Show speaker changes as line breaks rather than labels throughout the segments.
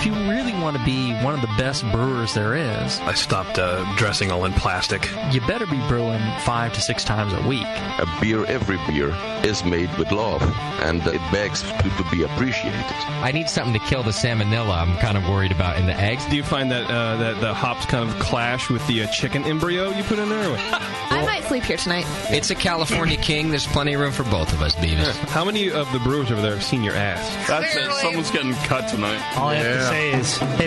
If you really want to be one of the best brewers there is,
I stopped uh, dressing all in plastic.
you better be brewing five to six times a week.
A beer, every beer, is made with love, and it begs to, to be appreciated.
I need something to kill the salmonella. I'm kind of worried about in the eggs.
Do you find that uh, that the hops kind of clash with the uh, chicken embryo you put in there?
I might sleep here tonight.
It's a California king. There's plenty of room for both of us, Beavis.
How many of the brewers over there have seen your ass?
That's it. Someone's getting cut tonight.
All I have to say is, hey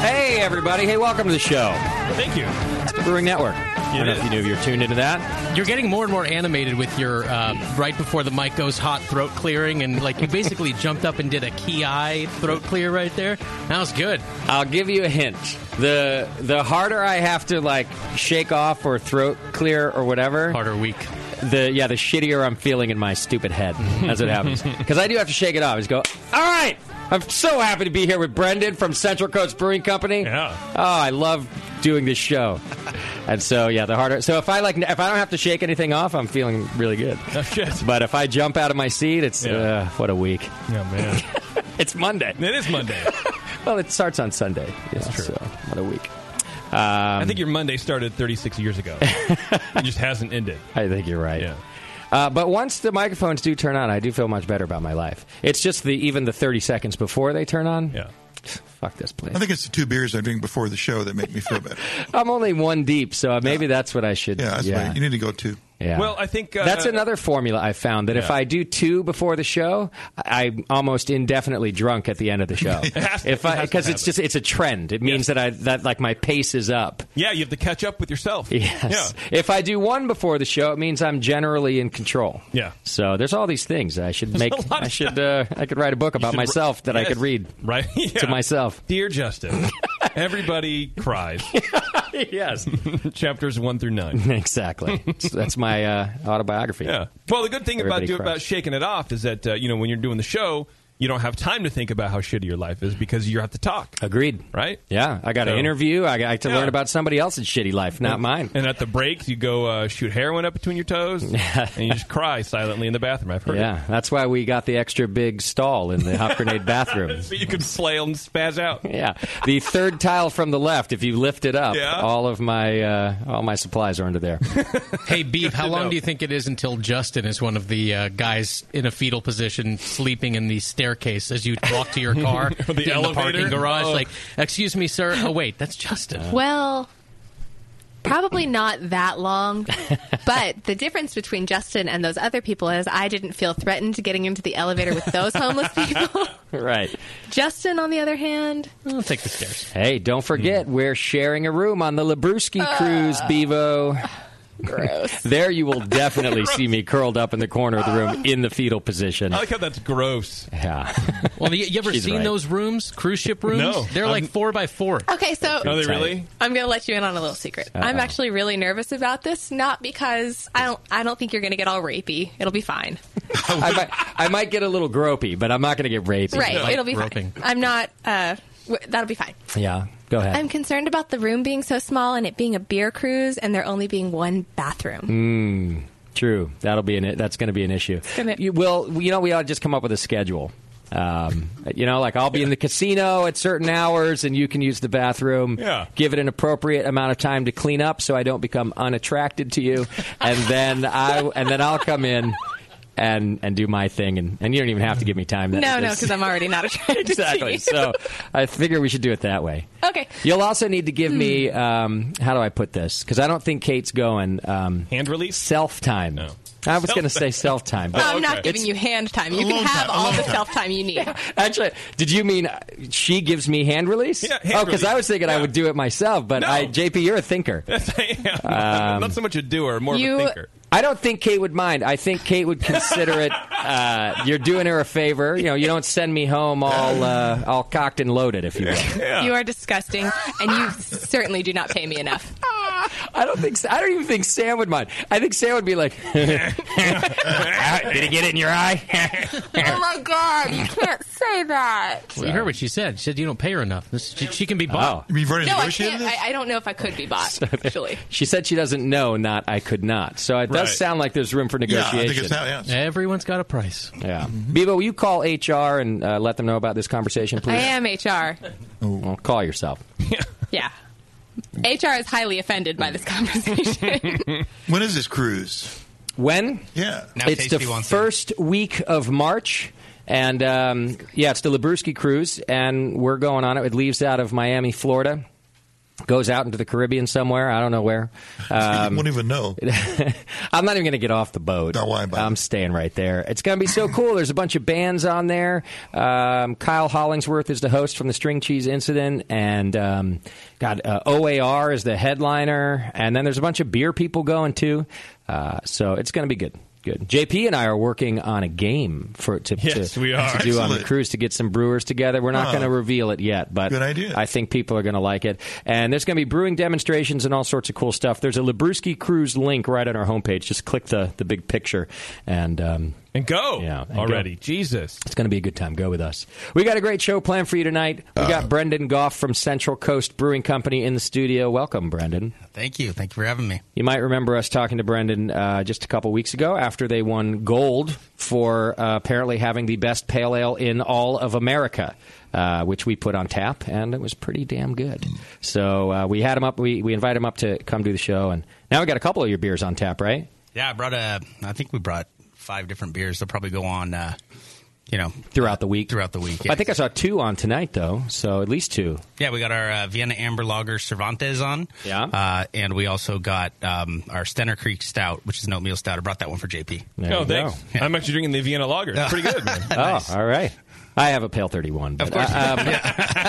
Hey, everybody. Hey, welcome to the show.
Thank you.
It's the Brewing Network. I don't know if you knew you're tuned into that.
You're getting more and more animated with your uh, right before the mic goes hot throat clearing, and like you basically jumped up and did a key eye throat clear right there. That was good.
I'll give you a hint. The the harder I have to like shake off or throat clear or whatever,
Harder week.
the yeah, the shittier I'm feeling in my stupid head. That's what happens. Because I do have to shake it off. I just go, all right. I'm so happy to be here with Brendan from Central Coast Brewing Company.
Yeah.
Oh, I love doing this show. and so yeah, the harder. So if I like, if I don't have to shake anything off, I'm feeling really good.
Oh,
But if I jump out of my seat, it's uh, what a week.
Yeah, man.
It's Monday.
it is Monday.
Well, it starts on Sunday. That's
true.
So, what a week.
I
Um,
think your Monday started 36 years ago. it just hasn't ended.
I think you're right.
Yeah.
Uh, but once the microphones do turn on, I do feel much better about my life. It's just the even the 30 seconds before they turn on.
Yeah.
Fuck this place.
I think it's the two beers I drink before the show that make me feel better.
I'm only one deep, so maybe that's what I should.
Yeah, that's
yeah,
Why you need to go two.
yeah.
Well, I think uh,
that's another formula I found that if
Yeah.
I do two before the show, I- I'm almost indefinitely drunk at the end of the show.
has to-
if
it
I
has to
because it's
happen.
just it's a trend. It means that I that like my pace is up.
Yeah, you have to catch up with yourself.
Yes.
Yeah.
If I do one before the show, it means I'm generally in control.
Yeah.
So there's all these things I should make.
a lot
I
of
should. Uh, I could write a book about
should
myself
ri-
that I could
yes.
read
Right.
to
Yeah.
myself.
Dear Justin, everybody cries.
yes.
Chapters one through nine.
Exactly. So that's my uh, autobiography.
Yeah. Well, the good thing about
Everybody
do,
cries.
about shaking it off is that uh, you know when you're doing the show, you don't have time to think about how shitty your life is because you have to talk.
Agreed.
Right?
Yeah. I got
So-
an interview. I got to
Yeah.
learn about somebody else's shitty life, not mine.
And at the break, you go uh, shoot heroin up between your toes, and you just cry silently in the bathroom. I've heard
Yeah. That's why we got the extra big stall in the hot grenade bathroom.
it. So you can flail and spaz out.
Yeah, the third tile from the left. If you lift it up,
Yeah.
all of my uh, all my supplies are under there.
Hey, Beef, how long
know.
do you think it is until Justin is one of the uh, guys in a fetal position sleeping in the staircase as you walk to your car
Or the
in
elevator?
the parking garage?
Oh.
Like, excuse me, sir. Oh, wait, that's Justin.
Well, probably not that long. But the difference between Justin and those other people is I didn't feel threatened getting into the elevator with those homeless people.
right.
Justin, on the other hand,
I'll take the stairs. Hmm.
Hey, don't forget, we're sharing a room on the Labrewski cruise, Bevo.
Ah. Gross. Ah.
there you will definitely see me curled up in the corner of the room in the fetal position.
Oh,
I like how that's gross.
Yeah.
Well, you, you ever
She's
seen
right.
those rooms? Cruise ship rooms?
No,
They're like four by four.
Okay, so
Are they really?
I'm going to let you in on a little secret.
Uh-oh.
I'm actually really nervous about this, not because I don't I don't think you're going to get all rapey. It'll be fine.
I might, I might get a little gropey, but I'm not going to get rapey.
right, it'll be fine. I'm not. Uh, w- that'll be fine.
Yeah, go ahead.
I'm concerned about the room being so small and it being a beer cruise and there only being one bathroom.
Mm, true. That'll be an. That's going to be an issue.
gonna-
You, well, you know, we ought to just come up with a schedule. Um, you know, like I'll be in the casino at certain hours, and you can use the bathroom.
Yeah.
Give it an appropriate amount of time to clean up, so I don't become unattracted to you. And then I and then I'll come in and and do my thing, and, and you don't even have to give me time. That
no, no,
is-
because I'm already not attracted. To
exactly.
you.
So I figure we should do it that way.
okay. Hmm.
You'll also need to give me um, how do I put this? Because I don't think Kate's going um,
hand release
self time. I was going to say self time, but
Oh, I'm not giving you hand time. You can have all the self time you need.
Actually, did you mean uh, she gives me hand release? Yeah,
hand
oh, because I
release.
was thinking I would do it myself, but I, JP, you're a thinker.
I'm
Um,
not so much a doer, more
you-
of a thinker.
I don't think Kate would mind. I think Kate would consider it. Uh, you're doing her a favor. You know, you don't send me home all uh, all cocked and loaded, if you will.
You are disgusting, and you certainly do not pay me enough.
I don't think. I don't even think Sam would mind. I think Sam would be like, "Did it get it in your eye?"
Oh my god, you can't say that.
Well, you heard what she said. She said you don't pay her enough. This, she, she can be bought.
We've
No, I can't. I, I don't know if I could be bought. Actually,
She said she doesn't know. Not I could not. So it does
Right.
sound like there's room for negotiation.
Everyone's got a price.
Yeah. Bebo, will you call HR and uh, let them know about this conversation, please?
I am HR.
Well, call yourself.
Yeah, HR is highly offended by this conversation.
When is this cruise? When?
Yeah.
Now it's the first week of March. And um, yeah, it's the Labruski cruise, and we're going on it. It leaves out of Miami, Florida, goes out into the Caribbean somewhere. I don't know where. Um,
won't even know.
I'm not even going to get off the boat. I'm staying right there. It's going to be so cool. There's a bunch of bands on there. Um, Kyle Hollingsworth is the host from the String Cheese Incident, and um, God, uh, OAR is the headliner, and then there's a bunch of beer people going too. Uh, so it's going to be good. Good. JP and I are working on a game for to,
Yes,
to,
we are.
to do on the
Excellent.
cruise to get some brewers together. We're not
Huh.
going to reveal it yet, but
Good idea.
I think people are going to like it. And there's going to be brewing demonstrations and all sorts of cool stuff. There's a Labruski Cruise link right on our homepage. Just click the, the big picture and um,
and go. Yeah,
and go.
already. Jesus.
It's going to be a good time. Go with us. We got a great show planned for you tonight. We
Uh-huh.
got Brendan Goff from Central Coast Brewing Company in the studio. Welcome, Brendan.
Thank you. Thank you for having me.
You might remember us talking to Brendan uh, just a couple weeks ago after they won gold for uh, apparently having the best pale ale in all of America, uh, which we put on tap, and it was pretty damn good. So uh, we had him up. We, we invited him up to come do the show, and now we got a couple of your beers on tap, right?
Yeah, I brought a. I think we brought five different beers. They'll probably go on. Uh, you know,
throughout the week.
Throughout the week.
I think I saw two on tonight, though, so at least two.
Yeah, we got our uh, Vienna Amber Lager Cervantes on.
Yeah.
Uh, and we also got um, our Stenner Creek Stout, which is an oatmeal stout. I brought that one for JP.
oh, thanks. I'm actually drinking the Vienna Lager. It's pretty good, man.
Oh, all right. I have a Pale 31. But, of course.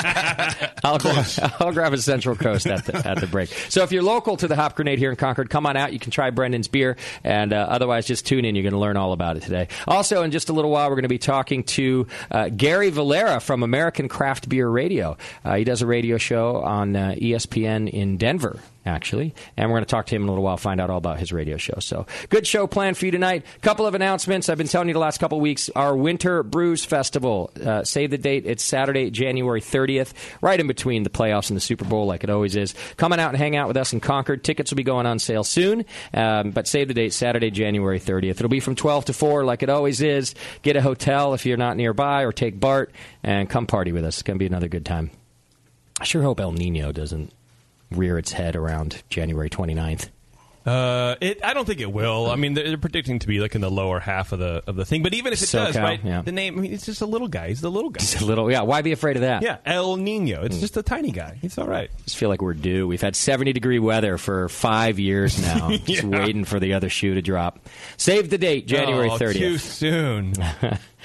I'll, grab, I'll grab a Central Coast at the, at the break. So if you're local to the Hop Grenade here in Concord, come on out. You can try Brendan's beer, and uh, otherwise just tune in. You're going to learn all about it today. Also, in just a little while, we're going to be talking to uh, Gary Valera from American Craft Beer Radio. Uh, he does a radio show on uh, ESPN in Denver. Actually, and we're going to talk to him in a little while, find out all about his radio show. So, good show planned for you tonight. Couple of announcements. I've been telling you the last couple of weeks our Winter Brews Festival. Uh, save the date. It's Saturday, January 30th, right in between the playoffs and the Super Bowl, like it always is. Coming out and hang out with us in Concord. Tickets will be going on sale soon, um, but save the date Saturday, January 30th. It'll be from 12 to 4, like it always is. Get a hotel if you're not nearby, or take BART and come party with us. It's going to be another good time. I sure hope El Nino doesn't rear its head around January 29th.
Uh, it, I don't think it will. I mean, they're, they're predicting to be like in the lower half of the of the thing. But even if it does,
SoCal,
right?
yeah.
The name. I mean, it's just a little guy. He's the little guy.
It's a little, yeah. Why be afraid of that?
Yeah, El Nino. It's just a tiny guy. It's all right.
just feel like we're due. We've had 70 degree weather for five years now. Just waiting for the other shoe to drop. Save the date, January
Oh,
30th.
Too soon.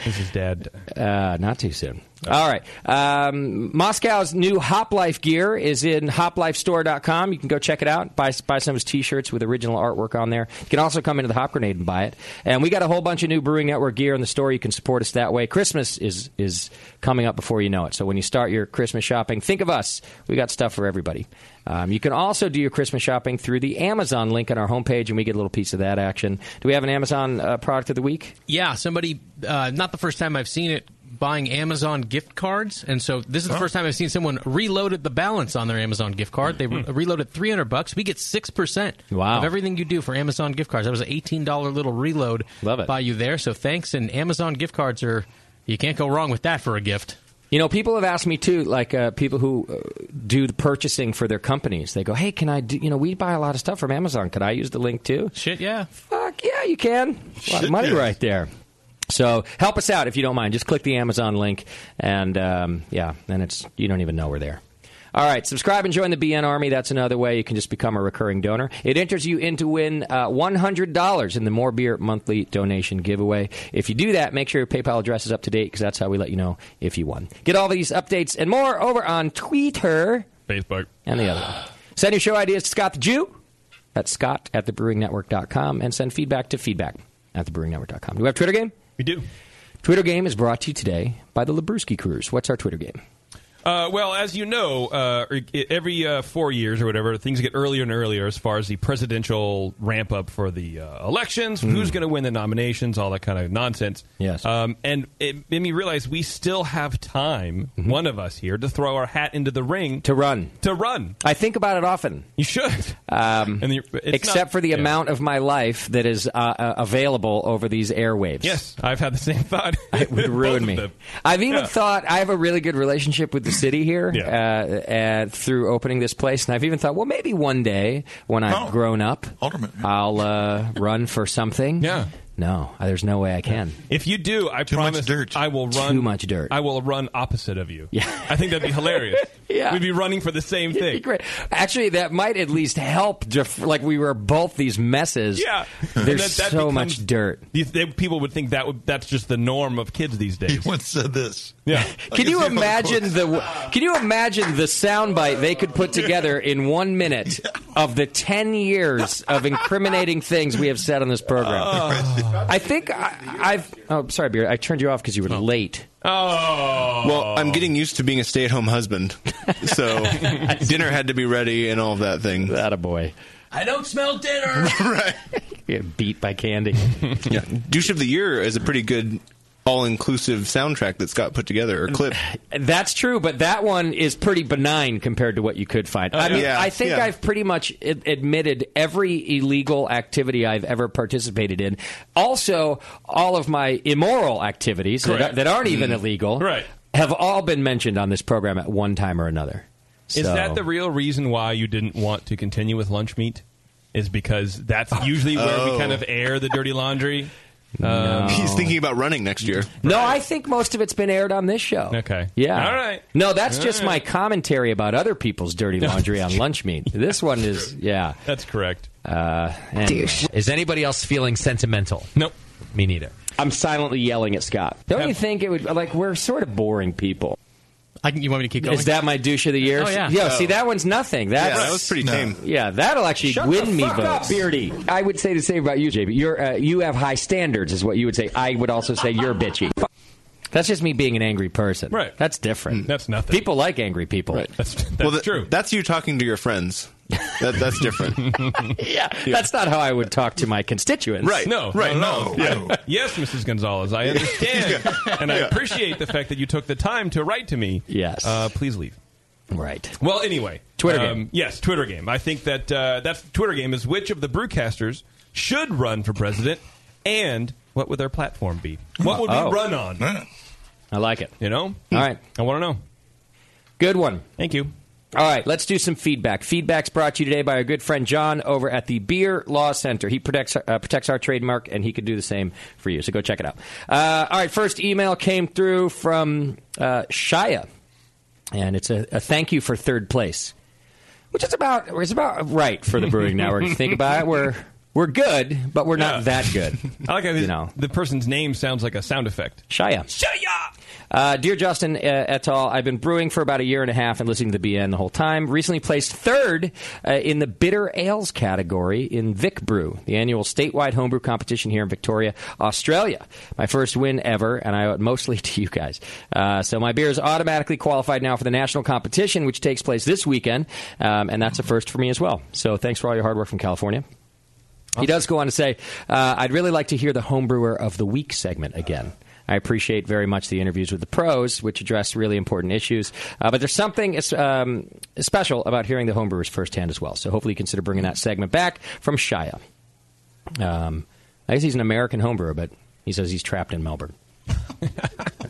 This is dad.
Uh, not too soon. All right. Um, Moscow's new Hop Life gear is in hoplifestore.com. You can go check it out. Buy, buy some of his t shirts with original artwork on there. You can also come into the Hop Grenade and buy it. And we got a whole bunch of new Brewing Network gear in the store. You can support us that way. Christmas is, is coming up before you know it. So when you start your Christmas shopping, think of us. We got stuff for everybody. Um, you can also do your Christmas shopping through the Amazon link on our homepage, and we get a little piece of that action. Do we have an Amazon uh, product of the week?
Yeah, somebody, uh, not the first time I've seen it, buying Amazon gift cards. And so this is the first time I've seen someone reloaded the balance on their Amazon gift card. They re- reloaded 300 bucks. We get 6%
Wow.
of everything you do for Amazon gift cards. That was an $18 little reload Love it. by you there. So thanks. And Amazon gift cards are, you can't go wrong with that for a gift.
You know, people have asked me too, like uh, people who uh, do the purchasing for their companies. They go, "Hey, can I do? You know, we buy a lot of stuff from Amazon. Can I use the link too?"
Shit, yeah.
Fuck yeah, you can. A lot of money right there. So help us out if you don't mind. Just click the Amazon link, and um, yeah, and it's you don't even know we're there. All right, subscribe and join the BN Army. That's another way you can just become a recurring donor. It enters you in to win uh, $100 in the More Beer monthly donation giveaway. If you do that, make sure your PayPal address is up to date because that's how we let you know if you won. Get all these updates and more over on Twitter,
Facebook,
and the other one. Send your show ideas to Scott the Jew at scott at thebrewingnetwork.com and send feedback to feedback at thebrewingnetwork.com. Do we have Twitter game?
We do.
Twitter game is brought to you today by the Labruski Cruise. What's our Twitter game?
Uh, well, as you know, uh, e- every uh, four years or whatever, things get earlier and earlier as far as the presidential ramp up for the uh, elections, who's going to win the nominations, all that kind of nonsense.
Hmm. Yes.
Um, and it made me realize we still have time, one of us here, to throw our hat into the ring.
Mm-hmm. To run.
To run.
I think about it often.
You should.
Um, except
not-
for the
yeah.
amount of my life that is uh, uh, available over these airwaves.
Yes, I've had the same thought.
It would ruin me. I've even
Yeah.
thought I have a really good relationship with the city here uh, uh, through opening this place, and I've even thought, well, maybe one day when
Oh.
I've grown up, I'll uh, run for something. Yeah. No, uh, there's no way I can.
If you do, I promise I will run.
Too much dirt.
I will run opposite of you. Yeah. I think that'd be hilarious.
Yeah.
We'd be running for the same thing.
Great. Actually, that might at least help. Def- like we were both these messes.
Yeah. And
There's
that- that
so
becomes-
much dirt.
You th- people would think that would, that's just the norm of kids these days. He
once said this.
Yeah.
Can you imagine the Can you imagine the soundbite they could put together in one minute of the ten years of incriminating things we have said on this program?
Uh.
I think I, I've. Oh, sorry, Beard. I turned you off because you were late.
Oh. Well, I'm getting used to being a stay-at-home husband, so dinner had to be ready and all of that thing.
That a boy.
I don't smell dinner.
right.
Get beat by candy.
yeah. Douche of the Year is a pretty good all-inclusive soundtrack that Scott put together or clip.
That's true, but that one is pretty benign compared to what you could find. I
yeah.
mean,
Oh, Yeah,
I think
yeah.
I've pretty much ad- admitted every illegal activity I've ever participated in. Also, all of my immoral activities that,
Correct.
that aren't even
Mm.
illegal
Right.
have all been mentioned on this program at one time or another.
Is
So-
that the real reason why you didn't want to continue with lunch meat? Is because that's usually where
Oh.
we kind of air the dirty laundry.
Um, He's thinking about running next year.
No, I think most of it's been aired on this show.
Okay.
Yeah.
All right.
No, that's
All
just
right.
my commentary about other people's dirty laundry on lunch meat. This one is, yeah.
That's correct.
Uh, and-
Is anybody else feeling sentimental?
Nope.
Me neither.
I'm silently yelling at Scott. Don't you think it would like we're sort of boring people?
I can, you want me to keep
Is that my douche of the year?
Oh, yeah. Oh.
see, that one's nothing. That's,
Yeah, that was pretty
tame.
Yeah, that'll actually
Shut
win
the
me
fuck
votes.
up,
Beardy. I would say the same about you, JB. You're, uh, you have high standards, is what you would say. I would also say you're bitchy. That's just me being an angry person. Right. That's different.
Mm. That's nothing.
People like angry people.
That's, that's
true. That's you talking to your friends. That, that's different.
yeah, That's not how I would talk to my constituents.
Right.
No, no, no. I- yes, Mrs. Gonzalez, I understand, and I appreciate the fact that you took the time to write to me.
Yes.
uh, please leave.
Right.
Well, anyway, Um,
Twitter game.
Yes, Twitter game. I think that uh, that's Twitter game is which of the brewcasters should run for president, and what would their platform be? What would
Oh.
we run on?
I like it.
You know.
All right.
I want to know.
Good one.
Thank you.
All right, let's do some feedback. Feedback's brought to you today by our good friend John over at the Beer Law Center. He protects uh, protects our trademark, and he could do the same for you. So go check it out. Uh, all right, first email came through from uh, Shia, and it's a, a thank you for third place, which is about it's about right for the Brewing Network to think about it. We're We're good, but we're not that good.
I like how the, the person's name sounds like a sound effect.
Shia. Uh, dear Justin uh, et al., I've been brewing for about a year and a half and listening to the BN the whole time. Recently placed third uh, in the bitter ales category in Vic Brew, the annual statewide homebrew competition here in Victoria, Australia. My first win ever, and I owe it mostly to you guys. Uh, so my beer is automatically qualified now for the national competition, which takes place this weekend, um, and that's a first for me as well. So thanks for all your hard work from California. He does go on to say, uh, I'd really like to hear the Homebrewer of the Week segment again. I appreciate very much the interviews with the pros, which address really important issues. Uh, but there's something um, special about hearing the homebrewers firsthand as well. So hopefully you consider bringing that segment back from Shia. Um, I guess he's an American homebrewer, but he says he's trapped in Melbourne.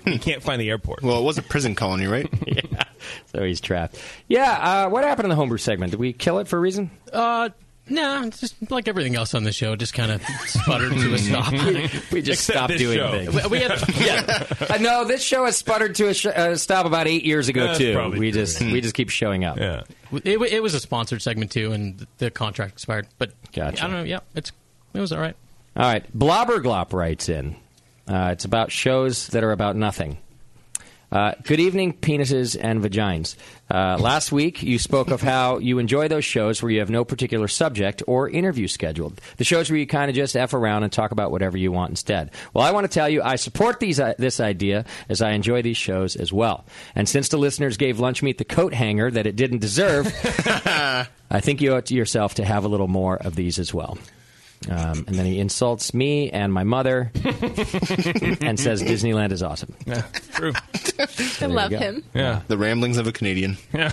you can't find the airport.
Well, it was a prison colony, right? yeah. So he's trapped. Yeah. Uh, what happened in the homebrew segment? Did we kill it for a reason?
Uh, no, it's just like everything else on the show, it just kind of sputtered to a stop.
We- we just
Except
stopped
this
doing
show.
things.
We- we had-
yeah. Uh, no, this show has sputtered to a sh- uh, stop about eight years ago
That's
too.
probably
We
true.
just we just keep showing up. Yeah.
It, wa- it was a sponsored segment too, and th- the contract expired. But
Gotcha.
I don't know. Yeah, it's it was all right.
All right. Blobberglop writes in. Uh, it's about shows that are about nothing. Uh, good evening, penises and vagines. Uh, last week, you spoke of how you enjoy those shows where you have no particular subject or interview scheduled. The shows where you kind of just F around and talk about whatever you want instead. Well, I want to tell you, I support these, uh, this idea as I enjoy these shows as well. And since the listeners gave Lunch Meat the coat hanger that it didn't deserve, I think you owe it to yourself to have a little more of these as well. Um, and then he insults me and my mother and says Disneyland is awesome.
True.
I love him.
Yeah.
The ramblings of a Canadian.
Yeah.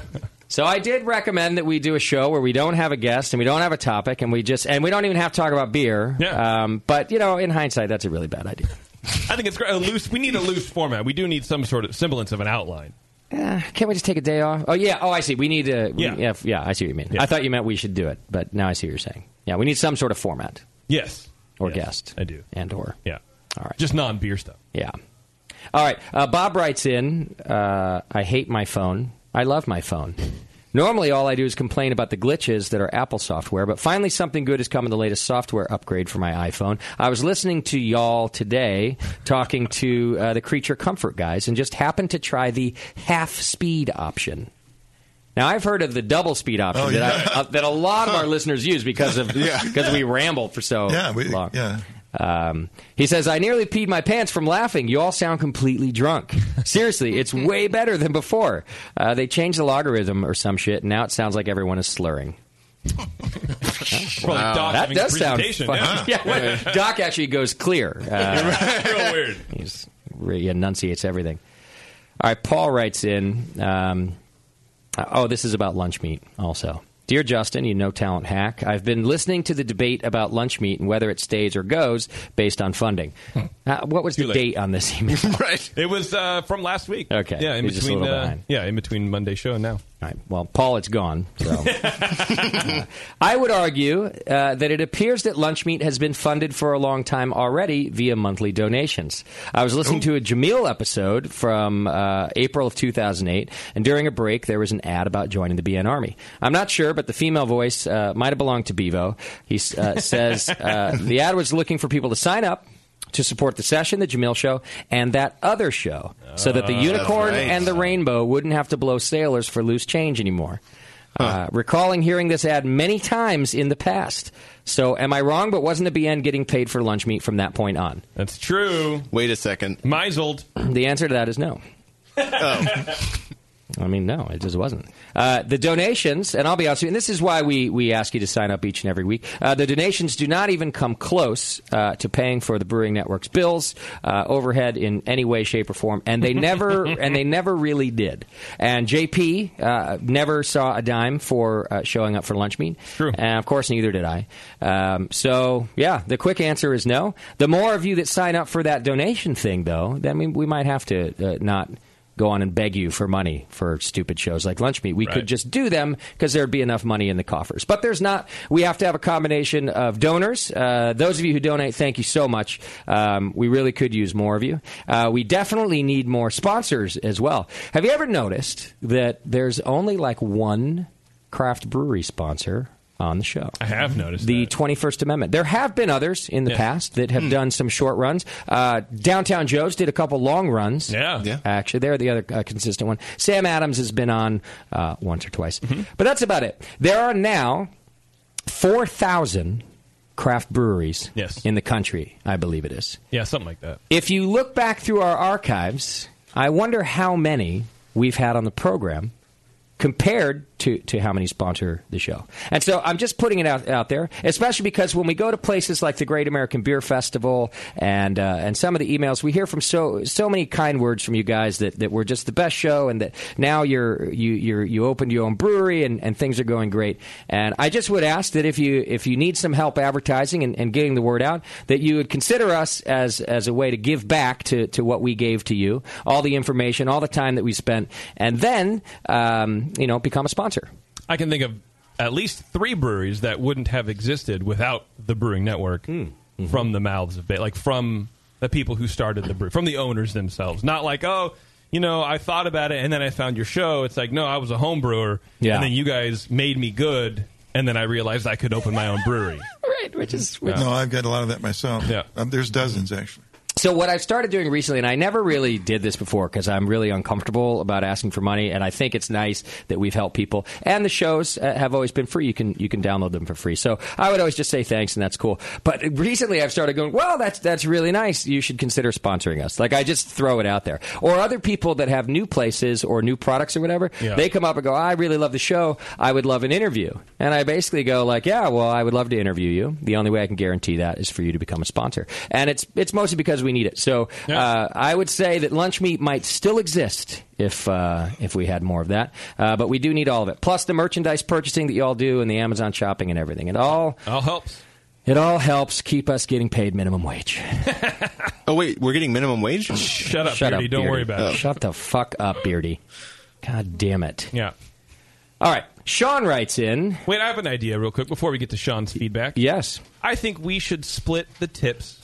So I did recommend that we do a show where we don't have a guest and we don't have a topic and we just and we don't even have to talk about beer. Yeah. Um, but you know, in hindsight, that's a really bad idea.
I think it's great. A loose. We need a loose format. We do need some sort of semblance of an outline.
Uh, can't we just take a day off? Oh yeah. Oh, I see. We need to. Yeah. yeah. f- yeah, I see what you mean. I thought you meant we should do it, but now I see what you're saying. Yeah. We need some sort of format.
Yes.
Or guest. I
do.
And or.
Yeah.
All right.
Just non beer stuff.
Yeah. All right. Uh, Bob writes in uh, I hate my phone. I love my phone. Normally, all I do is complain about the glitches that are Apple software, but finally, something good has come in the latest software upgrade for my iPhone. I was listening to y'all today talking to uh, the Creature Comfort guys and just happened to try the half speed option. Now, I've heard of the double speed option
Oh,
that, I, uh, that a lot of our listeners use because of
Yeah.
because we rambled for so
Yeah, we-
long.
yeah.
Um, he says, I nearly peed my pants from laughing. You all sound completely drunk. Seriously, it's way better than before. Uh, they changed the logarithm or some shit, and now it sounds like everyone is slurring.
Probably Doc
That
having a
does sound
presentation,
fun.
yeah.
Yeah, when- Doc actually goes clear. Uh,
Real weird.
he's, he enunciates everything. All right, Paul writes in. Um, uh, oh, this is about lunch meat also. Dear Justin, you no talent hack, I've been listening to the debate about lunch meat and whether it stays or goes based on funding.
Hmm.
Uh, what was the date on this email?
right. It was uh, from last week.
Okay.
Yeah. In
He's just a
between.
little
uh,
behind.
yeah. In between Monday show and now.
All right. Well, Paul, it's gone. So. Uh, I would argue uh, that it appears that lunch meat has been funded for a long time already via monthly donations. I was listening to a Jameel episode from uh, April of 2008, and during a break, there was an ad about joining the BN Army. I'm not sure, but the female voice uh, might have belonged to Bevo. He uh, says uh, the ad was looking for people to sign up. To support the session, the Jamil Show, and that other show, so that the
Oh,
unicorn
that's right.
and the rainbow wouldn't have to blow sailors for loose change anymore. Uh, recalling hearing this ad many times in the past. So, am I wrong? But wasn't the BN getting paid for lunch meat from that point on?
That's true.
Wait a second.
Misled.
The answer to that is no.
Oh.
I mean, no, it just wasn't. Uh, the donations, and I'll be honest with you, and this is why we, we ask you to sign up each and every week. Uh, the donations do not even come close uh, to paying for the Brewing Network's bills, uh, overhead in any way, shape, or form, and they never and they never really did. And JP uh, never saw a dime for uh, showing up for lunch meet. True, and of course, neither did I. Um, so, yeah, the quick answer is no. The more of you that sign up for that donation thing, though, then we, we might have to uh, not go on and beg you for money for stupid shows like Lunch Meat. We could just do them because there'd be enough money in the coffers. But there's not. We have to have a combination of donors. Uh, those of you who donate, thank you so much. Um, we really could use more of you. Uh, we definitely need more sponsors as well. Have you ever noticed that there's only like one craft brewery sponsor on the show. I
have noticed
the Twenty First Amendment. There have been others in the
Yeah.
past that
Hmm.
have done some short runs. Uh, Downtown Joe's did a couple long runs.
Yeah. Yeah.
actually, they're the other uh, consistent one. Sam Adams has been on uh, once or twice,
Mm-hmm.
but that's about it. There are now four thousand craft breweries in the country. I believe it is.
Yeah, something like that.
If you look back through our archives, I wonder how many we've had on the program compared to, to how many sponsor the show. And so I'm just putting it out, out there, especially because when we go to places like the Great American Beer Festival and uh, and some of the emails, we hear from so so many kind words from you guys that, that we're just the best show and that now you're you you're, you opened your own brewery and, and things are going great. And I just would ask that if you if you need some help advertising and, and getting the word out, that you would consider us as as a way to give back to, to what we gave to you, all the information, all the time that we spent, and then um, you know become a sponsor.
I can think of at least three breweries that wouldn't have existed without the brewing network from the mouths of ba- like from the people who started the brew from the owners themselves. Not like oh. You know, I thought about it, and then I found your show. It's like, no, I was a home brewer,
Yeah.
and then you guys made me good, and then I realized I could open my own brewery.
right, which is which-
no, I've got a lot of that myself. Yeah, um, there's dozens actually.
So what I've started doing recently, and I never really did this before because I'm really uncomfortable about asking for money, and I think it's nice that we've helped people. And the shows uh, have always been free; you can you can download them for free. So I would always just say thanks, and that's cool. But recently, I've started going, "Well, that's that's really nice. You should consider sponsoring us." Like I just throw it out there, or other people that have new places or new products or whatever,
Yeah.
they come up and go, "I really love the show. I would love an interview," and I basically go like, "Yeah, well, I would love to interview you. The only way I can guarantee that is for you to become a sponsor." And it's it's mostly because we need it. So uh, I would say that lunch meat might still exist if uh, if we had more of that, uh, but we do need all of it. Plus the merchandise purchasing that you all do and the Amazon shopping and everything. It all
all helps.
It all helps keep us getting paid minimum wage.
Oh wait, we're getting minimum wage.
Shut up, Beardy. Don't worry about it.
Shut the fuck up, Beardy. God damn it.
Yeah.
All right. Sean writes in.
Wait, I have an idea real quick before we get to Sean's feedback.
Yes.
I think we should split the tips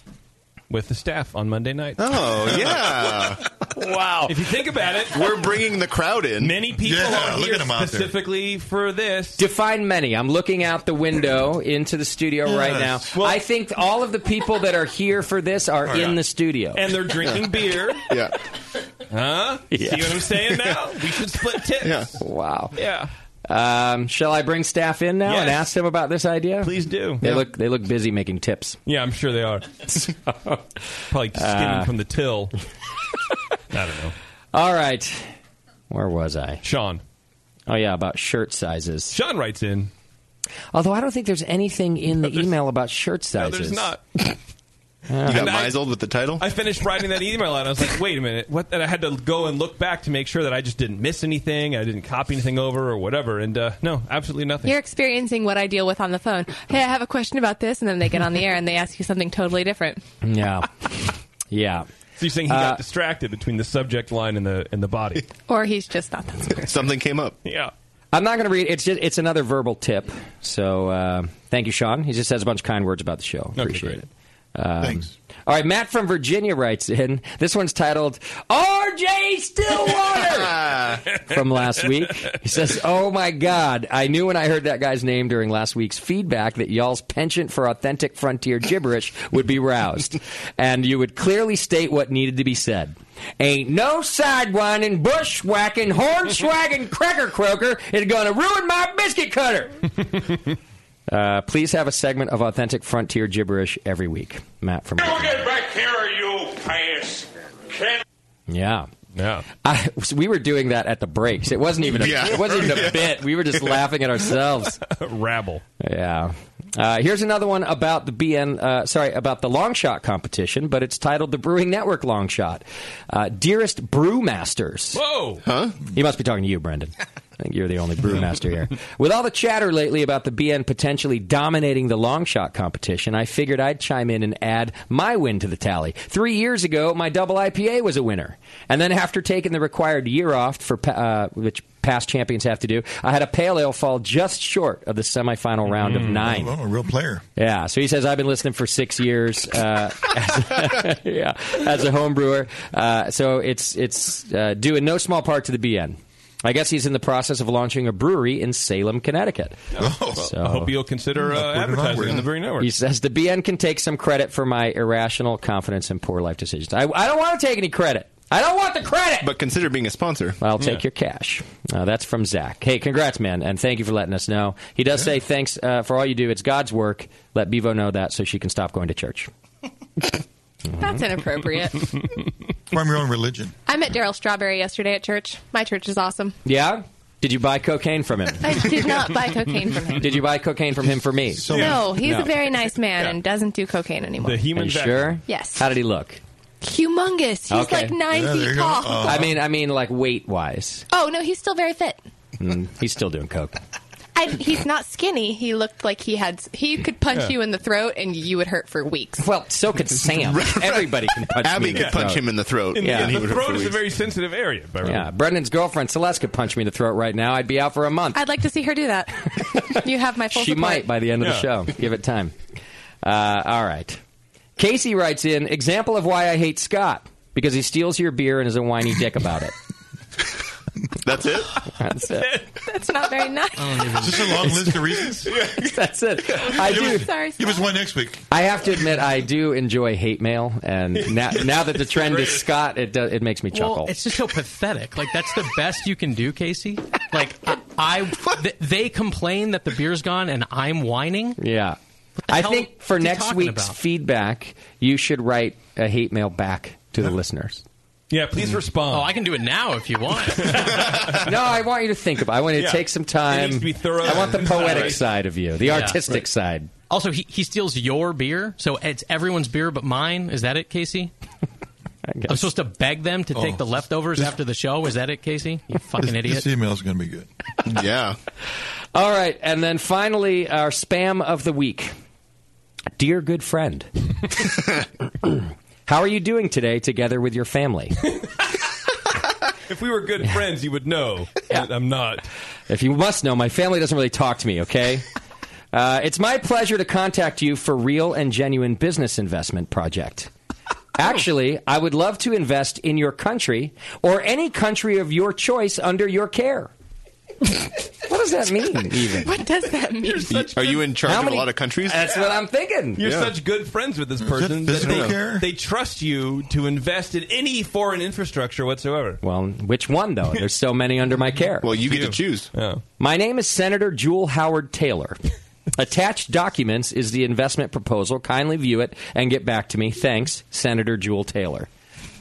with the staff on Monday night.
Oh yeah.
wow. If you think about it,
we're bringing the crowd in.
Many people
Yeah,
are
look
here
at 'em out there.
specifically for this.
Define many. I'm looking out the window into the studio
Yes.
right now. I think all of the people that are here for this are in the studio.
Oh, And they're drinking beer.
Yeah.
Huh? See what I'm saying now? We should split tips. Yeah.
Wow.
Yeah.
Um, shall I bring staff in now and ask them about this idea?
Please do.
They
Yeah.
look they look busy making tips.
I'm sure they are. Probably skimming
Uh,
from the till. I don't know.
All right. Where was I?
Sean.
Oh yeah, about shirt sizes.
Sean writes in.
Although I don't think there's anything in the email about shirt
No,
sizes.
there's not.
Yeah.
Oh.
And I-
with the title?
I finished writing that email out. And I was like, wait a minute, what? And I had to go and look back to make sure that I just didn't miss anything. I didn't copy anything over or whatever. And uh, no, absolutely nothing.
You're experiencing what I deal with on the phone. Hey, I have a question about this, and then they get on the air and they ask you something totally different.
Yeah. yeah. Uh,
So you're saying he got distracted between the subject line and the and the body.
Or he's just not that smart.
Something came up.
Yeah.
I'm not going to read. It's just it's another verbal tip. So uh, thank you, Sean. He just says a bunch of kind words about the show. Appreciate it. Um, Thanks. All right, Matt from Virginia writes in. This one's titled R.J. Stillwater from last week. He says, "Oh my God, I knew when I heard that guy's name during last week's feedback that y'all's penchant for authentic frontier gibberish would be roused, and you would clearly state what needed to be said." Ain't no sidewinding, bushwhacking, hornswagging, cracker croaker is going to ruin my biscuit cutter. Uh, please have a segment of authentic frontier gibberish every week, Matt from.
Get back here, you pious. Can
Yeah.
Yeah.
I, so we were doing that at the breaks. It wasn't even a,
Yeah.
it wasn't even a
Yeah.
bit. We were just laughing at ourselves.
Rabble.
Yeah. Uh, here's another one about the BN. Uh, sorry, about the long shot competition, but it's titled the Brewing Network Long Shot. Uh, Dearest Brewmasters.
Whoa.
Huh? He must be talking to you, Brendan. I think you're the only brewmaster here. With all the chatter lately about the BN potentially dominating the long shot competition, I figured I'd chime in and add my win to the tally. Three years ago, my double IPA was a winner. And then after taking the required year off, for pa- uh, which past champions have to do, I had a pale ale fall just short of the semifinal round of nine.
Oh, a real player.
Yeah. So he says, I've been listening for six years. Uh, as, yeah, as a home brewer. Uh, so it's it's uh, due in no small part to the BN. I guess he's in the process of launching a brewery in Salem, Connecticut.
Oh.
Oh.
So-
I hope you'll consider uh, advertising in the Brewing Network.
He says the BN can take some credit for my irrational confidence and poor life decisions. I, I don't want to take any credit. I don't want the credit.
But consider being a sponsor.
I'll take your cash. Uh, that's from Zach. Hey, congrats, man, and thank you for letting us know. He does say thanks uh, for all you do. It's God's work. Let Bevo know that so she can stop going to church.
That's inappropriate.
From your own religion.
I met Daryl Strawberry yesterday at church. My church is awesome.
Yeah? Did you buy cocaine from him?
I did not buy cocaine from him.
Did you buy cocaine from him for me?
no, he's a very nice man and doesn't do cocaine anymore.
The human. sure?
Yes.
How did he look?
Humongous. He's
Okay.
like nine feet tall.
Uh-huh.
I mean, I mean, like weight wise,
oh no, he's still very fit.
Mm, he's still doing coke.
I, he's not skinny. He looked like he had. He could punch
Yeah.
you in the throat and you would hurt for weeks.
Well, so could Sam. Everybody can punch.
Abby
me in
could
the
punch
throat.
him in the throat.
In the- the throat is a very sensitive area. by the way.
Yeah, Brendan's girlfriend Celeste could punch me in the throat right now. I'd be out for a month.
I'd like to see her do that. you have my full
um, She
support.
might by the end of the show. Give it time. Uh, all right. Casey writes in example of why I hate Scott because he steals your beer and is a whiny dick about it.
That's it.
That's it.
That's not very nice.
Is this a long list of reasons?
That's it. I
give
do.
Us,
Sorry,
give us one next week.
I have to admit, I do enjoy hate mail, and now, now that the trend is Scott, it do, it makes me chuckle.
Well, it's just so pathetic. Like that's the best you can do, Casey. Like I, I th- they complain that the beer's gone and I'm whining.
yeah,
the
I
hell
think for
is he
next
talking
week's
about?
feedback, you should write a hate mail back to the listeners.
Yeah, please
Mm-hmm.
respond.
Oh, I can do it now if you want.
No, I want you to think about. I want you to
Yeah.
take some time.
It needs to be thorough
I want the
and
poetic
concise.
side of you, the
Yeah.
artistic
Right.
side.
Also, he, he steals your beer, so it's everyone's beer but mine. Is that it, Casey? I'm supposed to beg them to take
Oh.
the leftovers after the show. Is that it, Casey? You fucking
this,
idiot.
This email's going to be good.
yeah.
All right, and then finally, our spam of the week. Dear good friend, how are you doing today together with your family?
If we were good friends, you would know. that I'm not.
If you must know, my family doesn't really talk to me, okay? Uh, it's my pleasure to contact you for real and genuine business investment project. Actually, I would love to invest in your country or any country of your choice under your care. what does that mean, even?
What does that mean?
Are you in charge
How
of
many-
a lot of countries?
That's what I'm thinking.
You're such good friends with this person that
physical
they,
care?
they trust you to invest in any foreign infrastructure whatsoever.
Well, which one though? There's so many under my care. Well,
you get to choose.
My name is Senator Jewel Howard Taylor. Attached documents is the investment proposal. Kindly view it and get back to me. Thanks, Senator Jewel Taylor.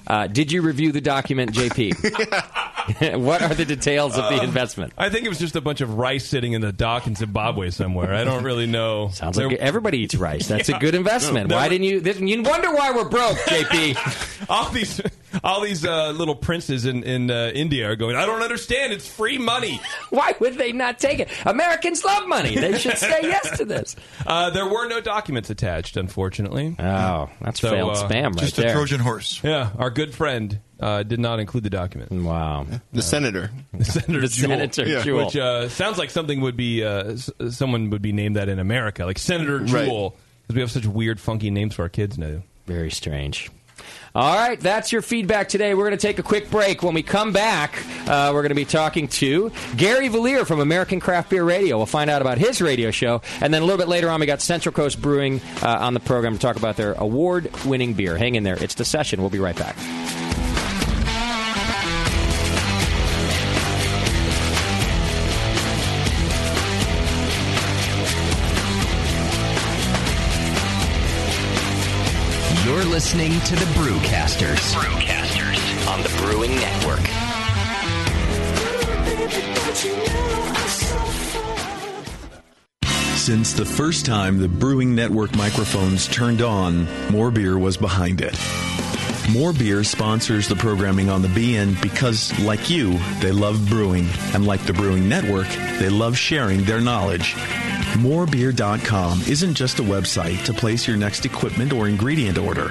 Uh, did you review the document, JP? what are the details of the
Uh,
investment?
I think it was just a bunch of rice sitting in the dock in Zimbabwe somewhere. I don't really know.
Sounds like everybody eats rice. That's a good investment. Why didn't you? This, you wonder why we're broke, JP.
all these, all these uh, little princes in in uh, India are going. I don't understand. It's free money.
Why would they not take it? Americans love money. They should say yes to this.
Uh, there were no documents attached, unfortunately. uh,
Oh, that's failed spam right Just a there. Trojan
horse.
Yeah, our good friend uh, did not include the document. Uh,
Wow.
The senator.
The senator.
The
Jewell.
Senator Yeah. Jewell.
Which uh, sounds like something would be uh, s- someone would be named that in America, like Senator
Right.
Jewell, because we have such weird, funky names for our kids now.
Very strange. All right, that's your feedback today. We're going to take a quick break. When we come back, uh, we're going to be talking to Gary Valier from American Craft Beer Radio. We'll find out about his radio show. And then a little bit later on, we got Central Coast Brewing uh, on the program to talk about their award winning beer. Hang in there. It's the session. We'll be right back.
You're listening to the Brewcasters. Brewcasters on the Brewing Network.
Since the first time the Brewing Network microphones turned on, More Beer was behind it. More Beer sponsors the programming on the BN because, like you, they love brewing, and like the Brewing Network, they love sharing their knowledge. Morebeer.com isn't just a website to place your next equipment or ingredient order.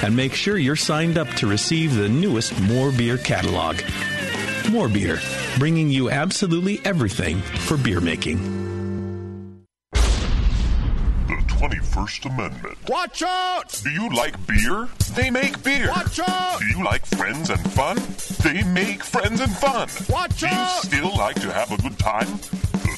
and make sure you're signed up to receive the newest More Beer catalog. More Beer, bringing you absolutely everything for beer making.
The 21st Amendment.
Watch out!
Do you like beer? They make beer.
Watch out!
Do you like friends and fun? They make friends and fun.
Watch
Do you
out!
still like to have a good time? The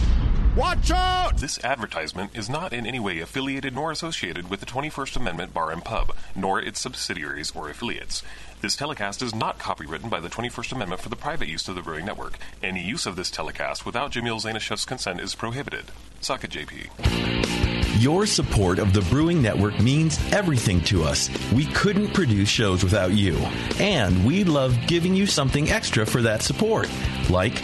Watch out!
This advertisement is not in any way affiliated nor associated with the 21st Amendment Bar and Pub, nor its subsidiaries or affiliates. This telecast is not copywritten by the 21st Amendment for the private use of the Brewing Network. Any use of this telecast without Jamil Zanishev's consent is prohibited. Suck it, JP.
Your support of the Brewing Network means everything to us. We couldn't produce shows without you. And we love giving you something extra for that support, like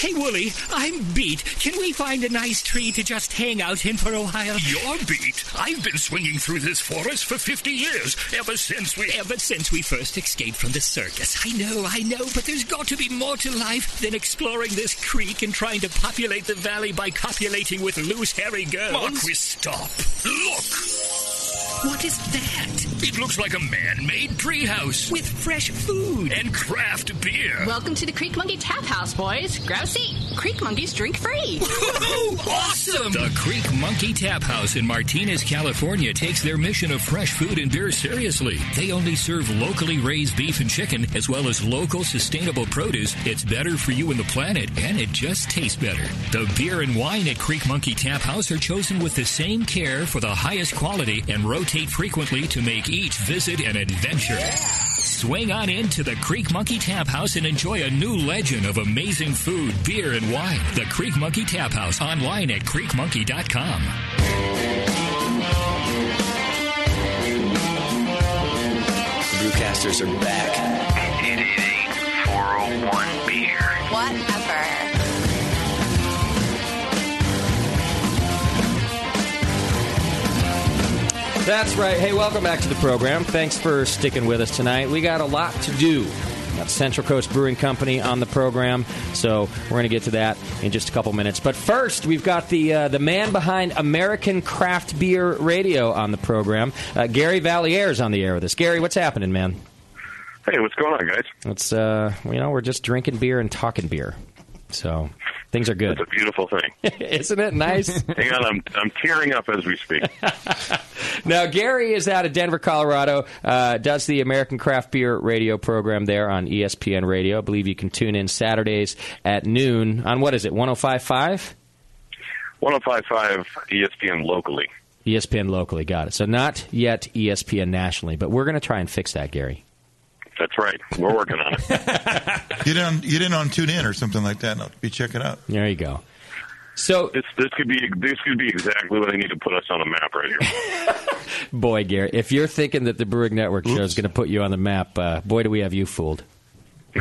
Hey, Wooly, I'm beat. Can we find a nice tree to just hang out in for a while?
You're beat. I've been swinging through this forest for 50 years, ever since we.
Ever since we first escaped from the circus. I know, I know, but there's got to be more to life than exploring this creek and trying to populate the valley by copulating with loose, hairy girls.
Marquis, stop. Look!
What is that?
It looks like a man made treehouse.
With fresh food.
And craft beer.
Welcome to the Creek Monkey Tap House, boys. Grab a seat. Creek Monkeys drink free.
awesome! The Creek Monkey Tap House in Martinez, California takes their mission of fresh food and beer seriously. They only serve locally raised beef and chicken, as well as local sustainable produce. It's better for you and the planet, and it just tastes better. The beer and wine at Creek Monkey Tap House are chosen with the same care for the highest quality and rotate frequently to make each visit an adventure. Swing on into the Creek Monkey Tap House and enjoy a new legend of amazing food, beer, and wine. The Creek Monkey Tap House online at creekmonkey.com.
Brewcasters are back.
It ain't 401 beer.
Whatever.
That's right. Hey, welcome back to the program. Thanks for sticking with us tonight. We got a lot to do. We Got Central Coast Brewing Company on the program, so we're going to get to that in just a couple minutes. But first, we've got the uh, the man behind American Craft Beer Radio on the program, uh, Gary Valliere is on the air with us. Gary, what's happening, man?
Hey, what's going on, guys?
It's uh, you know, we're just drinking beer and talking beer, so things are good.
It's a beautiful thing.
Isn't it nice?
Hang on, I'm, I'm tearing up as we speak.
Now, Gary is out of Denver, Colorado, uh, does the American Craft Beer radio program there on E ESPN Radio. I believe you can tune in Saturdays at noon on what is it, 1055?
1055 ESPN locally.
ESPN locally, got it. So not yet E ESPN nationally, but we're going to try and fix that, Gary.
That's right. We're working on it.
You didn't. You didn't on TuneIn or something like that. No, be checking out.
There you go. So
this this could be this could be exactly what I need to put us on a map right here.
Boy, Gary, if you're thinking that the Brewing Network show is going to put you on the map, uh, boy, do we have you fooled.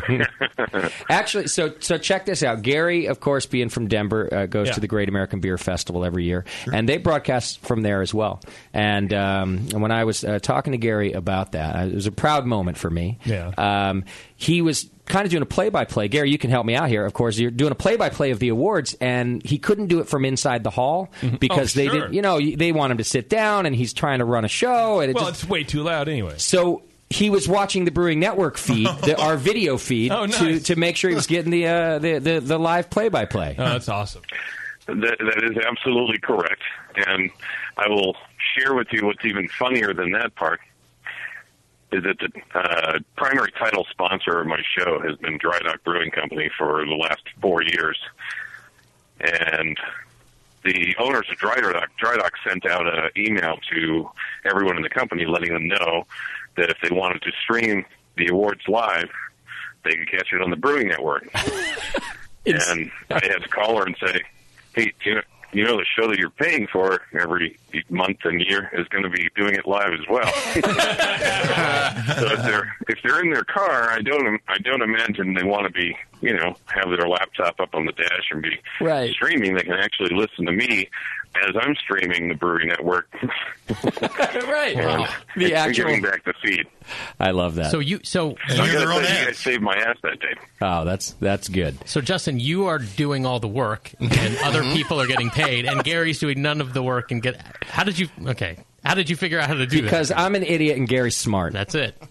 Actually, so so check this out. Gary, of course, being from Denver, uh, goes
Yeah.
to the Great American Beer Festival every year, and they broadcast from there as well. And, um, and when I was uh, talking to Gary about that, uh, it was a proud moment for me.
Yeah.
Um, he was kind of doing a play-by-play. Gary, you can help me out here. Of course, you're doing a play-by-play of the awards, and he couldn't do it from inside the hall because
Oh,
they
sure.
didn't. You know, they want him to sit down, and he's trying to run a show, and it
well,
just
it's way too loud anyway.
so he was watching the Brewing Network feed, the, our video feed,
Oh, nice.
to, to make sure he was getting the uh, the, the the live play by play.
Oh, that's awesome.
That, that is absolutely correct. And I will share with you what's even funnier than that part is that the uh, primary title sponsor of my show has been Dry Dock Brewing Company for the last four years. And the owners of Dry Dock, Dry Dock sent out an email to everyone in the company letting them know that if they wanted to stream the awards live, they could catch it on the Brewing Network. and I had to call her and say, "Hey, you know, you know the show that you're paying for every month and year is going to be doing it live as well." so if they're if they're in their car, I don't I don't imagine they want to be you know have their laptop up on the dash and be
Right.
streaming. They can actually listen to me as I'm streaming the Brewery Network.
right.
And
The
it's
actual-
giving back the feed.
I love that.
So you so
I gotta say, you guys saved my ass that day.
oh, that's that's good.
So Justin, you are doing all the work, and other people are getting paid, and Gary's doing none of the work. And get how did you? Okay, how did you figure out how to do
Because
that?
I'm an idiot and Gary's smart.
That's it.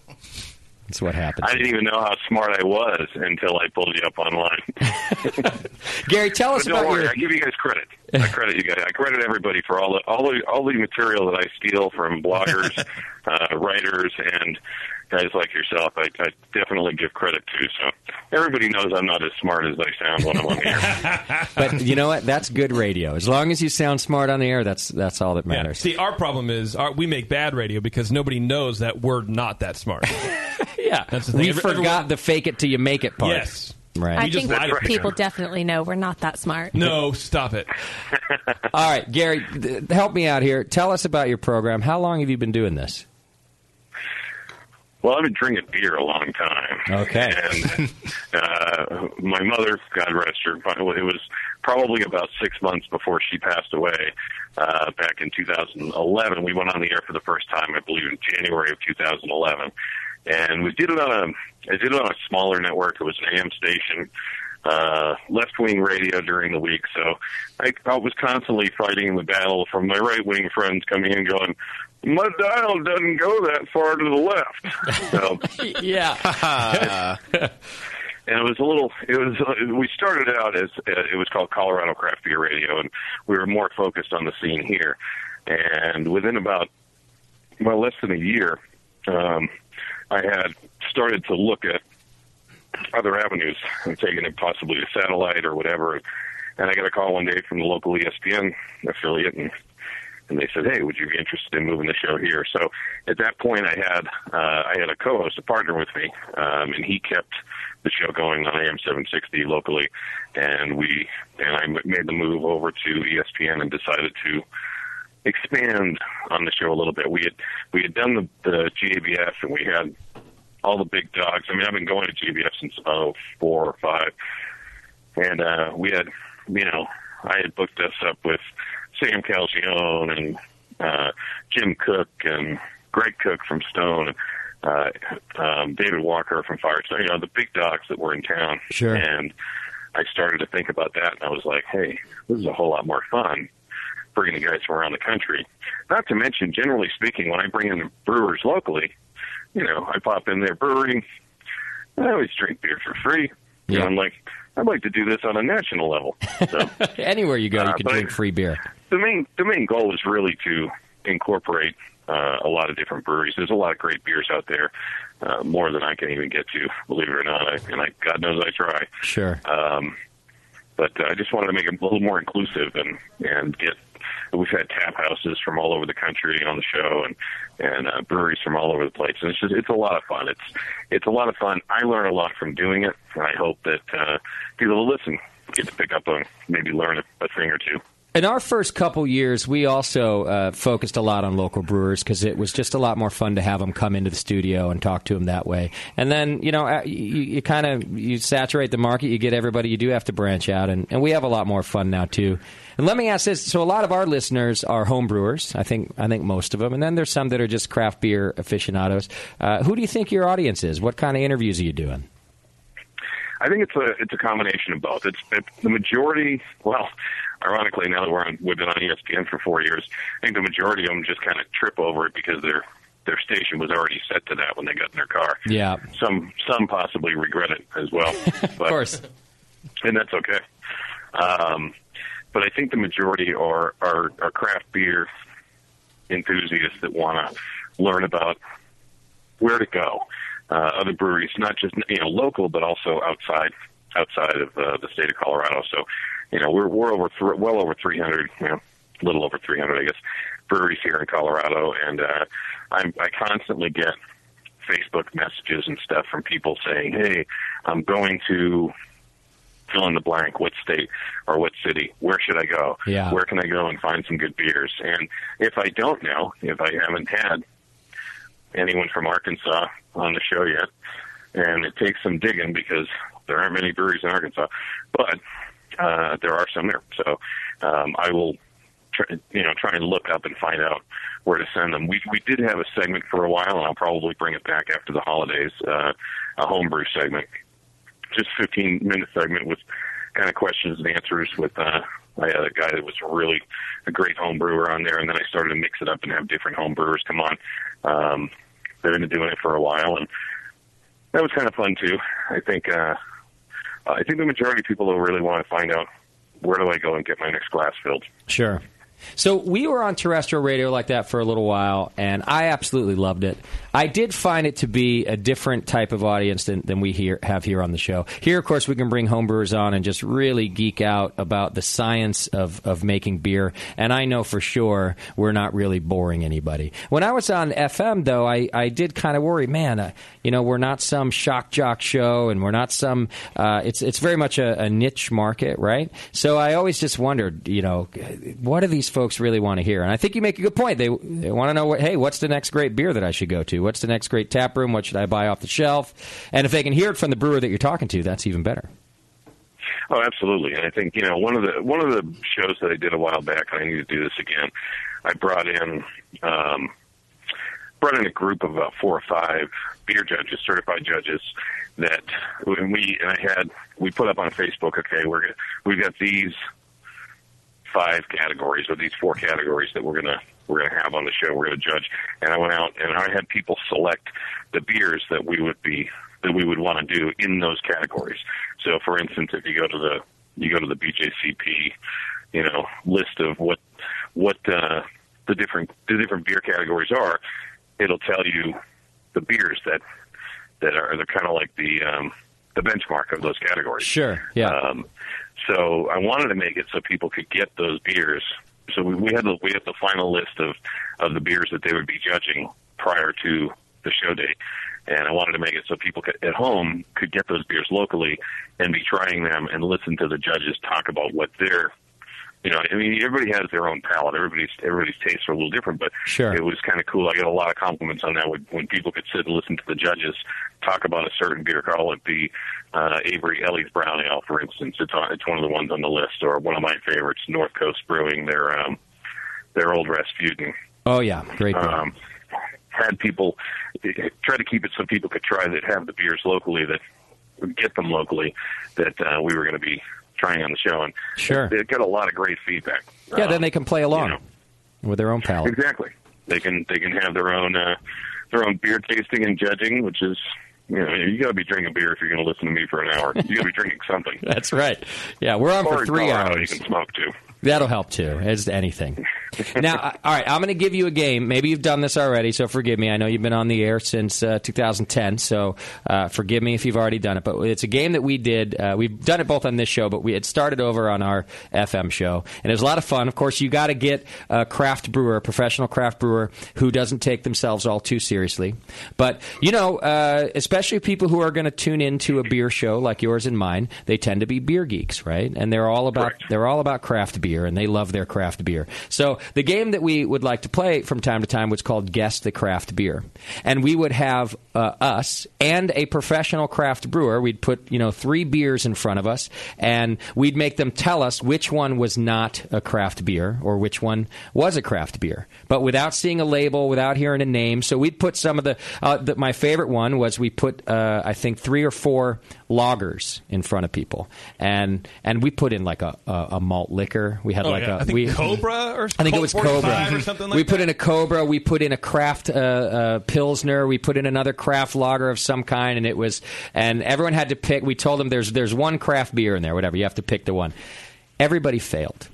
That's what happened.
I didn't even know how smart I was until I pulled you up online.
Gary, tell
us don't
about
worry,
your-
I give you guys credit. I credit you guys. I credit everybody for all the all the all the material that I steal from bloggers, uh, writers, and guys like yourself. I, I definitely give credit to. So everybody knows I'm not as smart as I sound when I'm on the air.
But you know what? That's good radio. As long as you sound smart on the air, that's that's all that
Yeah.
matters.
See, our problem is our, we make bad radio because nobody knows that we're not that smart.
yeah,
that's the thing.
We
Every-
forgot
everyone-
the fake it till you make it part.
Yes.
Right.
I think people definitely know we're not that smart.
No, stop it.
All right, Gary, th- help me out here. Tell us about your program. How long have you been doing this?
Well, I've been drinking beer a long time.
Okay.
And uh, my mother, God rest her, but it was probably about six months before she passed away. Uh, back in 2011, we went on the air for the first time, I believe, in January of 2011, and we did it on a I did it on a smaller network. It was an AM station. Uh, left wing radio during the week, so I, I was constantly fighting the battle from my right wing friends coming in, going, "My dial doesn't go that far to the left." So
yeah.
and it was a little. It was. Uh, we started out as uh, it was called Colorado Craft Beer Radio, and we were more focused on the scene here. And within about well, less than a year, um, I had started to look at other avenues and taking it possibly to satellite or whatever. And I got a call one day from the local E ESPN affiliate, and and they said, "Hey, would you be interested in moving the show here?" So at that point, I had uh, I had a co-host, a partner with me, um, and he kept the show going on AM 760 locally, and we and I m- made the move over to E ESPN and decided to expand on the show a little bit. We had we had done the, the GABF and we had all the big dogs. I mean, I've been going to GABF since oh four or five, and uh, we had you know I had booked us up with Sam Calgione and uh, Jim Cook and Greg Cook from Stone and uh, um, David Walker from Firestone. You know the big dogs that were in town.
Sure.
And I started to think about that, and I was like, hey, this is a whole lot more fun bringing the guys from around the country. Not to mention, generally speaking, when I bring in the brewers locally, you know, I pop in their brewery. I always drink beer for free. You know, I'm like, I'd like to do this on a national level. So
Anywhere you go,
Uh,
you can
but-
drink free beer.
the main the main goal is really to incorporate uh, a lot of different breweries. There's a lot of great beers out there, uh, more than I can even get to, believe it or not. I, and I, God knows I try.
Sure.
Um, but uh, I just wanted to make it a little more inclusive and and get. We've had tap houses from all over the country on the show, and and uh, breweries from all over the place, and it's just it's a lot of fun. It's it's a lot of fun. I learn a lot from doing it, and I hope that uh, people will listen get to pick up on, maybe learn a, a thing or two.
In our first couple years, we also uh, focused a lot on local brewers because it was just a lot more fun to have them come into the studio and talk to them that way. And then you know uh, you, you kind of you saturate the market, you get everybody. You do have to branch out, and, and we have a lot more fun now too. And let me ask this: so a lot of our listeners are home brewers. I think I think most of them, and then there's some that are just craft beer aficionados. Uh, who do you think your audience is? What kind of interviews are you doing?
I think it's a it's a combination of both. It's it, the majority. Well, ironically, now that we're on, we've been on E ESPN for four years, I think the majority of them just kind of trip over it because their their station was already set to that when they got in their car.
Yeah,
Some some possibly regret it as well. But, of
course,
and that's okay. Um, but I think the majority are are, are craft beer enthusiasts that want to learn about where to go, uh, other breweries, not just you know local, but also outside outside of uh, the state of Colorado. So, you know, we're we're over th- well over 300, you know, a little over 300, I guess, breweries here in Colorado, and uh, I'm I constantly get Facebook messages and stuff from people saying, "Hey, I'm going to." Fill in the blank. What state or what city? Where should I go?
Yeah.
Where can I go and find some good beers? And if I don't know, if I haven't had anyone from Arkansas on the show yet, and it takes some digging because there aren't many breweries in Arkansas, but uh, there are some there. So um, I will, try, you know, try and look up and find out where to send them. We we did have a segment for a while, and I'll probably bring it back after the holidays, uh, a homebrew segment, just fifteen minute segment with kind of questions and answers with. Uh, I had a guy that was really a great home brewer on there, and then I started to mix it up and have different home brewers come on. Um, they've been doing it for a while, and that was kind of fun too. I think uh, I think the majority of people will really want to find out where do I go and get my next glass filled.
Sure. So we were on terrestrial radio like that for a little while, and I absolutely loved it. I did find it to be a different type of audience than, than we here, have here on the show. Here, of course, we can bring homebrewers on and just really geek out about the science of, of making beer. And I know for sure we're not really boring anybody. When I was on FM, though, I, I did kind of worry, man, uh, you know, we're not some shock jock show, and we're not some. Uh, it's it's very much a, a niche market, right? So I always just wondered, you know, what do these folks really want to hear? And I think you make a good point. They they want to know, what, hey, what's the next great beer that I should go to? What's the next great tap room? What should I buy off the shelf? And if they can hear it from the brewer that you're talking to, that's even better.
Oh, absolutely. And I think you know one of the one of the shows that I did a while back, and I need to do this again. I brought in um, brought in a group of about four or five beer judges, certified judges, that and we and I had we put up on Facebook. Okay, we're gonna, we've got these five categories or these four categories that we're gonna we're gonna have on the show. We're gonna judge, and I went out and I had people select the beers that we would be that we would want to do in those categories. So, for instance, if you go to the you go to the BJCP, you know, list of what what uh, the different the different beer categories are, it'll tell you the beers that that are they're kind of like the um, the benchmark of those categories.
Sure. Yeah.
Um, so I wanted to make it so people could get those beers. So we, we had the we had the final list of of the beers that they would be judging prior to the show date, and I wanted to make it so people could, at home could get those beers locally and be trying them and listen to the judges talk about what their you know, I mean, everybody has their own palate. Everybody's everybody's tastes are a little different, but
Sure.
it was kind of cool. I got a lot of compliments on that when, when people could sit and listen to the judges talk about a certain beer. Call it the uh, Avery Ellie's Brown Ale, for instance. It's on, it's one of the ones on the list, or one of my favorites, North Coast Brewing. Their um, their old Rasputin
Oh yeah, great. beer.
um, had people try to keep it so people could try that have the beers locally that get them locally that uh, we were going to be trying on the show and
Sure.
they got a lot of great feedback
yeah, then they can play along with their own palate.
exactly they can they can have their own uh, their own beer tasting and judging which is you know you got to be drinking beer if you're going to listen to me for an hour you got to be drinking something
That's right. Yeah, we're on
Or
for
in
three
Colorado,
hours.
you can smoke too
That'll help too. It's anything. now, I- all right, I'm going to give you a game. Maybe you've done this already, so forgive me. I know you've been on the air since uh, 2010, so uh, forgive me if you've already done it. But it's a game that we did. Uh, we've done it both on this show, but we it started over on our FM show, and it was a lot of fun. Of course, you got to get a craft brewer, a professional craft brewer, who doesn't take themselves all too seriously. But you know, uh, especially people who are going to tune into a beer show like yours and mine, they tend to be beer geeks, right? And they're all about they're all about craft beer, and they love their craft beer. So the game that we would like to play from time to time was called Guess the Craft Beer, and we would have uh, us and a professional craft brewer. We'd put you know three beers in front of us, and we'd make them tell us which one was not a craft beer or which one was a craft beer, but without seeing a label, without hearing a name. So we'd put some of the, uh, the my favorite one was we put uh, I think three or four lagers in front of people, and and we put in like a, a, a malt liquor. We had
Oh,
like
yeah.
a
I think
we,
Cobra or
I think it was Cobra
45 or something like
we
that.
put in a Cobra. We put in a craft uh, uh, Pilsner. We put in another craft lager of some kind, and it was and everyone had to pick. We told them there's there's one craft beer in there, whatever. You have to pick the one. Everybody failed.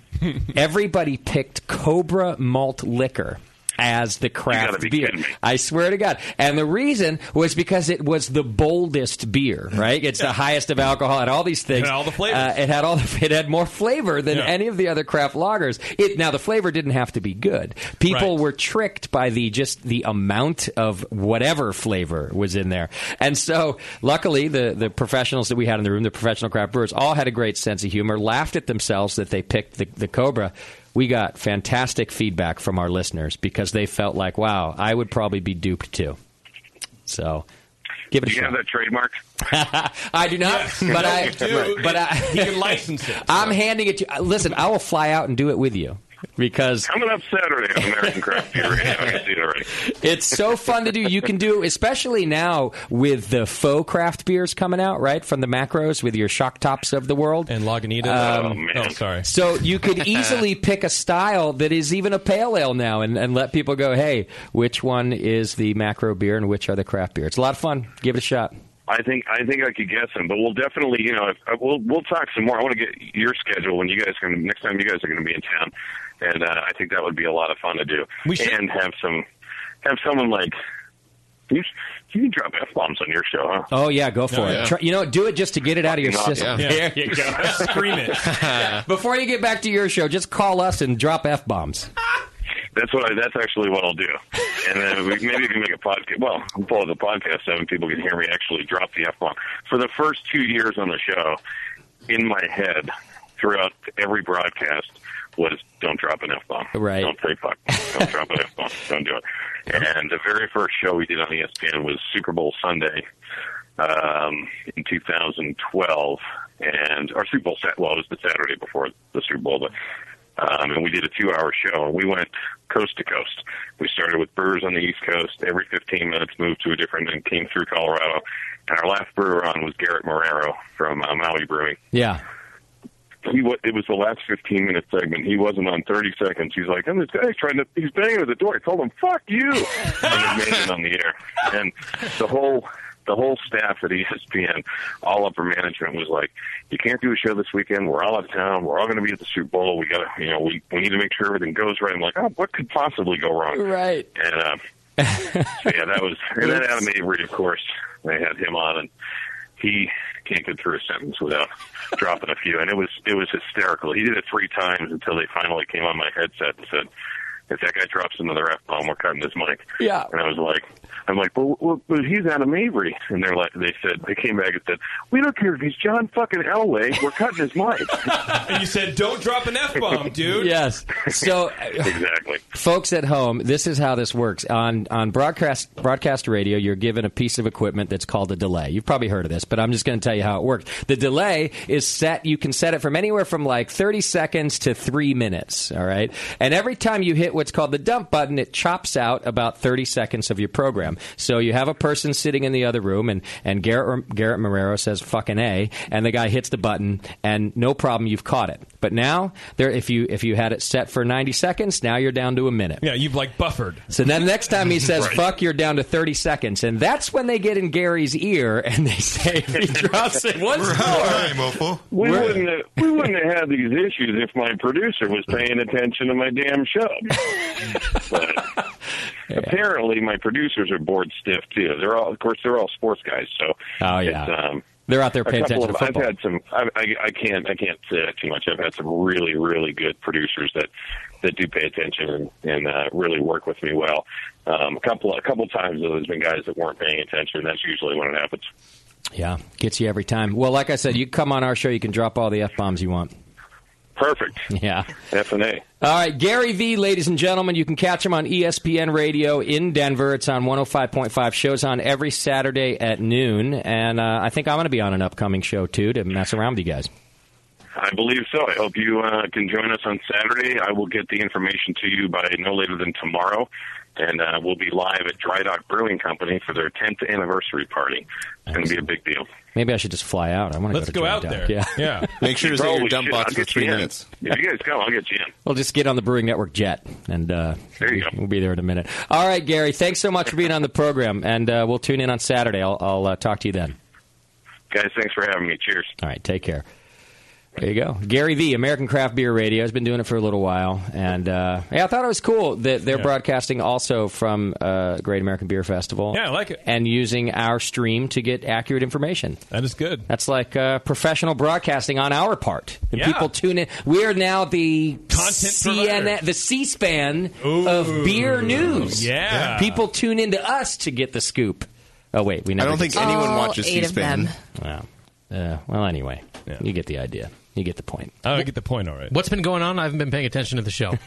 Everybody picked Cobra malt liquor. As the craft beer, I swear to God, and the reason was because it was the boldest beer, right? It's the highest of alcohol and all these
It
things.
had all the flavors.
Uh, it had all the, it had more flavor than
Yeah.
any of the other craft lagers. It now the flavor didn't have to be good. People were tricked by the just the amount of whatever flavor was in there. And so luckily the the professionals that we had in the room, the professional craft brewers, all had a great sense of humor, laughed at themselves that they picked the, the Cobra. We got fantastic feedback from our listeners because they felt like, wow, I would probably be duped too. So give it a
Do you
shot.
have that trademark?
I do not, but I,
do.
but I,
You can license it.
I'm handing it to. you. Listen, I will fly out and do it with you because
Coming up Saturday on American Craft Beer Radio. I can see it already.
it's so fun to do. You can do, especially now with the faux craft beers coming out, right from the macros with your shock tops of the world and Lagunitas.
Oh, man. Oh, sorry.
So you could easily pick a style that is even a pale ale now, and, and let people go, hey, which one is the macro beer and which are the craft beer? It's a lot of fun. Give it a shot.
I think I think I could guess him, but we'll definitely, you know, if, uh, we'll we'll talk some more. I want to get your schedule when you guys can next time you guys are going to be in town, and uh, I think that would be a lot of fun to do. We should. and have some have someone like you. You can drop f bombs on your show, huh?
Oh yeah, go for
Oh,
it.
yeah.
Try, you know, what? do it just to get it out of your
Fucking
system.
awesome. Yeah.
There you go.
Scream it.
Before you get back to your show, just call us and drop f bombs.
That's what I, that's actually what I'll do, and then we, maybe we can make a podcast. Well, we'll follow the podcast so people can hear me actually drop the f bomb. For the first two years on the show, in my head, throughout every broadcast, was don't drop an f bomb.
Right.
Don't say fuck. Don't drop an f bomb. Don't do it. And the very first show we did on E ESPN was Super Bowl Sunday um, in 2012, and our Super Bowl set. Well, it was the Saturday before the Super Bowl, but um, and we did a two-hour show, and we went coast to coast. We started with brewers on the East Coast. Every 15 minutes, moved to a different, and came through Colorado. And our last brewer on was Garrett Morero from uh, Maui Brewing
Yeah.
he wa it was the last 15 minute segment. He wasn't on 30 seconds. He's like, and this guy's trying to, he's banging at the door. I told him, fuck you. and he made it on the air. And the whole, the whole staff at E ESPN, all upper management was like, you can't do a show this weekend. We're all out of town. We're all going to be at the Super Bowl. We got to, you know, we, we need to make sure everything goes right. I'm like, oh, what could possibly go wrong?
Right.
And, uh, so yeah, that was, and then Adam Avery, of course, they had him on and, he can't get through a sentence without dropping a few, and it was it was hysterical. He did it three times until they finally came on my headset and said, "If that guy drops another f bomb, we're cutting his mic."
Yeah.
And I was like, "I'm like, well, well, but he's Adam Avery," and they're like, they said they came back and said, "We don't care if he's John fucking Elway, we're cutting his mic."
and you said, "Don't drop an f bomb, dude."
yes. So uh,
exactly.
Folks at home, this is how this works. On on broadcast broadcast radio, you're given a piece of equipment that's called a delay. You've probably heard of this, but I'm just going to tell you how it works. The delay is set you can set it from anywhere from like 30 seconds to 3 minutes, all right? And every time you hit what what's called the dump button. It chops out about 30 seconds of your program. So you have a person sitting in the other room, and, and Garrett, Garrett Marrero says fucking A, and the guy hits the button, and no problem, you've caught it. But now, there, if, you, if you had it set for 90 seconds, now you're down to a minute.
Yeah, you've like buffered.
So then next time he says
Right.
fuck, you're down to 30 seconds. And that's when they get in Gary's ear and they say, if he drops it once
We're
more.
out of time, Opal.
We wouldn't have, we wouldn't have had these issues if my producer was paying attention to my damn show. but apparently, my producers are board stiff too. They're all, of course, they're all sports guys. So
Oh, yeah.
it's, um,
They're out there
a
paying
couple
attention to
of-
football.
I've had some. I, I, I can't. I can't say that too much. I've had some really, really good producers that that do pay attention and, and uh, really work with me well. Um, a couple. A couple times though, there's been guys that weren't paying attention. That's usually when it happens.
Yeah, gets you every time. Well, like I said, you come on our show, you can drop all the F bombs you want.
Perfect.
Yeah.
F and A.
All right, Gary V, ladies and gentlemen, you can catch him on E ESPN Radio in Denver. It's on 105.5. Shows on every Saturday at noon. And uh, I think I'm going to be on an upcoming show, too, to mess around with you guys.
I believe so. I hope you uh, can join us on Saturday. I will get the information to you by no later than tomorrow, and uh, we'll be live at Dry Dock Brewing Company for their 10th anniversary party. It's going to be a big deal.
Maybe I should just fly out. I want to
Let's go
go, to Dry
out
Dock.
there.
Yeah.
Yeah.
it's in your
Probably
dump
should.
box
Oh, I'll
for
get
three
you in.
minutes.
If you guys go, I'll get you in.
We'll just get on the Brewing Network jet, and uh,
There you
we- we'll be there in a minute. All right, Gary, thanks so much for being on the program, and uh, we'll tune in on Saturday. I'll, I'll uh, talk to you then.
Guys, thanks for having me. Cheers.
All right, take care. There you go. Gary V, American Craft Beer Radio, has been doing it for a little while, and uh, yeah, I thought it was cool that they're
Yeah.
broadcasting also from uh, Great American Beer Festival.
Yeah, I like it.
and using our stream to get accurate information.
That is good.
That's like uh, professional broadcasting on our part. And
Yeah.
people tune in. We are now the
Content
CNN,
provider.
the C-SPAN of beer news.
Yeah.
people tune into us to get the scoop. Oh wait, we never.
I don't think
did-
anyone All watches
eight of C-SPAN. them.
Wow. Uh, well, anyway, you get the idea. You get the point.
Oh,
I get the point. All right.
What's been going on? I haven't been paying attention to the show.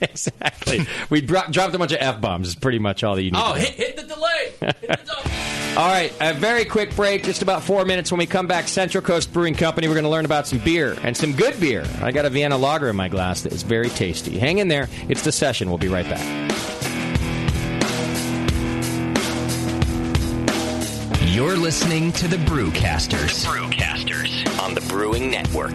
exactly. We dro- dropped a bunch of f bombs. Is pretty much all that you need. to know.
Oh, hit the delay.
All right, a very quick break, just about four minutes. When we come back, Central Coast Brewing Company, we're going to learn about some beer and some good beer. I got a Vienna lager in my glass that is very tasty. Hang in there. It's the session. We'll be right back.
You're listening to the Brewcasters. The Brewcasters on the Brewing Network.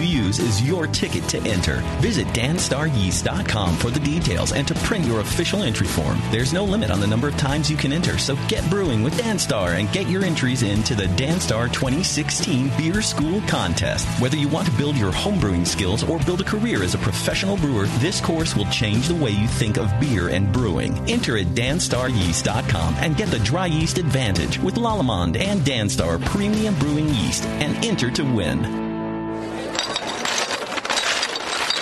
use is your ticket to enter. Visit danstaryeast.com for the details and to print your official entry form. There's no limit on the number of times you can enter, so get brewing with Danstar and get your entries into the Danstar 2016 Beer School Contest. Whether you want to build your homebrewing skills or build a career as a professional brewer, this course will change the way you think of beer and brewing. Enter at danstaryeast.com and get the dry yeast advantage with Lalamond and Danstar Premium Brewing Yeast and enter to win.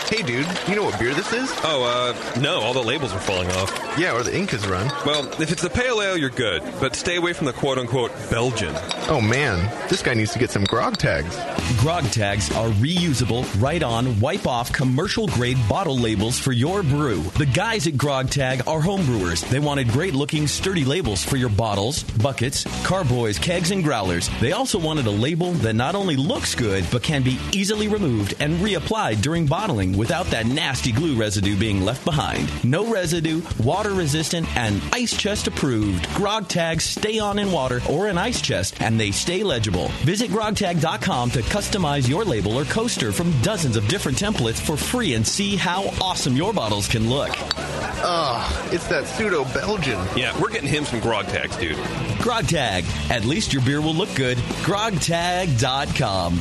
Hey, dude, you know what beer this is?
Oh, uh, no, all the labels are falling off.
Yeah, or the ink is run.
Well, if it's the pale ale, you're good, but stay away from the quote unquote Belgian.
Oh man, this guy needs to get some grog tags.
Grog tags are reusable, write on, wipe off commercial grade bottle labels for your brew. The guys at Grog Tag are homebrewers. They wanted great looking, sturdy labels for your bottles, buckets, carboys, kegs, and growlers. They also wanted a label that not only looks good, but can be easily removed and reapplied during bottling without that nasty glue residue being left behind. No residue, water resistant, and ice chest approved. Grog tags stay on in water or an ice chest, and they stay legible. Visit grogtag.com to customize your label or coaster from dozens of different templates for free and see how awesome your bottles can look.
Ugh, it's that pseudo Belgian.
Yeah, we're getting him some grog tags, dude.
Grog Tag. At least your beer will look good. Grogtag.com.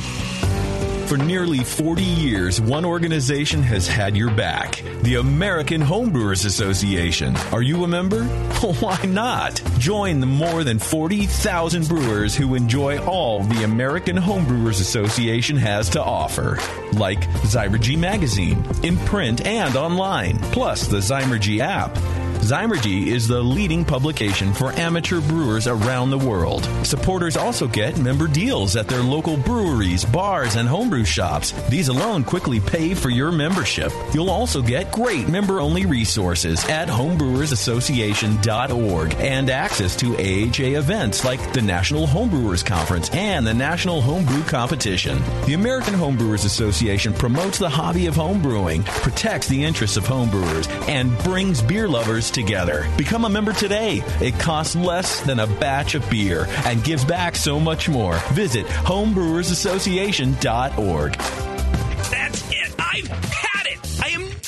For nearly 40 years, one organization has had your back the American Homebrewers Association. Are you a member? Why not? Join the more than 40,000 brewers who enjoy all the American Homebrewers Association has to offer, like Zymergy Magazine, in print and online, plus the Zymergy app. Zymergy is the leading publication for amateur brewers around the world. Supporters also get member deals at their local breweries, bars, and homebrew shops. These alone quickly pay for your membership. You'll also get great member only resources at homebrewersassociation.org and access to AHA events like the National Homebrewers Conference and the National Homebrew Competition. The American Homebrewers Association promotes the hobby of homebrewing, protects the interests of homebrewers, and brings beer lovers together. Become a member today. It costs less than a batch of beer and gives back so much more. Visit homebrewersassociation.org.
That's it. I've had it. I am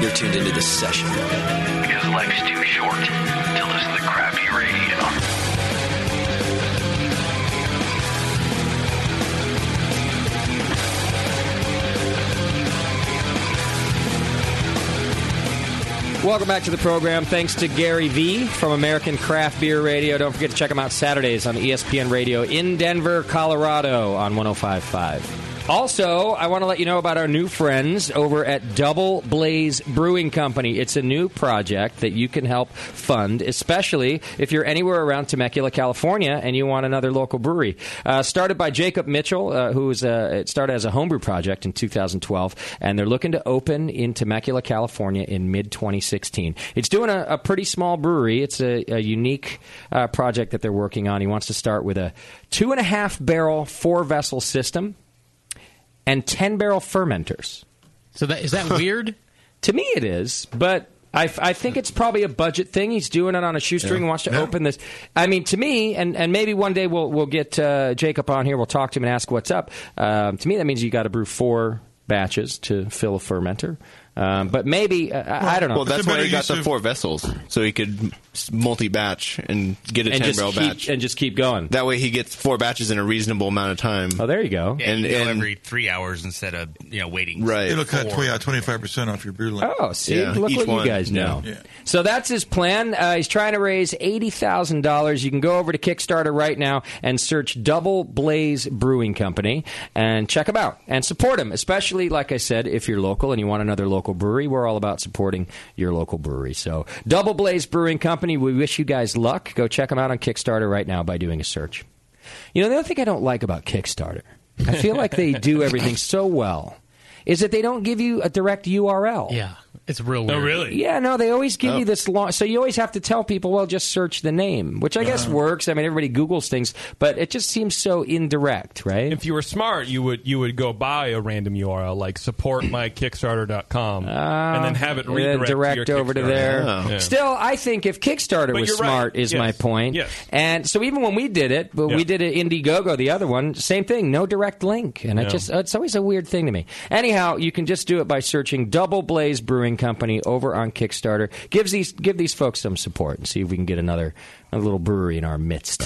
You're tuned into this session.
His life's too short to listen to crappy radio.
Welcome back to the program. Thanks to Gary V from American Craft Beer Radio. Don't forget to check him out Saturdays on E ESPN Radio in Denver, Colorado on 105.5. Also, I want to let you know about our new friends over at Double Blaze Brewing Company. It's a new project that you can help fund, especially if you're anywhere around Temecula, California, and you want another local brewery. Uh, started by Jacob Mitchell, uh, who was uh, it started as a homebrew project in 2012, and they're looking to open in Temecula, California, in mid 2016. It's doing a, a pretty small brewery. It's a, a unique uh, project that they're working on. He wants to start with a two and a half barrel, four vessel system, and ten barrel fermenters.
So that is that weird?
To me, it is, but. I, f- I think it's probably a budget thing. He's doing it on a shoestring. Wants to open this. I mean, to me, and, and maybe one day we'll we'll get uh, Jacob on here. We'll talk to him and ask what's up. Um, to me, that means you got to brew four batches to fill a fermenter. Um, but maybe uh, I- I don't know.
Well, that's why he got the four vessels, so he could multi batch and get a
And
ten
just
barrel
keep-
batch,
and just keep going.
That way, he gets four batches in a reasonable amount of time. Oh,
there you go.
Yeah, and,
you know,
and
every three hours instead of you know waiting.
Right.
It'll cut
four.
20, 25% uh, off your brew line.
Oh, see, look what you guys know. So that's his plan. Uh, he's trying to raise eighty thousand dollars. You can go over to Kickstarter right now and search Double Blaze Brewing Company and check them out and support them. Especially, like I said, if you're local and you want another local brewery, we're all about supporting your local brewery. So Double Blaze Brewing Company, we wish you guys luck. Go check them out on Kickstarter right now by doing a search. You know, the other thing I don't like about Kickstarter, I feel like they do everything so well, is that they don't give you a direct URL.
Yeah, it's real
Oh,
weird.
Yeah, no, they always give
Oh.
you this long. So you always have to tell people, well, just search the name, which I guess
Uh-huh.
works. I mean, everybody Googles things, but it just seems so indirect, right?
If you were smart, you would you would go buy a random URL like supportmykickstarter.com and then have it
Uh,
redirect to
direct
your
over to
Kickstarter.
there.
Oh.
Yeah.
Still, I think if Kickstarter
But
was
you're right.
smart, is
Yes.
my point.
Yes.
And so even when we did it, but we did it Indiegogo, the other one, same thing, no direct link, and
Yeah.
it just it's always a weird thing to me. Anyhow, you can just do it by searching Double Blaze Brewing Company over on Kickstarter. Gives these give these folks some support and see if we can get another a little brewery in our midst.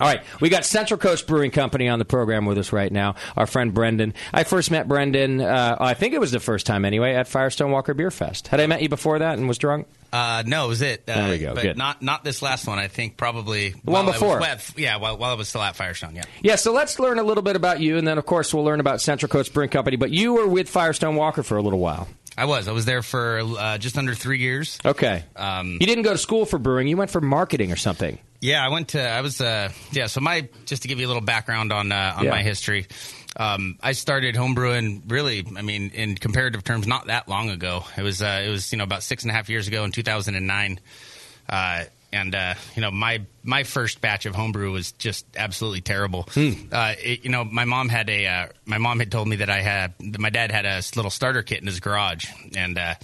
All right, we got Central Coast Brewing Company on the program with us right now. Our friend Brendan. I first met Brendan. Uh, I think it was the first time anyway at Firestone Walker Beer Fest. Had I met you before that and was drunk?
Uh, no, it was it. Uh,
There we go,
But
good.
not not this last one. I think probably
The one
while I was-
before.
well, yeah, while, while I was still at Firestone. Yeah.
Yeah, so let's learn a little bit about you, and then of course we'll learn about Central Coast Brewing Company. But you were with Firestone Walker for a little while.
I was. I was there for uh, just under three years.
Okay.
Um,
you didn't go to school for brewing; you went for marketing or something.
Yeah, I went to. I was. Uh, yeah, so my just to give you a little background on uh, on
Yeah.
my history. Um, I started homebrewing really. I mean, in comparative terms, not that long ago. It was. Uh, it was you know about six and a half years ago in two thousand and nine. Uh, and uh, you know my my first batch of homebrew was just absolutely terrible. Uh, it, you know my mom had a uh, my mom had told me that I had that my dad had a little starter kit in his garage, and uh,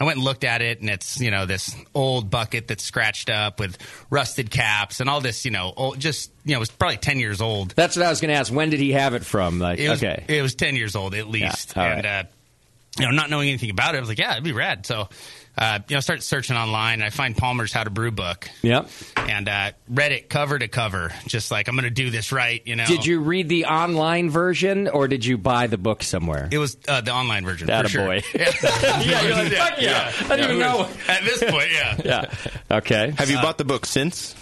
I went and looked at it, and it's you know this old bucket that's scratched up with rusted caps and all this you know old, just you know it was probably ten years old.
That's what I was going to ask. When did he have it from? Like,
It was,
okay,
it was ten years old at least,
all
and uh, you know, not knowing anything about it, I was like, yeah, it'd be rad. So, uh, you know, I started searching online, and I find Palmer's How to Brew book,
yep.
and uh, read it cover to cover, just like I'm going to do this right, you know.
Did you read the online version or did you buy the book somewhere?
It was uh, the online version.
That
for sure.
boy.
Yeah.
Yeah, you're like, "Fuck yeah." I didn't even
it
know.
was- At this point, yeah.
yeah. Okay.
Have you
Uh,
bought the book since?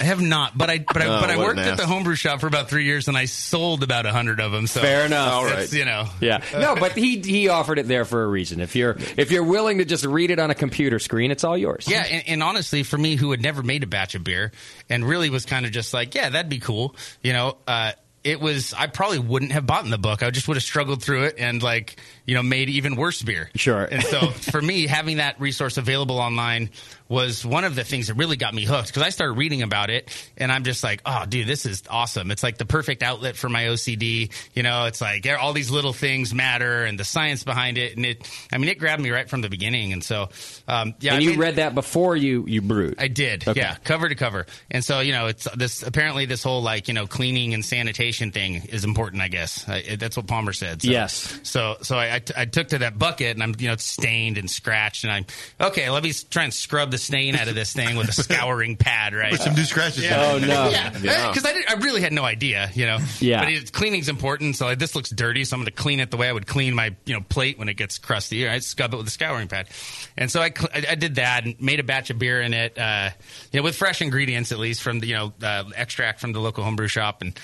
I have not, but I but I
Oh,
but I
what an
worked at the
ass.
homebrew shop for about three years, and I sold about a hundred of them. So
Fair enough.
All right, you know,
Yeah. No, but he he offered it there for a reason. If you're if you're willing to just read it on a computer screen, it's all yours.
Yeah, and, and honestly, for me, who had never made a batch of beer and really was kind of just like, yeah, that'd be cool, you know. Uh, it was I probably wouldn't have bought in the book. I just would have struggled through it and like you know made even worse beer.
Sure.
And so for me, having that resource available online was one of the things that really got me hooked because I started reading about it and I'm just like, oh, dude, this is awesome. It's like the perfect outlet for my OCD. You know, it's like there- all these little things matter and the science behind it. And it, I mean, it grabbed me right from the beginning. And so, um, yeah.
and
I
you
mean-
read that before you you brewed.
I did,
Okay.
yeah, cover to cover. And so you know, it's this apparently this whole like you know cleaning and sanitation thing is important. I guess I, it- that's what Palmer said. So,
Yes.
So so I I t- I took to that bucket and I'm you know it's stained and scratched and I'm okay. Let me s- try and scrub the stain out of this thing with a scouring pad, right?
Put some new scratches
Yeah.
on it.
Oh, no.
yeah,
Yeah.
because I, did- I really had no idea, you know.
Yeah.
but it, cleaning's important. So like, this looks dirty, so I'm going to clean it the way I would clean my you know plate when it gets crusty. I scrub it with a scouring pad, and so I cl- I, I did that and made a batch of beer in it, uh, you know, with fresh ingredients at least from the you know uh, extract from the local homebrew shop, and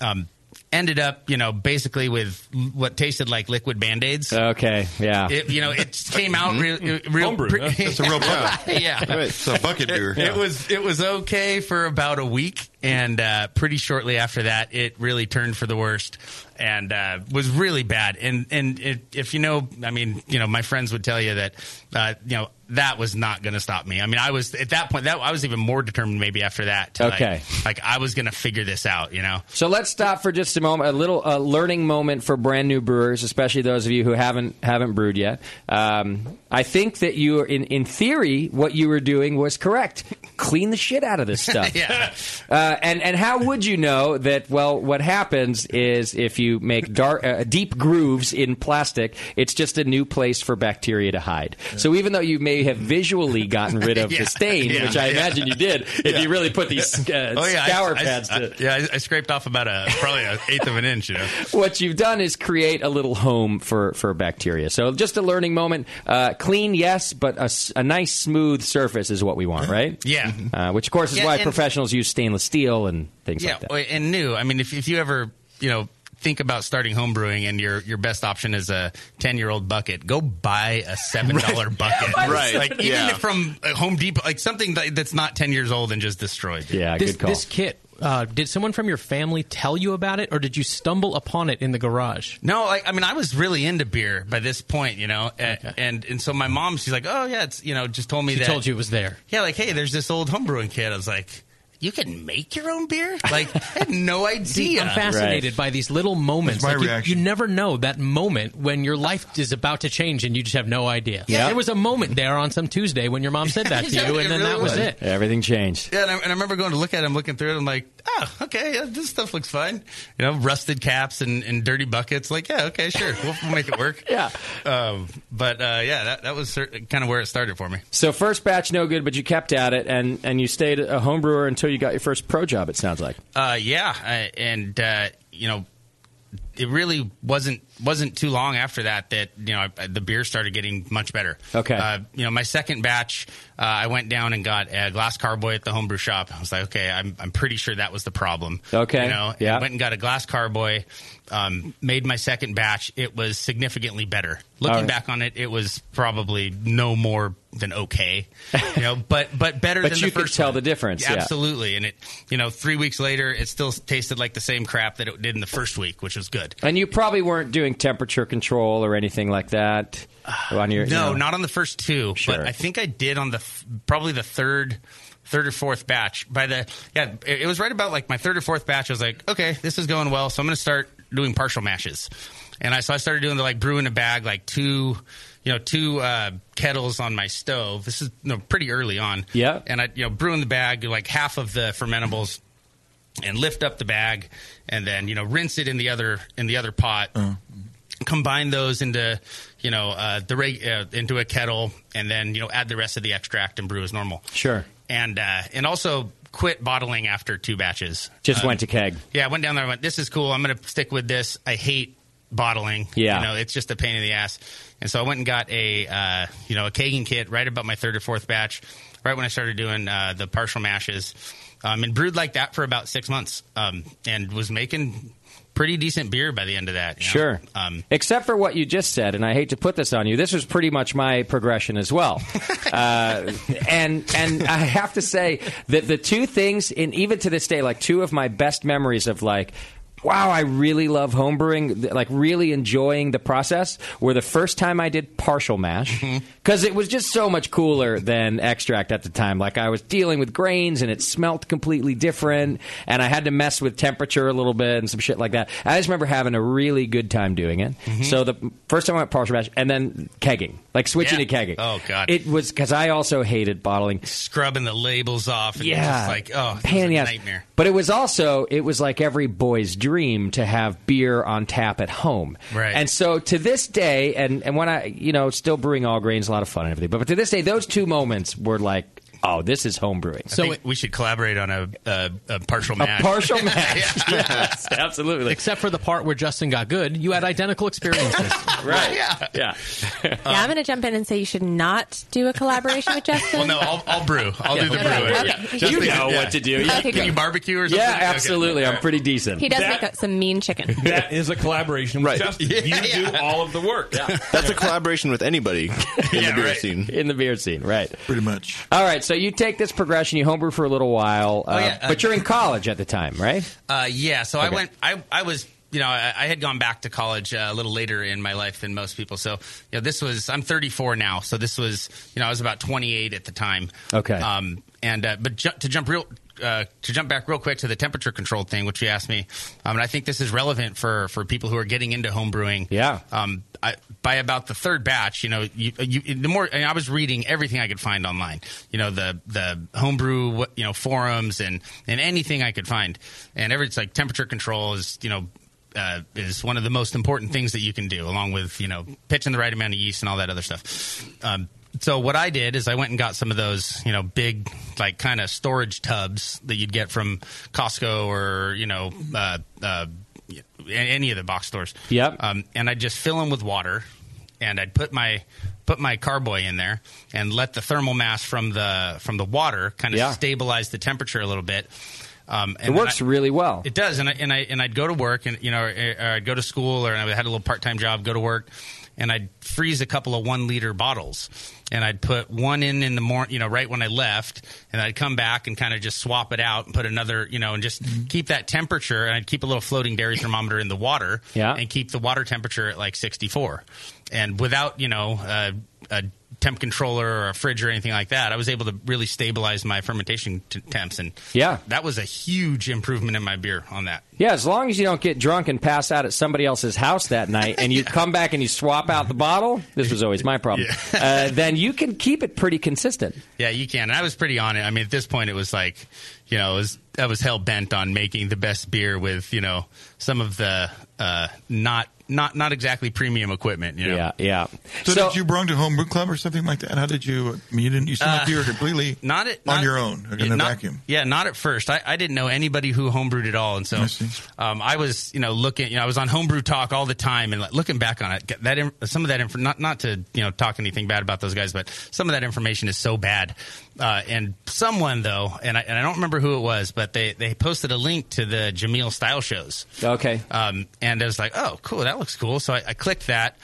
um, ended up you know basically with l- what tasted like liquid band aids.
Okay. Yeah.
It, you know, it came out real, real
Mm-hmm. Homebrew, huh? That's a real product.
yeah,
Right, it's a bucket beer.
It,
Yeah.
it was it was okay for about a week, and uh, pretty shortly after that, it really turned for the worst, and uh, was really bad. And and it, if you know, I mean, you know, my friends would tell you that, uh, you know, that was not going to stop me. I mean, I was at that point that I was even more determined. Maybe after that, to, like-
Okay.
like, I was going to figure this out. You know,
So let's stop for just a moment, a little uh, learning moment for brand new brewers, especially those of you who haven't haven't brewed yet. Um, I think that you, were- in in theory, what you were doing was correct. Clean the shit out of this stuff.
Yeah.
Uh, and and how would you know that? Well, what happens is if you make dark, uh, deep grooves in plastic, it's just a new place for bacteria to hide. So even though you may have visually gotten rid of
Yeah.
the stain,
Yeah.
which I
Yeah. Oh,
imagine you did, if you really put these uh, scour
I, I-
pads to
I- yeah, I, I scraped off about a probably an eighth of an inch. You know.
what you've done is create a little home for, for bacteria. So just a learning moment. Uh, clean, yes, but a, s- a nice smooth surface is what we want, right?
Yeah.
Uh, which of course is
Yeah,
why
and-
professionals use stainless steel and things
yeah,
like that.
well, and new. I mean, if, if you ever, you know, think about starting home brewing and your, your best option is a 10 year old bucket, go buy a $7 bucket.
Right.
Like, even
Yeah.
if from uh, Home Depot, like something that, that's not 10 years old and just destroyed.
Yeah,
this, This kit, uh, did someone from your family tell you about it, or did you stumble upon it in the garage?
No, like I mean, I was really into beer by this point, you know, and and, and so my mom, she's like, "Oh yeah, it's you know," just told me
She
that
told you it was there.
Yeah, like, hey, there's this old homebrewing kit. I was like, you can make your own beer? Like, I had no
See,
idea.
I'm fascinated by these little moments.
That's my
Like, you-
reaction.
You, never know that moment when your life is about to change and you just have no idea.
Yeah.
There was a moment there on some Tuesday when your mom said that to
Yeah,
you,
it
and then
really
that was,
was.
it.
Everything changed.
Yeah, and I, and I remember going to look at it. I'm looking through it. I'm like, oh, okay, yeah, this stuff looks fine. You know, rusted caps and, and dirty buckets. Like, yeah, okay, sure, we'll, we'll make it work.
yeah.
Um, but uh, yeah, that, that was cer- kind of where it started for me.
So first batch no good, but you kept at it and, and you stayed a home brewer until you got your first pro job. It sounds like.
Uh, yeah, I, and uh, you know, it really wasn't wasn't too long after that that you know I, the beer started getting much better.
Okay.
Uh, you know, my second batch, uh, I went down and got a glass carboy at the homebrew shop. I was like, okay, I'm I'm pretty sure that was the problem.
Okay.
You know,
Yeah.
I went and got a glass carboy. Um, made my second batch. It was significantly better. Looking
All right.
back on it, it was probably no more than okay. You know, but but better
But
than
you
the
could
first
tell
one.
the difference, yeah.
Absolutely. And it you know, three weeks later it still tasted like the same crap that it did in the first week, which was good.
And you probably weren't doing temperature control or anything like that on your. you
Uh, no,
know.
not on the first two, but I think I did on the f- probably the third, third or fourth batch. By the yeah, it, it was right about like my third or fourth batch. I was like, okay, this is going well, so I'm going to start doing partial mashes. And I so I started doing the like brew in a bag, like two, you know, two uh, kettles on my stove. This is you know, pretty early on. Yeah, and I you know brew in the bag like half of the fermentables. And lift up the bag, and then you know rinse it in the other in the other pot,
Uh-huh.
Uh,
combine those into you know uh, the reg- uh, into a kettle and then you know add the rest of the extract and brew as normal
Sure.
and uh, and also quit bottling after two batches
Just
Uh,
went to keg.
yeah i went down there and went this is cool i'm gonna stick with this i hate bottling
Yeah.
you know it's just a pain in the ass and so i went and got a uh, you know a kegging kit right about my third or fourth batch right when i started doing uh, the partial mashes um, and brewed like that for about six months um, and was making pretty decent beer by the end of that you know?
Sure.
um,
Except for what you just said, and I hate to put this on you. This was pretty much my progression as well, uh, and and I have to say that the two things, and even to this day, like two of my best memories of like. Wow, I really love homebrewing, th- like really enjoying the process. Were the first time I did partial mash because it was just so much cooler than extract at the time. Like I was dealing with grains and it smelt completely different, and I had to mess with temperature a little bit and some shit like that. I just remember having a really good time doing it. So the first time I went partial mash, and then kegging, like switching to kegging. Oh god, it was because I also hated bottling.
scrubbing the labels off and
Yeah.
just like oh
Pain
it's
in
a
the ass.
nightmare
But it was also it was like every boy's dream to have beer on tap at home.
Right.
And so to this day, and and when I you know still brewing all grains, a lot of fun and everything. But, to this day, those two moments were like, oh, this is home brewing.
so we should collaborate on a, a, a partial
A
match
partial match. Yes, absolutely.
Except for the part where Justin got good, you had identical experiences.
right. Yeah. Yeah.
Uh,
yeah, I'm going to jump in and say you should not do a collaboration with Justin.
well no I'll, I'll brew I'll do the
Okay,
brewing
okay.
Yeah.
You
Just think-
know what to do. Okay,
can
great.
you barbecue or something
Yeah, absolutely. I'm pretty decent.
He does make up some mean chicken.
That is a collaboration with Justin. you do all of the work.
That's a collaboration with anybody in the beer scene.
In the beer scene, right?
Pretty much.
All right, so you take this progression, you homebrew for a little while, uh,
yeah, uh,
but you're in college at the time, right?
Uh, yeah, so I
Okay.
went. I I was. You know, I, I had gone back to college uh, a little later in my life than most people. So, you know, this was I'm 34 now. So this was, you know, I was about 28 at the time.
Okay.
Um, and uh, but ju- to jump real. Uh, to jump back real quick to the temperature control thing, which you asked me, um, and I think this is relevant for, for people who are getting into home brewing.
Yeah.
Um, I, by about the third batch, you know, you, you the more and I was reading everything I could find online. You know, the the homebrew you know forums and and anything I could find, and every it's like temperature control is you know. Uh, is one of the most important things that you can do, along with you know pitching the right amount of yeast and all that other stuff. Um, so what I did is I went and got some of those, you know, big like kind of storage tubs that you'd get from Costco or you know uh, uh, a- any of the box stores.
Yep.
Um, and I'd just fill them with water, and I'd put my put my carboy in there and let the thermal mass from the from the water kind of
Yeah.
stabilize the temperature a little bit. Um,
it
and then
works
I-
really well.
it does, and I and I and I'd go to work, and you know, or, or I'd go to school, or I had a little part time job, go to work, and I'd freeze a couple of one liter bottles, and I'd put one in in the morning, you know, right when I left, and I'd come back and kind of just swap it out and put another, you know, and just
Mm-hmm.
keep that temperature, and I'd keep a little floating dairy thermometer in the water,
Yeah.
and keep the water temperature at like sixty four, and without you know. Uh, a temp controller or a fridge or anything like that i was able to really stabilize my fermentation t- temps and
Yeah.
that was a huge improvement in my beer on that.
Yeah, as long as you don't get drunk and pass out at somebody else's house that night, and you come back and you swap out the bottle. This was always my problem. Uh, then you can keep it pretty consistent.
Yeah, you can. And I was pretty on it. I mean, at this point, it was like, you know, it was, I was hell bent on making the best beer with, you know, some of the uh, not not not exactly premium equipment. You know?
Yeah, yeah.
So, did you belong to home brew club or something like that? How did you? I mean, you didn't. You seem like you were completely
Uh, not at,
on
not-
your own in
yeah,
a
not-
vacuum.
Yeah, not at first. I, I didn't know anybody who homebrewed at all, and so um, I was, you know, looking. You know, I was on homebrew talk all the time, and like, looking back on it, that in- some of that inf- not not to you know talk anything bad about those guys, but some of that information is so bad. Uh, and someone though, and I, and I don't remember who it was, but they they posted a link to the Jameel Style shows.
Okay.
Um, and I was like, oh, cool, that looks cool. So I, I clicked that,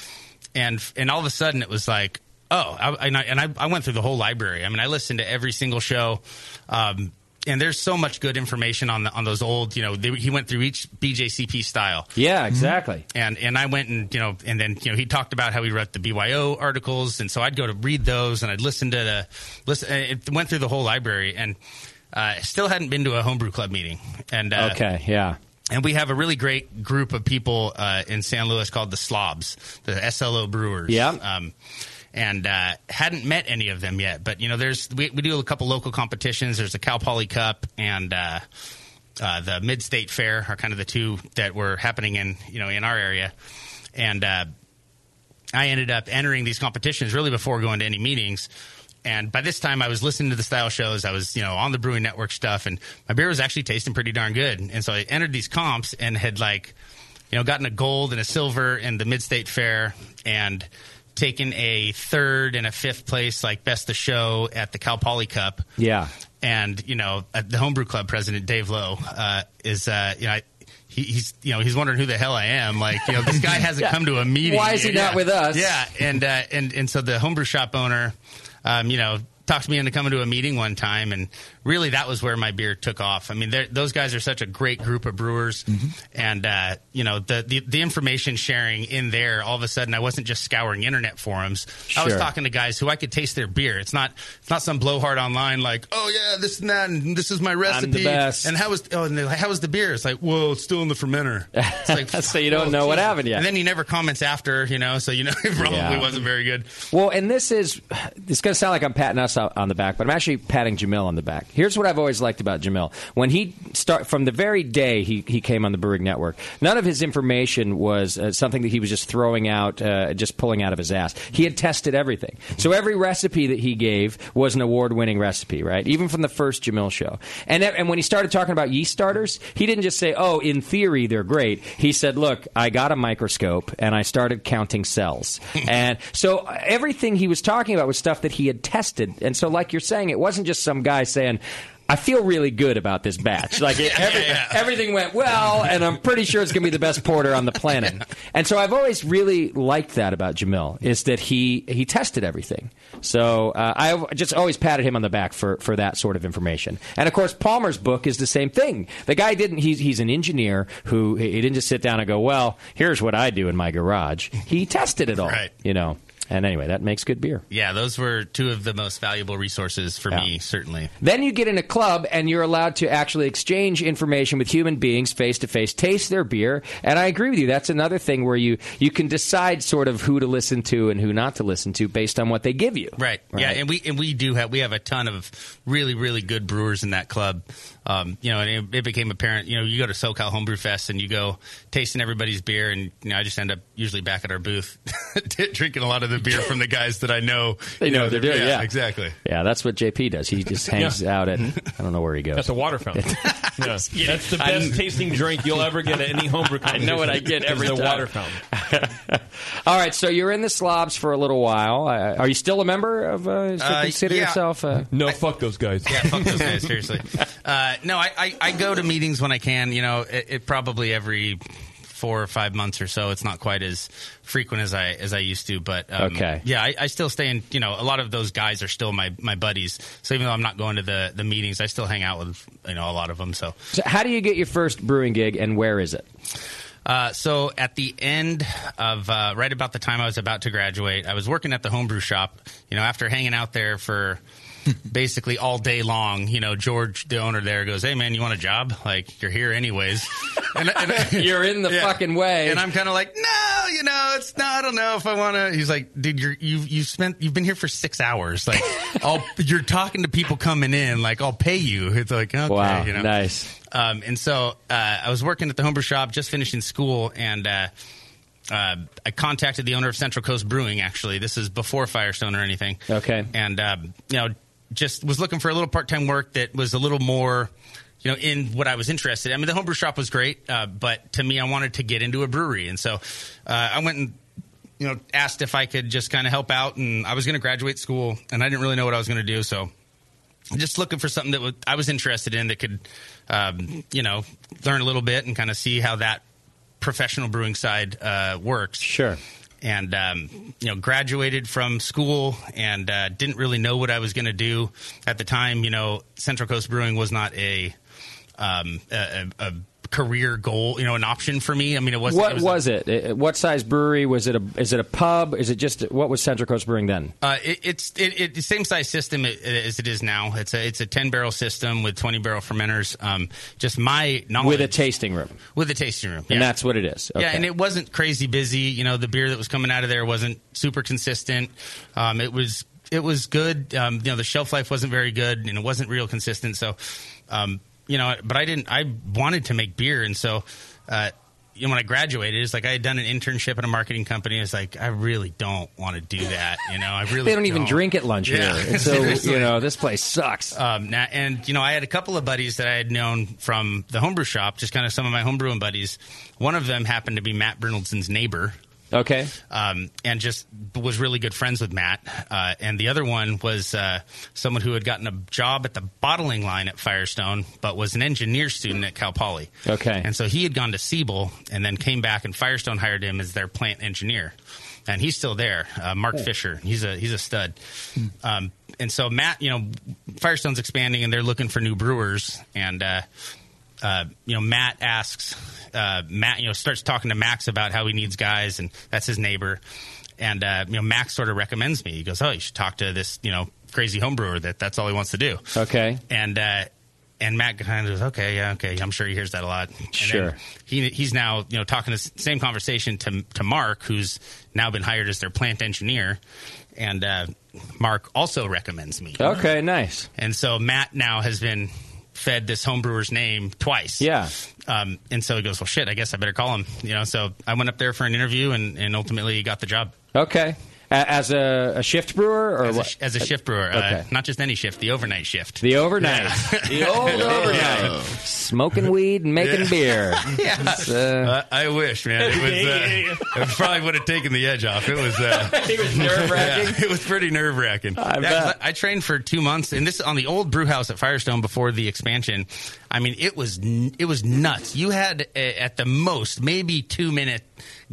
and and all of a sudden it was like, oh, I, and I and I, I went through the whole library. I mean, I listened to every single show. Um, and there's so much good information on the, on those old, you know. They, he went through each BJCP style.
Yeah, exactly.
And and I went and you know, and then you know, he talked about how he wrote the BYO articles, and so I'd go to read those, and I'd listen to the listen. It went through the whole library, and uh, still hadn't been to a homebrew club meeting. And uh,
okay, yeah.
and we have a really great group of people uh, in San Luis called the Slobs, the SLO Brewers.
Yeah.
Um, and uh, hadn't met any of them yet, but you know, there's we, we do a couple local competitions. There's the Cal Poly Cup and uh, uh, the Mid State Fair are kind of the two that were happening in you know in our area, and uh, I ended up entering these competitions really before going to any meetings. And by this time, I was listening to the style shows. I was, you know, on the Brewing Network stuff, and my beer was actually tasting pretty darn good. And so I entered these comps and had like, you know, gotten a gold and a silver in the Mid State Fair, and taken a third and a fifth place like best of show at the Cal Poly Cup
Yeah.
and you know uh, the homebrew club president Dave Lowe uh, is uh, you know. I, he, he's you know he's wondering who the hell I am like you know this guy hasn't
Yeah.
come to a meeting
Why is he
Yeah.
not with us?
yeah and uh, and and so the homebrew shop owner um, you know talked me into coming to a meeting one time and really that was where my beer took off I mean they're- those guys are such a great group of brewers
Mm-hmm.
and uh, you know the, the the information sharing in there all of a sudden I wasn't just scouring internet forums I was
Sure.
talking to guys who I could taste their beer it's not it's not some blowhard online like oh yeah this and that and this is my recipe
I'm the best.
and how was oh and they're like, how was the beer it's like whoa it's still in the fermenter it's like "Oh,
so you don't know what happened yet.
and then he never comments after you know so you know it probably
Yeah.
wasn't very good
Well, and this is it's going to sound like I'm patting us out on the back, but I'm actually patting Jamil on the back. Here's what I've always liked about Jamil: when he start from the very day he, he came on the Brewing Network, none of his information was uh, something that he was just throwing out, uh, just pulling out of his ass. He had tested everything, so every recipe that he gave was an award-winning recipe, right? Even from the first Jamil show, and that- and when he started talking about yeast starters, he didn't just say, "Oh, in theory they're great." He said, "Look, I got a microscope and I started counting cells," and so everything he was talking about was stuff that he had tested. And so, like you're saying, it wasn't just some guy saying. I feel really good about this batch. Like it, every, everything went well, and I'm pretty sure it's going to be the best porter on the planet. And so I've always really liked that about Jamil is that he he tested everything. So uh, I just always patted him on the back for for that sort of information. And of course, Palmer's book is the same thing. The guy didn't. He's he's an engineer who he didn't just sit down and go, "Well, here's what I do in my garage." He tested it all,
Right.
you know. And anyway, that makes good beer.
yeah those were two of the most valuable resources for me certainly
Then you get in a club and you're allowed to actually exchange information with human beings face to face, taste their beer. And I agree with you. That's another thing where you, you can decide sort of who to listen to and who not to listen to based on what they give you.
Right. Yeah, and we and we do have we have a ton of really really good brewers in that club. Um, you know, and it, it became apparent. You know, you go to SoCal Homebrew Fest and you go tasting everybody's beer, and you know, I just end up usually back at our booth drinking a lot of the beer from the guys that I know.
They know what they're doing, yeah.
exactly.
Yeah, that's what JP does. He just hangs out at, I don't know where he goes.
That's a water fountain. Yeah. That's the best
I'm-
tasting drink you'll ever get at any homebrew.
I know what I
competition,
get
is
every
the
time.
water fountain.
All right, so you're in the slobs for a little while. Uh, are you still a member of, uh, so
Uh,
consider
yeah.
yourself? Uh,
no, fuck those guys.
Yeah, fuck those guys. Seriously. Uh, no, I, I, I go to meetings when I can. You know, it, it probably every four or five months or so. It's not quite as frequent as I as I used to, but um,
Okay.
Yeah, I, I still stay in. You know, a lot of those guys are still my my buddies. So even though I'm not going to the the meetings, I still hang out with you know a lot of them. So
So how do you get your first brewing gig and where is it?
uh, so at the end of uh, right about the time I was about to graduate, I was working at the homebrew shop. You know, after hanging out there for basically all day long, you know, George, the owner there, goes, "Hey man, you want a job? Like you're here anyways." And,
you're in the fucking way.
And I'm kind of like, no, you know, it's no, I don't know if I want to. He's like, dude, you're you've you've spent you've been here for six hours. Like, I'll, you're talking to people coming in. Like, I'll pay you. It's like, okay,
Wow,
you know,
nice.
Um, and so uh, I was working at the homebrew shop, just finishing school, and uh, uh, I contacted the owner of Central Coast Brewing. Actually, this is before Firestone or anything.
Okay.
And uh, you know, just was looking for a little part-time work that was a little more, you know, in what I was interested. in. I mean, the homebrew shop was great, uh, but to me, I wanted to get into a brewery, and so uh, I went and you know asked if I could just kind of help out. And I was going to graduate school, and I didn't really know what I was going to do, so just looking for something that wa- I was interested in that could, um, you know, learn a little bit and kind of see how that professional brewing side uh, works.
Sure.
And um, you know, graduated from school and uh, didn't really know what I was going to do at the time. You know, Central Coast Brewing was not a um, a, a, a career goal, you know, an option for me. I mean, it wasn't.
what
it
was, it? Uh, What size brewery was it? A, is it a pub? Is it just what was Central Coast Brewing then?
Uh, it, it's it, it, the same size system i- as it is now. It's a it's a ten barrel system with twenty barrel fermenters. Um, just my knowledge
With a tasting room,
with a tasting room, yeah.
and that's what it is.
Yeah,
Okay.
and it wasn't crazy busy. You know, the beer that was coming out of there wasn't super consistent. Um, it was it was good. Um, you know, the shelf life wasn't very good, and it wasn't real consistent. So, um, you know, but I didn't. I wanted to make beer, and so. Uh, you know, when I graduated, it's like I had done an internship at a marketing company. It's like I really don't want to do that. You know, I really
they don't even drink at lunch
Yeah.
here, and so
Seriously.
you know this place sucks.
Um, na- and you know, I had a couple of buddies that I had known from the homebrew shop, just kind of some of my homebrewing buddies. One of them happened to be Matt Brindleton's neighbor.
Okay.
Um, and just was really good friends with Matt. Uh, and the other one was uh, someone who had gotten a job at the bottling line at Firestone, but was an engineer student at Cal Poly.
Okay.
And so he had gone to Siebel and then came back, and Firestone hired him as their plant engineer. And he's still there, uh, Mark
Oh.
Fisher. He's a he's a stud. Um, and so Matt, you know, Firestone's expanding, and they're looking for new brewers. And uh, uh, you know, Matt asks uh, Matt, you know, starts talking to Max about how he needs guys, and that's his neighbor. And uh, you know, Max sort of recommends me. He goes, "Oh, you should talk to this, you know, crazy homebrewer that that's all he wants to do."
Okay.
and uh, and Matt kind of goes, okay, yeah, okay. I'm sure he hears that a lot. And
Sure.
then He he's now you know talking the s- same conversation to to Mark, who's now been hired as their plant engineer, and uh, Mark also recommends me.
Okay, nice.
And so Matt now has been fed this homebrewer's name twice.
Yeah.
Um, and so he goes, well, shit. I guess I better call him. You know. So I went up there for an interview, and and ultimately got the job.
Okay, A- as a, a shift brewer or
As a,
what?
sh- as a shift brewer, uh,
Okay.
not just any shift, the overnight shift.
The overnight, the old
Yeah.
overnight,
Yeah.
smoking weed and making
Yeah.
beer.
Yeah.
It's,
Uh, I wish, man. It was. Uh, it probably would have taken the edge off. It was. Uh,
it was nerve-wracking.
it was pretty nerve wracking.
I bet.
I trained for two months, and this is on the old brew house at Firestone before the expansion. I mean, it was n- it was nuts. You had uh, at the most maybe two minute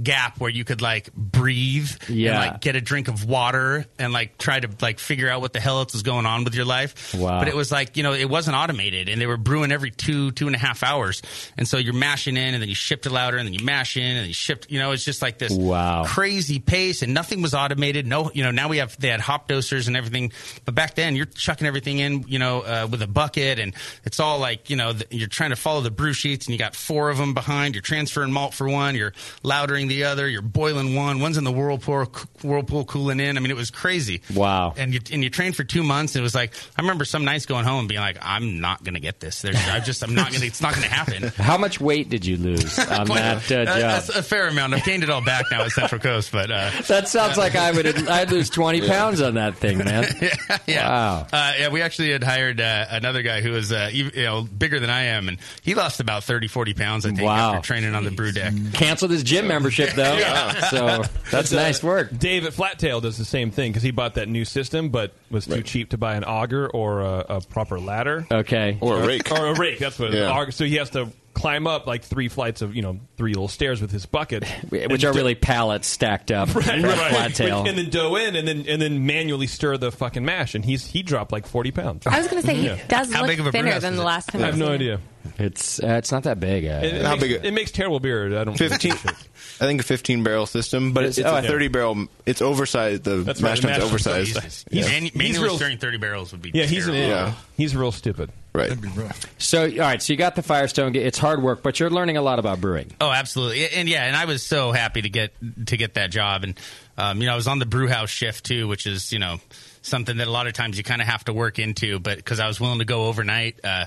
gap where you could like breathe
Yeah.
and like get a drink of water and like try to like figure out what the hell else was going on with your life.
Wow.
But it was like, you know, it wasn't automated and they were brewing every two, two and a half hours. And so you're mashing in and then you shipped it louder and then you mash in and then you shipped, you know, it's just like this
Wow.
crazy pace and nothing was automated. No, you know, now we have, they had hop dosers and everything. But back then you're chucking everything in, you know, uh, with a bucket and it's all like, you know, th- you're trying to follow the brew sheets and you got four of them behind. You're transferring malt for one, you're loudering the other, you're boiling one, one's in the whirlpool, whirlpool cooling in. I mean, it was crazy.
wow.
And you and you trained for two months. And it was like I remember some nights going home and being like, I'm not going to get this. There's, I just I'm not going. to It's not going to happen.
How much weight did you lose on
Quite a-
that uh,
uh,
job?
that's a fair amount. I've gained it all back now at Central Coast, but uh,
That sounds like I would. I'd lose twenty pounds on that thing, man.
yeah.
Wow.
Uh, yeah, we actually had hired uh, another guy who was uh, ev- you know bigger than I am, and he lost about 30, 40 pounds. I think
Wow.
after training on the brew deck.
Canceled his gym membership though.
Yeah.
So that's nice work.
Dave at Flattail does the same thing because he bought that new system, but was too cheap to buy an auger or a, a proper ladder.
Okay.
Or a rake. Or a rake. That's what. it is.
Yeah.
Aug- So he has to climb up like three flights of you know three little stairs with his bucket,
Which are really pallets stacked up.
Right,
with
right.
Flat tail.
and then dough in, and then and then manually stir the fucking mash, and he's he dropped like forty pounds.
I was going to say he
Yeah.
does look thinner than the last time.
I have
was
no
here.
idea.
It's uh, it's not that big. Uh,
It, it
How
makes,
big a-
it makes terrible beer. I don't.
Fifteen. I think a fifteen barrel system, but it's,
It's-
oh, a
yeah.
thirty barrel. It's oversized. The
That's right,
mash
the
tun's
mash tun's
oversized.
oversized. He's-
Man-
he's
manually
real-
stirring thirty barrels would be
Yeah, he's a
terrible.
little, he's real stupid.
Right.
So all right. So you got the Firestone. It's hard work, but you're learning a lot about brewing.
Oh, absolutely, and and yeah, and I was so happy to get to get that job, and um, you know, I was on the brew house shift too, which is you know something that a lot of times you kind of have to work into, but because I was willing to go overnight, uh, uh,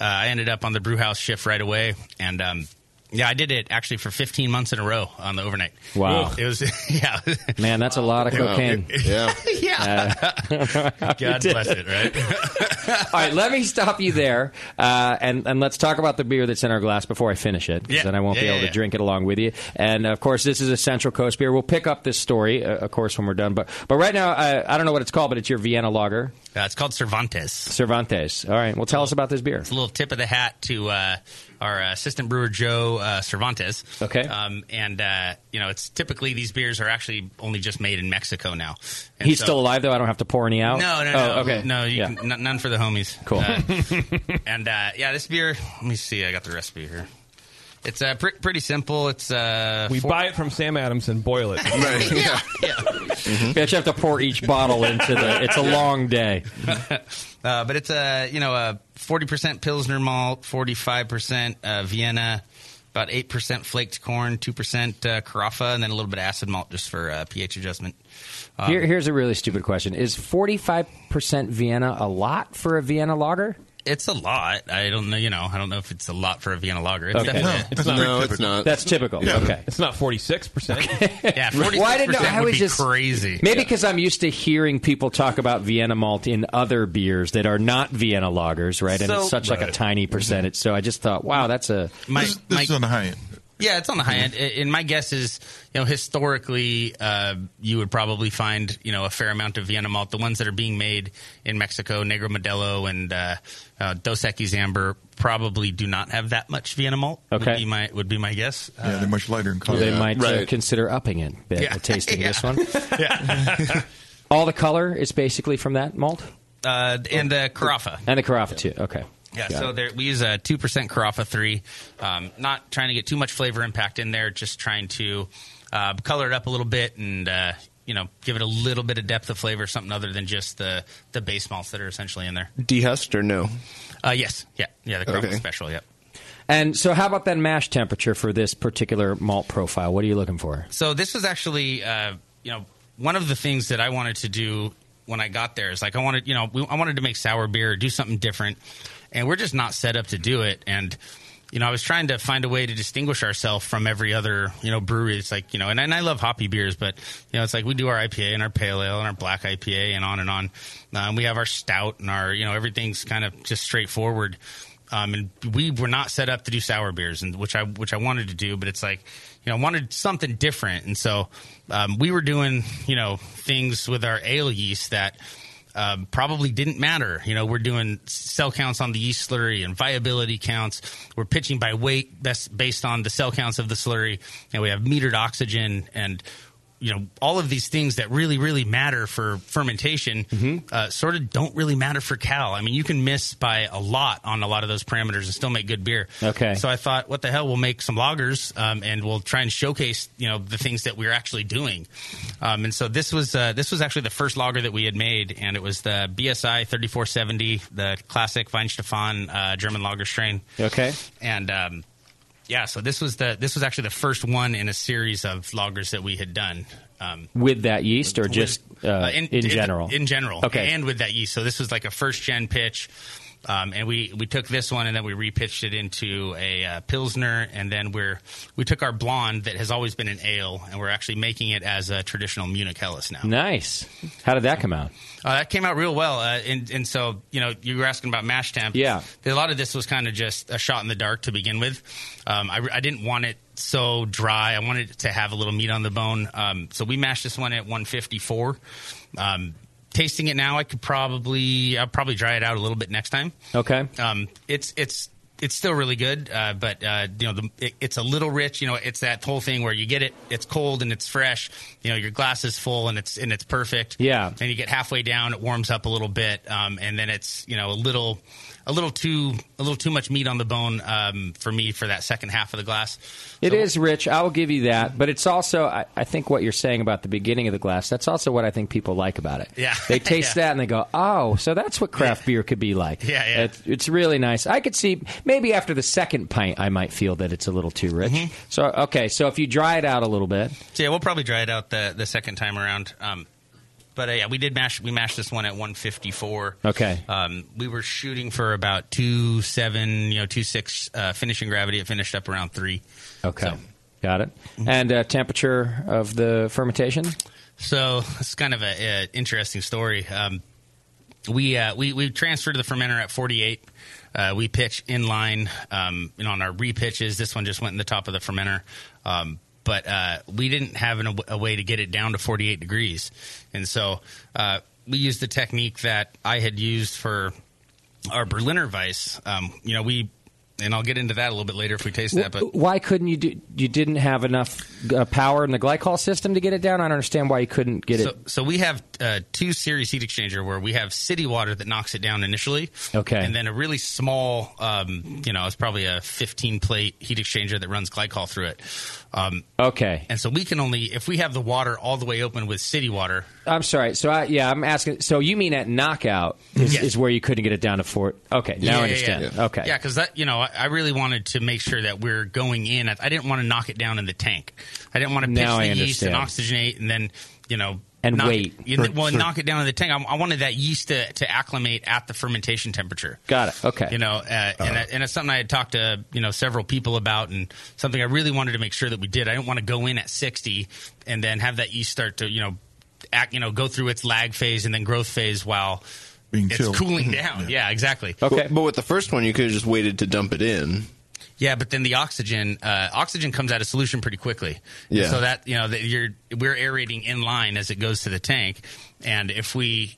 I ended up on the brew house shift right away, and um, Yeah, I did it actually for 15 months in a row on the overnight.
Wow.
It was, yeah.
Man, that's a lot of
Wow.
cocaine.
Yeah.
yeah.
God bless it, right?
Uh, All right, let me stop you there, uh, and and let's talk about the beer that's in our glass before I finish it. 'cause
Yeah.
Then I won't be
Yeah,
able
yeah, yeah.
to drink it along with you. And of course, this is a Central Coast beer. We'll pick up this story, uh, of course, when we're done. But but right now, I, I don't know what it's called, but it's your Vienna Lager,
Uh, it's called Cervantes.
Cervantes. All right, well, tell us about this beer.
It's a little tip of the hat to uh, our uh, assistant brewer Joe uh, Cervantes.
Okay.
Um, and uh, you know, it's typically these beers are actually only just made in Mexico now. And
He's
so-
still alive, though. I don't have to pour any out.
No, no,
Oh,
no.
okay,
No, you
yeah.
can, n- none for the homies.
Cool.
Uh, and uh, yeah, this beer. Let me see. I got the recipe here. It's uh, pr- pretty simple. It's uh,
We
four-
buy it from Sam Adams and boil it.
yeah.
You actually have to pour each bottle into the. It's a long day.
uh, but it's a you know a forty percent pilsner malt, forty five percent uh, Vienna, about eight percent flaked corn, two percent uh, carafa, and then a little bit of acid malt just for uh, pH adjustment. Um,
Here, here's a really stupid question: Is 45 percent Vienna a lot for a Vienna lager?
It's a lot. I don't know. You know, I don't know if it's a lot for a Vienna lager. It's definitely-
That's typical.
Yeah.
Okay.
It's not 46%.
yeah, forty
Why
six
didn't I
percent would
was
be
just
crazy.
Maybe because I'm used to hearing people talk about Vienna malt in other beers that are not Vienna lagers, right? And
So-
it's such like a
Right.
tiny percentage. So I just thought, wow, that's a
My- This- this my- is on
the high end.
Yeah, it's on the high
Mm-hmm.
end. A- And my guess is, you know, historically, uh, you would probably find, you know, a fair amount of Vienna malt. The ones that are being made in Mexico, Negro Modelo and uh, uh, Dos Equis Amber, probably do not have that much Vienna malt. Would
Okay.
be my, would be my guess.
Yeah, they're much lighter in color.
They might uh, consider upping it. Bit,
Yeah.
yeah. Tasting
Yeah.
this one. All the color is basically from that malt
Uh, and uh, Carafa.
and the carafe too. Okay.
Yeah,
Got
so
it.
there, we use a two percent Carafa three. Um, not trying to get too much flavor impact in there, just trying to uh, color it up a little bit and uh, you know give it a little bit of depth of flavor, something other than just the the base malts that are essentially in there.
Dehusked or no?
Uh, yes, yeah, yeah, the Carafa
Okay.
special, yep.
And so, how about that mash temperature for this particular malt profile? What are you looking for?
So this was actually, uh, you know, one of the things that I wanted to do when I got there is like I wanted, you know, we, I wanted to make sour beer, do something different, and we're just not set up to do it. And you know, I was trying to find a way to distinguish ourselves from every other, you know, brewery. It's like you know, and, and I love hoppy beers, but you know, it's like we do our IPA and our pale ale and our black IPA and on and on. Um, we have our stout and our, you know, everything's kind of just straightforward um, and we were not set up to do sour beers, and which I which I wanted to do, but it's like you know I wanted something different, and so um, we were doing you know things with our ale yeast that. Um, probably didn't matter. You know, we're doing cell counts on the yeast slurry and viability counts. We're pitching by weight best based on the cell counts of the slurry, and we have metered oxygen and you know all of these things that really really matter for fermentation uh, sort of don't really matter for cal i mean you can miss by a lot on a lot of those parameters and still make good beer
Okay.
so i thought what the hell we'll make some lagers um, and we'll try and showcase you know the things that we're actually doing um, and so this was uh, this was actually the first lager that we had made and it was the bsi 3470 the classic weinstefan uh, german lager strain
Okay.
and um, yeah, so this was the this was actually the first one in a series of loggers that we had done. Um,
With that yeast, or just uh,
uh,
in, general?
in general,
Okay.
and with that yeast. So this was like a first gen pitch, um, and we we took this one and then we repitched it into a uh, pilsner, and then we're we took our blonde that has always been an ale, and we're actually making it as a traditional Munich Helles now.
nice. How did that come out?
Uh, that came out real well, uh, and and so you know you were asking about mash temp.
Yeah.
a lot of this was kind of just a shot in the dark to begin with. Um, I, I didn't want it so dry. I wanted it to have a little meat on the bone. Um, so we mashed this one at 154. Um, tasting it now, I could probably I'll probably dry it out a little bit next time.
Okay.
Um, it's it's it's still really good, uh, but uh, you know the, it, it's a little rich. You know, it's that whole thing where you get it, it's cold and it's fresh. You know, your glass is full and it's and it's perfect.
Yeah.
And you get halfway down, it warms up a little bit, um, and then it's you know a little a little too a little too much meat on the bone um, for me for that second half of the glass.
It is rich. I will give you that. But it's also, I, I think, what you're saying about the beginning of the glass. That's also what I think people like about it.
Yeah.
They taste that and they go, oh, so that's what craft beer could be like.
Yeah, yeah.
It- it's really nice. I could see maybe after the second pint, I might feel that it's a little too rich.
Mm-hmm.
So, okay, so if you dry it out a little bit,
So, yeah, we'll probably dry it out the the second time around. Um, But uh, yeah, we did mash. We mashed this one at 154.
Okay.
Um, we were shooting for about two seven, you know, two six uh, finishing gravity. It finished up around three.
Okay. Got it. And uh, temperature of the fermentation?
So it's kind of a, uh interesting story. Um, we uh, we we transferred to the fermenter at 48. Uh, we pitch in line, um, and on our repitches, this one just went in the top of the fermenter. Um, but uh, we didn't have an, a way to get it down to 48 degrees, and so uh, we used the technique that I had used for our Berliner Weiss. Um, you know, we and I'll get into that a little bit later if we taste that. But
Wh- Why couldn't you do you didn't have enough uh, power in the glycol system to get it down? I don't understand why you couldn't get
so,
it.
so we have uh, two series heat exchanger where we have city water that knocks it down initially.
Okay.
And then a really small, um, you know, it's probably a 15 plate heat exchanger that runs glycol through it. Um,
okay.
And so we can only, if we have the water all the way open with city water,
I'm sorry. So I, yeah, I'm asking. So you mean at knockout is,
Yes.
is where you couldn't get it down to four? Okay, now I understand.
Yeah, yeah.
Okay,
Yeah, because that you know, I, I really wanted to make sure that we're going in. I, I didn't want to knock it down in the tank. I didn't want to pitch
Now I
the yeast and oxygenate, and then you know.
And
knock,
wait.
You
For-
know, well,
for-
knock it down in the tank. I, I wanted that yeast to, to acclimate at the fermentation temperature.
got it. Okay,
You know, uh, and, that- and it's something I had talked to you know several people about, and something I really wanted to make sure that we did. I didn't want to go in at sixty and then have that yeast start to you know act, you know, go through its lag phase and then growth phase while
Being
it's
chilled.
cooling down. yeah, exactly.
Okay. But, but with the first one, you could have just waited to dump it in.
Yeah, but then the oxygen uh, oxygen comes out of solution pretty quickly. And
Yeah.
So that you know that you're we're aerating in line as it goes to the tank, and if we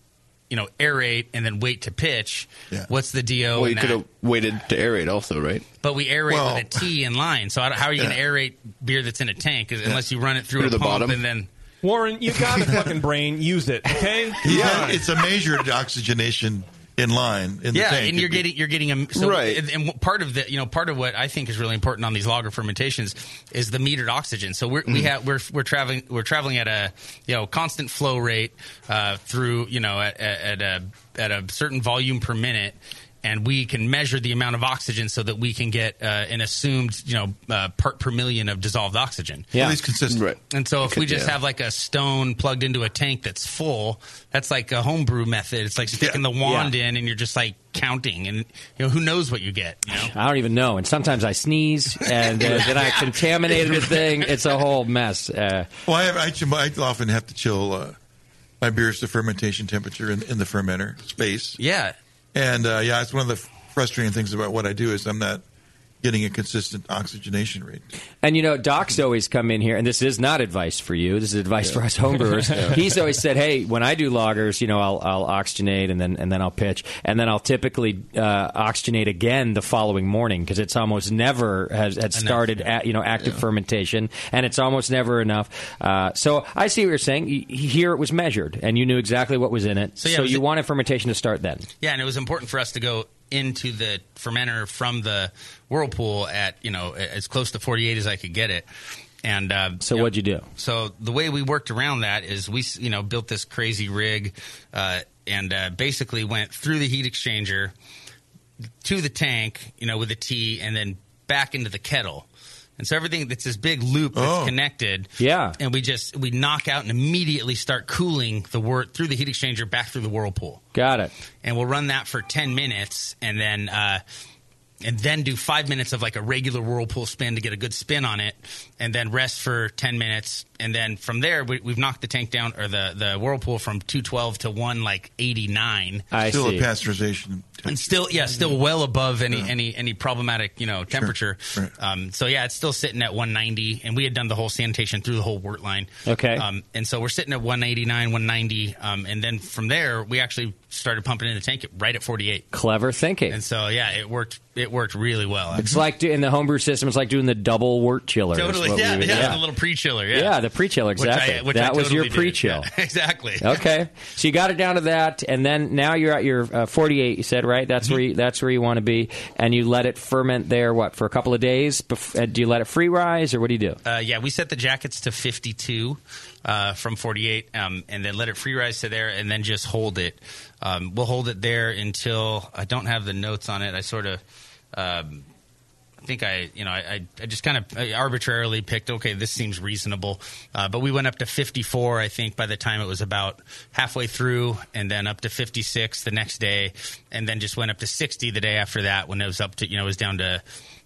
you know aerate and then wait to pitch, what's the do?
well,
in
you
that?
could have waited to aerate also, right?
But we aerate
Well-
with a T in line. So I don't- how are you going
Yeah.
to aerate beer that's in a tank is- unless you run it through,
Through
a
the
pump
bottom.
and then
Warren, you got a fucking brain. Use it, okay?
Yeah, it's a measured oxygenation in line in
yeah,
the tank.
and you're
It'd be-
getting you're getting a so
Right.
And, and part of the you know part of what I think is really important on these lager fermentations is the metered oxygen. So we're, we
Mhm.
Mm.
have we're we're traveling we're traveling at a you know constant flow rate uh, through you know at, at, at a at a certain volume per minute. And we can measure the amount of oxygen so that we can get uh, an assumed, you know, uh, part per million of dissolved oxygen.
at least consistent. Right.
And so if we just
Yeah.
have like a stone plugged into a tank that's full, that's like a homebrew method. It's like sticking the wand in and you're just like counting and you know who knows what you get. You know?
I don't even know. And sometimes I sneeze, and uh, then I contaminated the thing. It's a whole mess. Uh,
Well, I, have, I, ch- I often have to chill uh, my beers to fermentation temperature in, in the fermenter space.
Yeah.
And uh, yeah, it's one of the f- frustrating things about what I do is I'm not getting a consistent oxygenation rate.
And you know, Doc's always come in here, and this is not advice for you. This is advice
Yeah.
for us homebrewers.
Yeah.
He's always said, "Hey, when I do loggers, you know, I'll, I'll oxygenate and then and then I'll pitch, and then I'll typically uh, oxygenate again the following morning because it's almost never has had started at you know active fermentation, and it's almost never enough." Uh, so I see what you're saying. Y- Here it was measured, and you knew exactly what was in it. So,
yeah, it was-
you wanted fermentation to start then.
Yeah, and it was important for us to go into the fermenter from the whirlpool at you know a- as close to 48 as I could get it. And uh,
So what'd you do?
so the way we worked around that is we you know built this crazy rig uh, and uh, basically went through the heat exchanger to the tank, you know, with a T, and then back into the kettle. And so everything that's this big loop that's
Oh.
connected.
Yeah.
And we just we knock out and immediately start cooling the wort through the heat exchanger back through the whirlpool.
Got it.
And we'll run that for ten minutes and then uh and then do five minutes of like a regular whirlpool spin to get a good spin on it, and then rest for ten minutes, and then from there we, we've knocked the tank down or the, the whirlpool from two twelve to one like eighty nine
Still a pasteurization.
and still yeah still well above any any any problematic you know temperature um, so yeah it's still sitting at 190 and we had done the whole sanitation through the whole wort line
Okay.
um, and so we're sitting at 189 190 um, and then from there we actually started pumping in the tank at- right at 48
Clever thinking.
and so yeah it worked it worked really well
It's like do- in the homebrew system. It's like doing the double wort chiller. is
totally
what we
yeah,
would-
yeah, the little pre-chiller yeah,
Yeah, the pre-chill
Which I-
exactly.
which I
that was your
totally did.
pre-chill.
Yeah, exactly
okay, so you got it down to that, and then now you're at your uh, 48. You said right? That's where you, that's where you want to be, and you let it ferment there. What for a couple of days? Bef- uh, do you let it free rise, or what do you do?
Uh, yeah, we set the jackets to 52 uh, from 48, um, and then let it free rise to there, and then just hold it. Um, we'll hold it there until I don't have the notes on it. I sort of. Um, I think I, you know, I, I- I just kind of arbitrarily picked. Okay, this seems reasonable, uh, but we went up to 54. I think by the time it was about halfway through, and then up to 56 the next day, and then just went up to 60 the day after that. When it was up to, you know, it was down to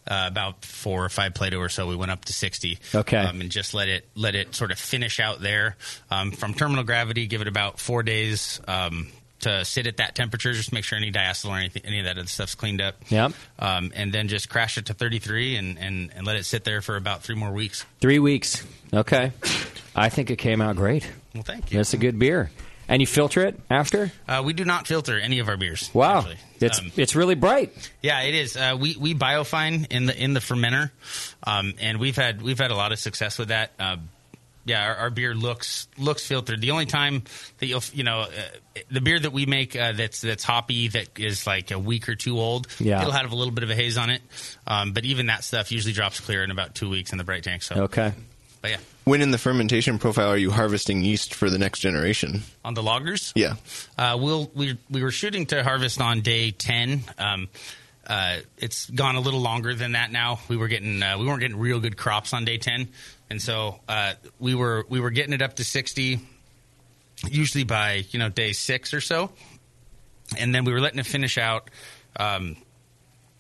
uh, about four or five Play-Doh or so. We went up to 60.
Okay.
Um, and just let it let it sort of finish out there. Um, from terminal gravity, give it about four days. Um, to sit at that temperature, just make sure any diacetyl or anything, any of that other stuff's cleaned up
Yep.
um, and then just crash it to 33 and, and, and let it sit there for about three more weeks.
Three weeks. Okay. I think it came out great.
Well, thank
you. That's a good beer. And you filter it after?
Uh, we do not filter any of our beers. Um,
Wow. It's it's really bright.
Yeah, it is. Uh, we we biofine in the in the fermenter, um, and we've had we've had a lot of success with that. Uh, yeah, our, our beer looks looks filtered. The only time that you'll you know uh, the beer that we make uh, that's that's hoppy that is like a week or two old,
Yeah.
it'll have a little bit of a haze on it. Um, but even that stuff usually drops clear in about two weeks in the bright tank. So
Okay.
but yeah,
When in the fermentation profile are you harvesting yeast for the next generation?
on the loggers,
Yeah.
Uh, we'll, we we were shooting to harvest on day ten. Um, uh, it's gone a little longer than that now. We were getting uh, we weren't getting real good crops on day ten, and so uh, we were we were getting it up to sixty, usually by you know day six or so, and then we were letting it finish out. Um,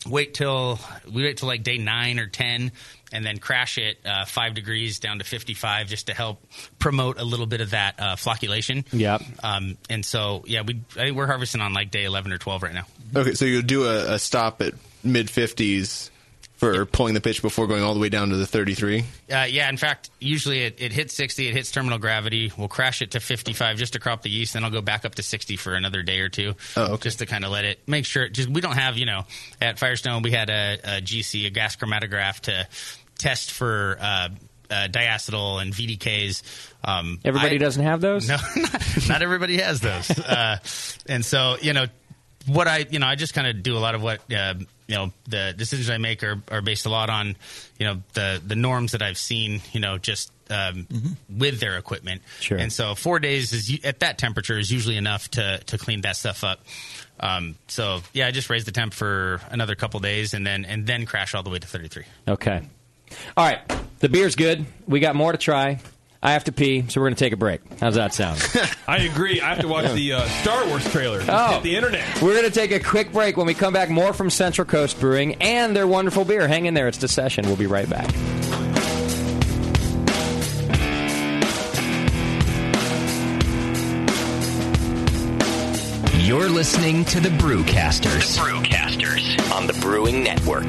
wait till we wait till like day nine or ten and then crash it uh, five degrees down to 55 just to help promote a little bit of that uh, flocculation
Yep.
um, and so yeah we I think we're harvesting on like day 11 or 12 right now
Okay, so you'll do a, a stop at mid 50s for pulling the pitch before going all the way down to the 33.
uh, yeah in fact usually it, it hits 60 it hits terminal gravity we'll crash it to 55 just to crop the yeast then i'll go back up to 60 for another day or two just to kind of let it make sure just we don't have you know at firestone we had a, a gc a gas chromatograph to test for uh, uh, diacetyl and vdks um,
Everybody
I-
doesn't have those?
No. not everybody has those. Uh, and so, you know, what I, you know, I just kind of do a lot of what, uh, you know, the decisions I make are, are based a lot on, you know, the, the norms that I've seen, you know, just um, with their equipment.
Sure.
And so four days is u- at that temperature is usually enough to, to clean that stuff up. Um, so yeah, I just raised the temp for another couple days and then, and then crash all the way to 33.
Okay. All right. The beer's good. We got more to try. I have to pee, so we're going to take a break. How's that sound?
I agree. I have to watch the uh, Star Wars trailer. Just
Oh.
hit the internet.
We're going to take a quick break. When we come back, more from Central Coast Brewing and their wonderful beer. Hang in there. It's the session. We'll be right back.
You're listening to the Brewcasters.
Brewcasters.
on the Brewing Network.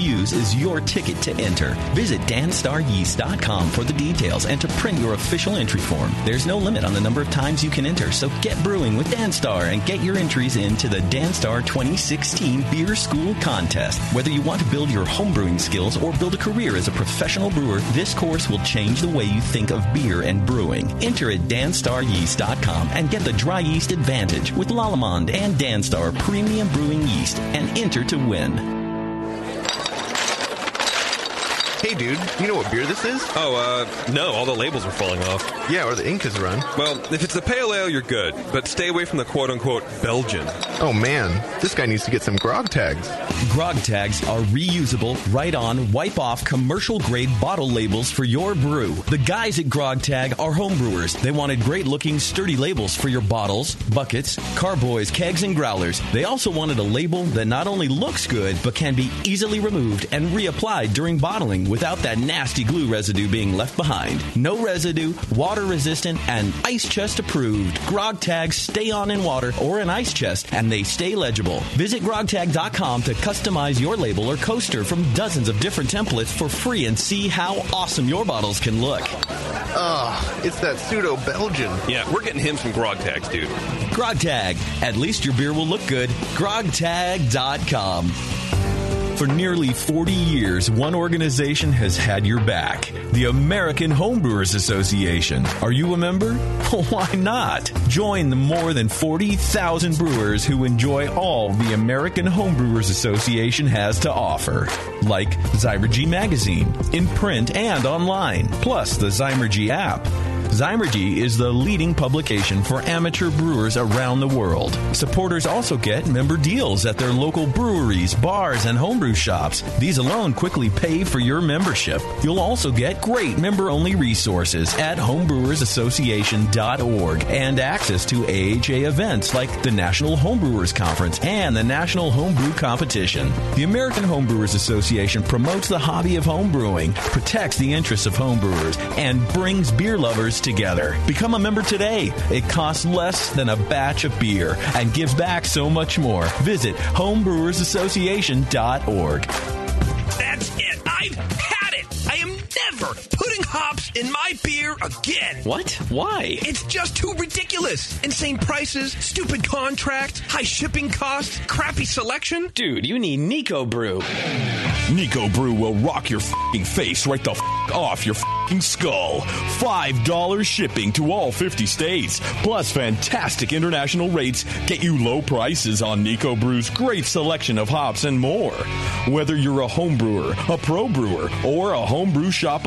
use is your ticket to enter. Visit danstaryeast.com for the details and to print your official entry form. There's no limit on the number of times you can enter, so get brewing with Danstar and get your entries into the Danstar 2016 Beer School Contest. Whether you want to build your homebrewing skills or build a career as a professional brewer, this course will change the way you think of beer and brewing. Enter at danstaryeast.com and get the dry yeast advantage with Lalamond and Danstar premium brewing yeast and enter to win.
Hey, dude, you know what beer this is?
Oh, uh, no, all the labels are falling off.
Yeah, or the ink is run.
Well, if it's the pale ale, you're good, but stay away from the quote unquote Belgian.
Oh, man. This guy needs to get some grog tags.
Grog tags are reusable, write on, wipe off commercial grade bottle labels for your brew. The guys at Grog Tag are homebrewers. They wanted great looking, sturdy labels for your bottles, buckets, carboys, kegs, and growlers. They also wanted a label that not only looks good, but can be easily removed and reapplied during bottling
without that nasty glue residue being left behind. No residue, water resistant, and ice chest approved. Grog tags stay on in water or in ice chest, and they stay legible. Visit grogtag.com to customize your label or coaster from dozens of different templates for free and see how awesome your bottles can look.
Ah, it's that pseudo Belgian. Yeah, we're getting him some grog tags, dude.
Grog Tag. At least your beer will look good. GrogTag.com.
For nearly 40 years, one organization has had your back the American Homebrewers Association. Are you a member? Why not? Join the more than 40,000 brewers who enjoy all the American Homebrewers Association has to offer, like Zymergy Magazine, in print and online, plus the Zymergy app. Zymergy is the leading publication for amateur brewers around the world. Supporters also get member deals at their local breweries, bars, and homebrew shops. These alone quickly pay for your membership. You'll also get great member only resources at homebrewersassociation.org and access to AHA events like the National Homebrewers Conference and the National Homebrew Competition. The American Homebrewers Association promotes the hobby of homebrewing, protects the interests of homebrewers, and brings beer lovers together. Become a member today. It costs less than a batch of beer and gives back so much more. Visit homebrewersassociation.org.
That's it. I've had it. I am never putting hops in my beer again.
What? Why?
It's just too ridiculous. Insane prices, stupid contract, high shipping costs, crappy selection.
Dude, you need Nico Brew. Nico Brew will rock your fing face right the f- off your fing skull. $5 shipping to all 50 states, plus fantastic international rates get you low prices on Nico Brew's great selection of hops and more. Whether you're a home brewer, a pro brewer, or a homebrew shop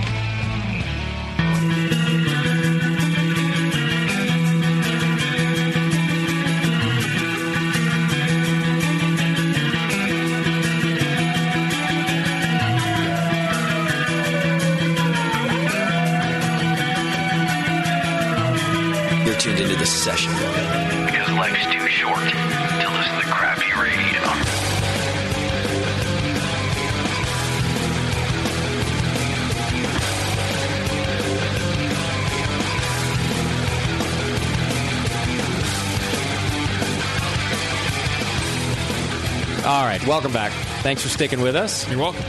You're tuned into the session.
Because life's too short to listen to crappy radio.
All right, welcome back. Thanks for sticking with us. You're welcome.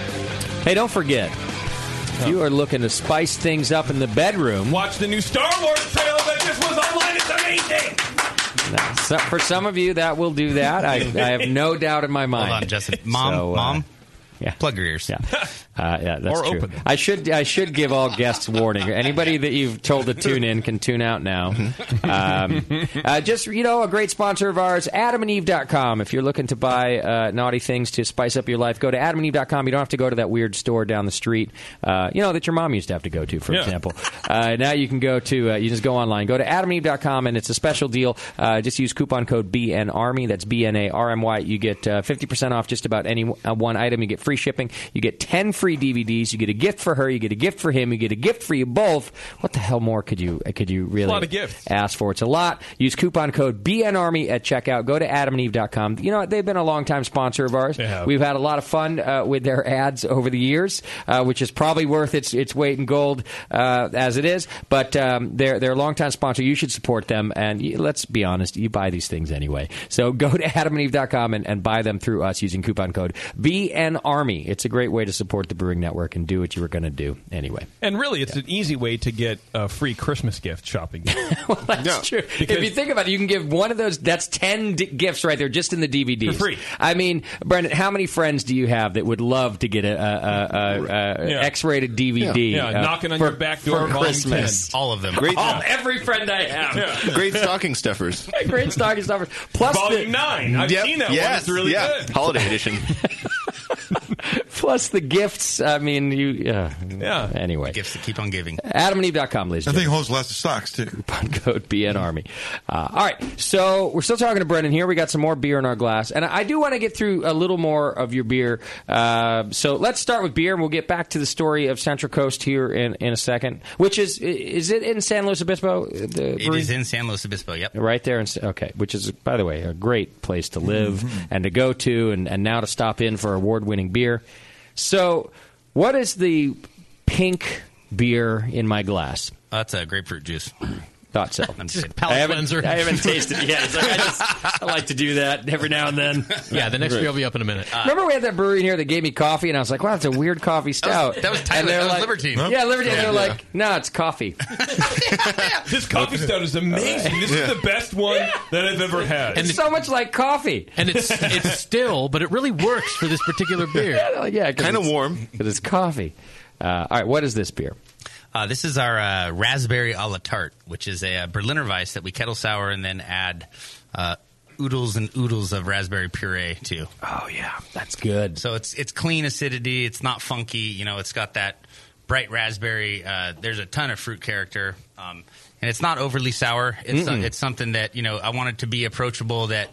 Hey, don't forget, if you are looking to spice things up in the bedroom,
Watch the new Star Wars trailer that just was online. It's amazing.
so- for some of you that will do that. I, I have no doubt in my mind. uh,
Hold on, Justin. Mom, mom,
yeah.
plug your ears.
Yeah, uh, yeah that's
Or
true.
open them.
I should I should give all guests warning. Anybody that you've told to tune in can tune out now.
Mm-hmm.
Um, uh, just you know, a great sponsor of ours, AdamAndEve.com. If you're looking to buy uh, naughty things to spice up your life, go to AdamAndEve.com. You don't have to go to that weird store down the street, uh, you know, that your mom used to have to go to, for
Yeah.
example. Uh, now you can go to uh, you just go online, go to AdamAndEve.com, and it's a special deal. Uh, just use coupon code BNARMY. That's B N A R M Y. You get uh, fifty percent off just about any uh, one item. You get free shipping. You get ten free DVDs. You get a gift for her. You get a gift for him. You get a gift for you both. What the hell more could you could you really
lot of gifts.
ask for? It's a lot. Use coupon code BNARMY at checkout. Go to AdamAndEve.com. You know what? They've been a long time sponsor of ours.
have.
We've had a lot of fun uh, with their ads over the years, uh, which is probably worth its its weight in gold uh, as it is. But um, they're they're a longtime sponsor. You should support them. And y- let's be honest, you buy these things anyway. So go to AdamAndEve.com and, and buy them through us using coupon code BNARMY. It's a great way to support the Brewing Network and do what you were going to do anyway.
And really, it's an easy way to get a free Christmas gift shopping.
That's true. if
Because-
you think about it, you can give one of those. That's ten d- gifts right there, just in the DVDs.
For free.
I mean, Brendan, how many friends do you have that would love to get a, a, a, a, a
Yeah.
X-rated DVD?
Yeah, knocking on your back door,
uh, for
volume
Christmas.
10. All of them.
Great.
Great-
All, every friend I have.
Great stocking stuffers.
Great stocking stuffers. Plus
Volume
the,
nine. I've seen that one. It's really
yeah.
good.
Holiday edition.
Plus the gifts. I mean, you. Uh, yeah. Anyway.
Gifts that keep on giving.
AdamandEve.com, ladies.
That thing
holds lots of socks too. Coupon code BN Army. Uh, all right, so we're still talking to Brendan here. We got some more beer in our glass, and I do want to get through a little more of your beer. Uh, so let's start with beer, and we'll get back to the story of Central Coast here in, in a second. Which is is it in San Luis Obispo? The
It
brewery?
is in San Luis Obispo. Yep.
Right there, in, S- okay. Which is, by the way, a great place to live
Mm-hmm.
Mhm.
and to go to, and, and now to stop in for award-winning beer. So, what is the pink beer in my glass?
That's a grapefruit juice.
Thought so.
I'm just kidding.
I haven't- I haven't tasted it yet. It's like, I, just, I like to do that every now and then.
Yeah, the next
Right. Uh,
beer will be up in a minute.
Remember, we had that brewery in here that gave me coffee, and I was like, "Wow, that's a weird coffee stout."
that was
And
Tyler.
they're
That was
like-
Libertine.
Yeah, Libertine.
Yeah.
They're like, "No, it's coffee."
this coffee stout is amazing. This is the best one that I've ever had.
it's so much like coffee,
and it's it's still, but it really works for this particular beer.
yeah, they're like, yeah, 'cause
Kinda
it's- 'cause it's coffee. Uh, all right, what is this beer?
Uh, this is our uh, raspberry a la tarte, which is a, uh Berliner Weiss that we kettle sour and then add uh, oodles and oodles of raspberry puree to.
Oh yeah, that's good.
So it's it's clean acidity. It's not funky. You know, it's got that bright raspberry. Uh, there's a ton of fruit character, um, and it's not overly sour. It's uh,
Mm-mm.
it's something that you know I wanted to be approachable that.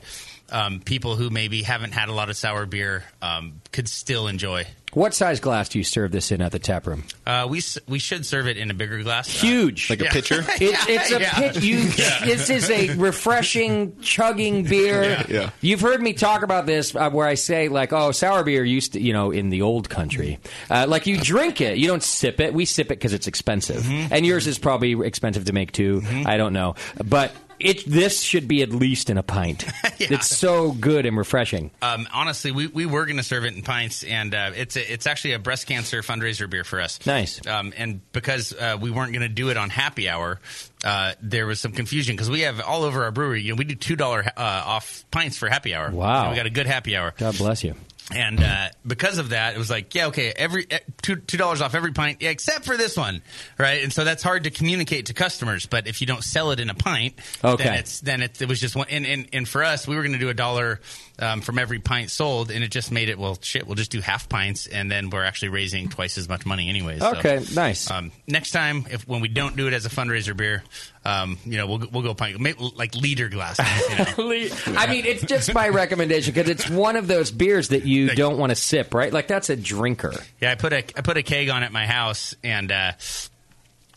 Um, people who maybe haven't had a lot of sour beer um, could still enjoy.
What size glass do you serve this in at the tap room?
Uh, we s- we should serve it in a bigger glass,
Huge,
Yeah.
It's, it's a
Yeah.
pit. You,
Yeah.
This is a refreshing, chugging beer.
Yeah.
Yeah.
You've heard me talk about this, uh, where I say like, "Oh, sour beer used to, you know, in the old country, uh, like you drink it, you don't sip it. We sip it because it's expensive, and yours is probably expensive to make too. I don't know, but it this should be at least in a pint. It's so good and refreshing.
Um, honestly, we, we were going to serve it in pints, and uh, it's a, it's actually a breast cancer fundraiser beer for us.
Nice.
Um, and because uh, we weren't going to do it on happy hour, uh, there was some confusion because we have all over our brewery. You know, we do two dollar uh, off pints for happy hour.
Wow.
we got a good happy hour.
God bless you.
And uh, because of that, it was like, yeah, okay, every eh, two two dollars off every pint, yeah, except for this one, right? And so that's hard to communicate to customers. But if you don't sell it in a pint,
Okay.
then it's then it, it was just one. And, and and for us, we were going to do a dollar um, from every pint sold, and it just made it well, shit, we'll just do half pints, and then we're actually raising twice as much money, anyways. So,
Okay, nice.
Um, next time, if when we don't do it as a fundraiser beer, um, you know, we'll we'll go pint ma- like liter glasses. You know?
I mean, it's just my recommendation because it's one of those beers that you don't want to sip, right? Like that's a drinker.
Yeah, I put a I put a keg on at my house, and uh,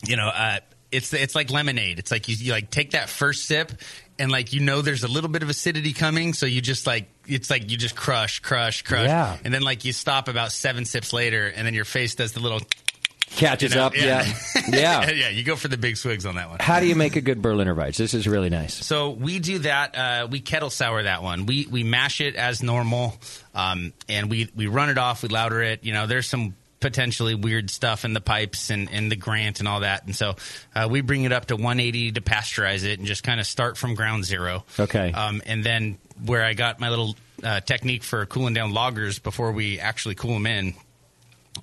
you know, uh, it's it's like lemonade. It's like you, you like take that first sip, and like you know, there's a little bit of acidity coming, so you just like it's like you just crush, crush, crush,
Yeah.
and then like you stop about seven sips later, and then your face does the little
Catches
you know,
up, yeah. Yeah.
yeah. You go for the big swigs on that one.
How do you make a good Berliner Weiss? This is really nice.
So we do that. Uh, we kettle sour that one. We we mash it as normal, um, and we we run it off. We louder it. You know, there's some potentially weird stuff in the pipes and, and the grant and all that. And so uh, we bring it up to 180 to pasteurize it and just kind of start from ground zero.
Okay.
Um, and then where I got my little uh, technique for cooling down loggers before we actually cool them in,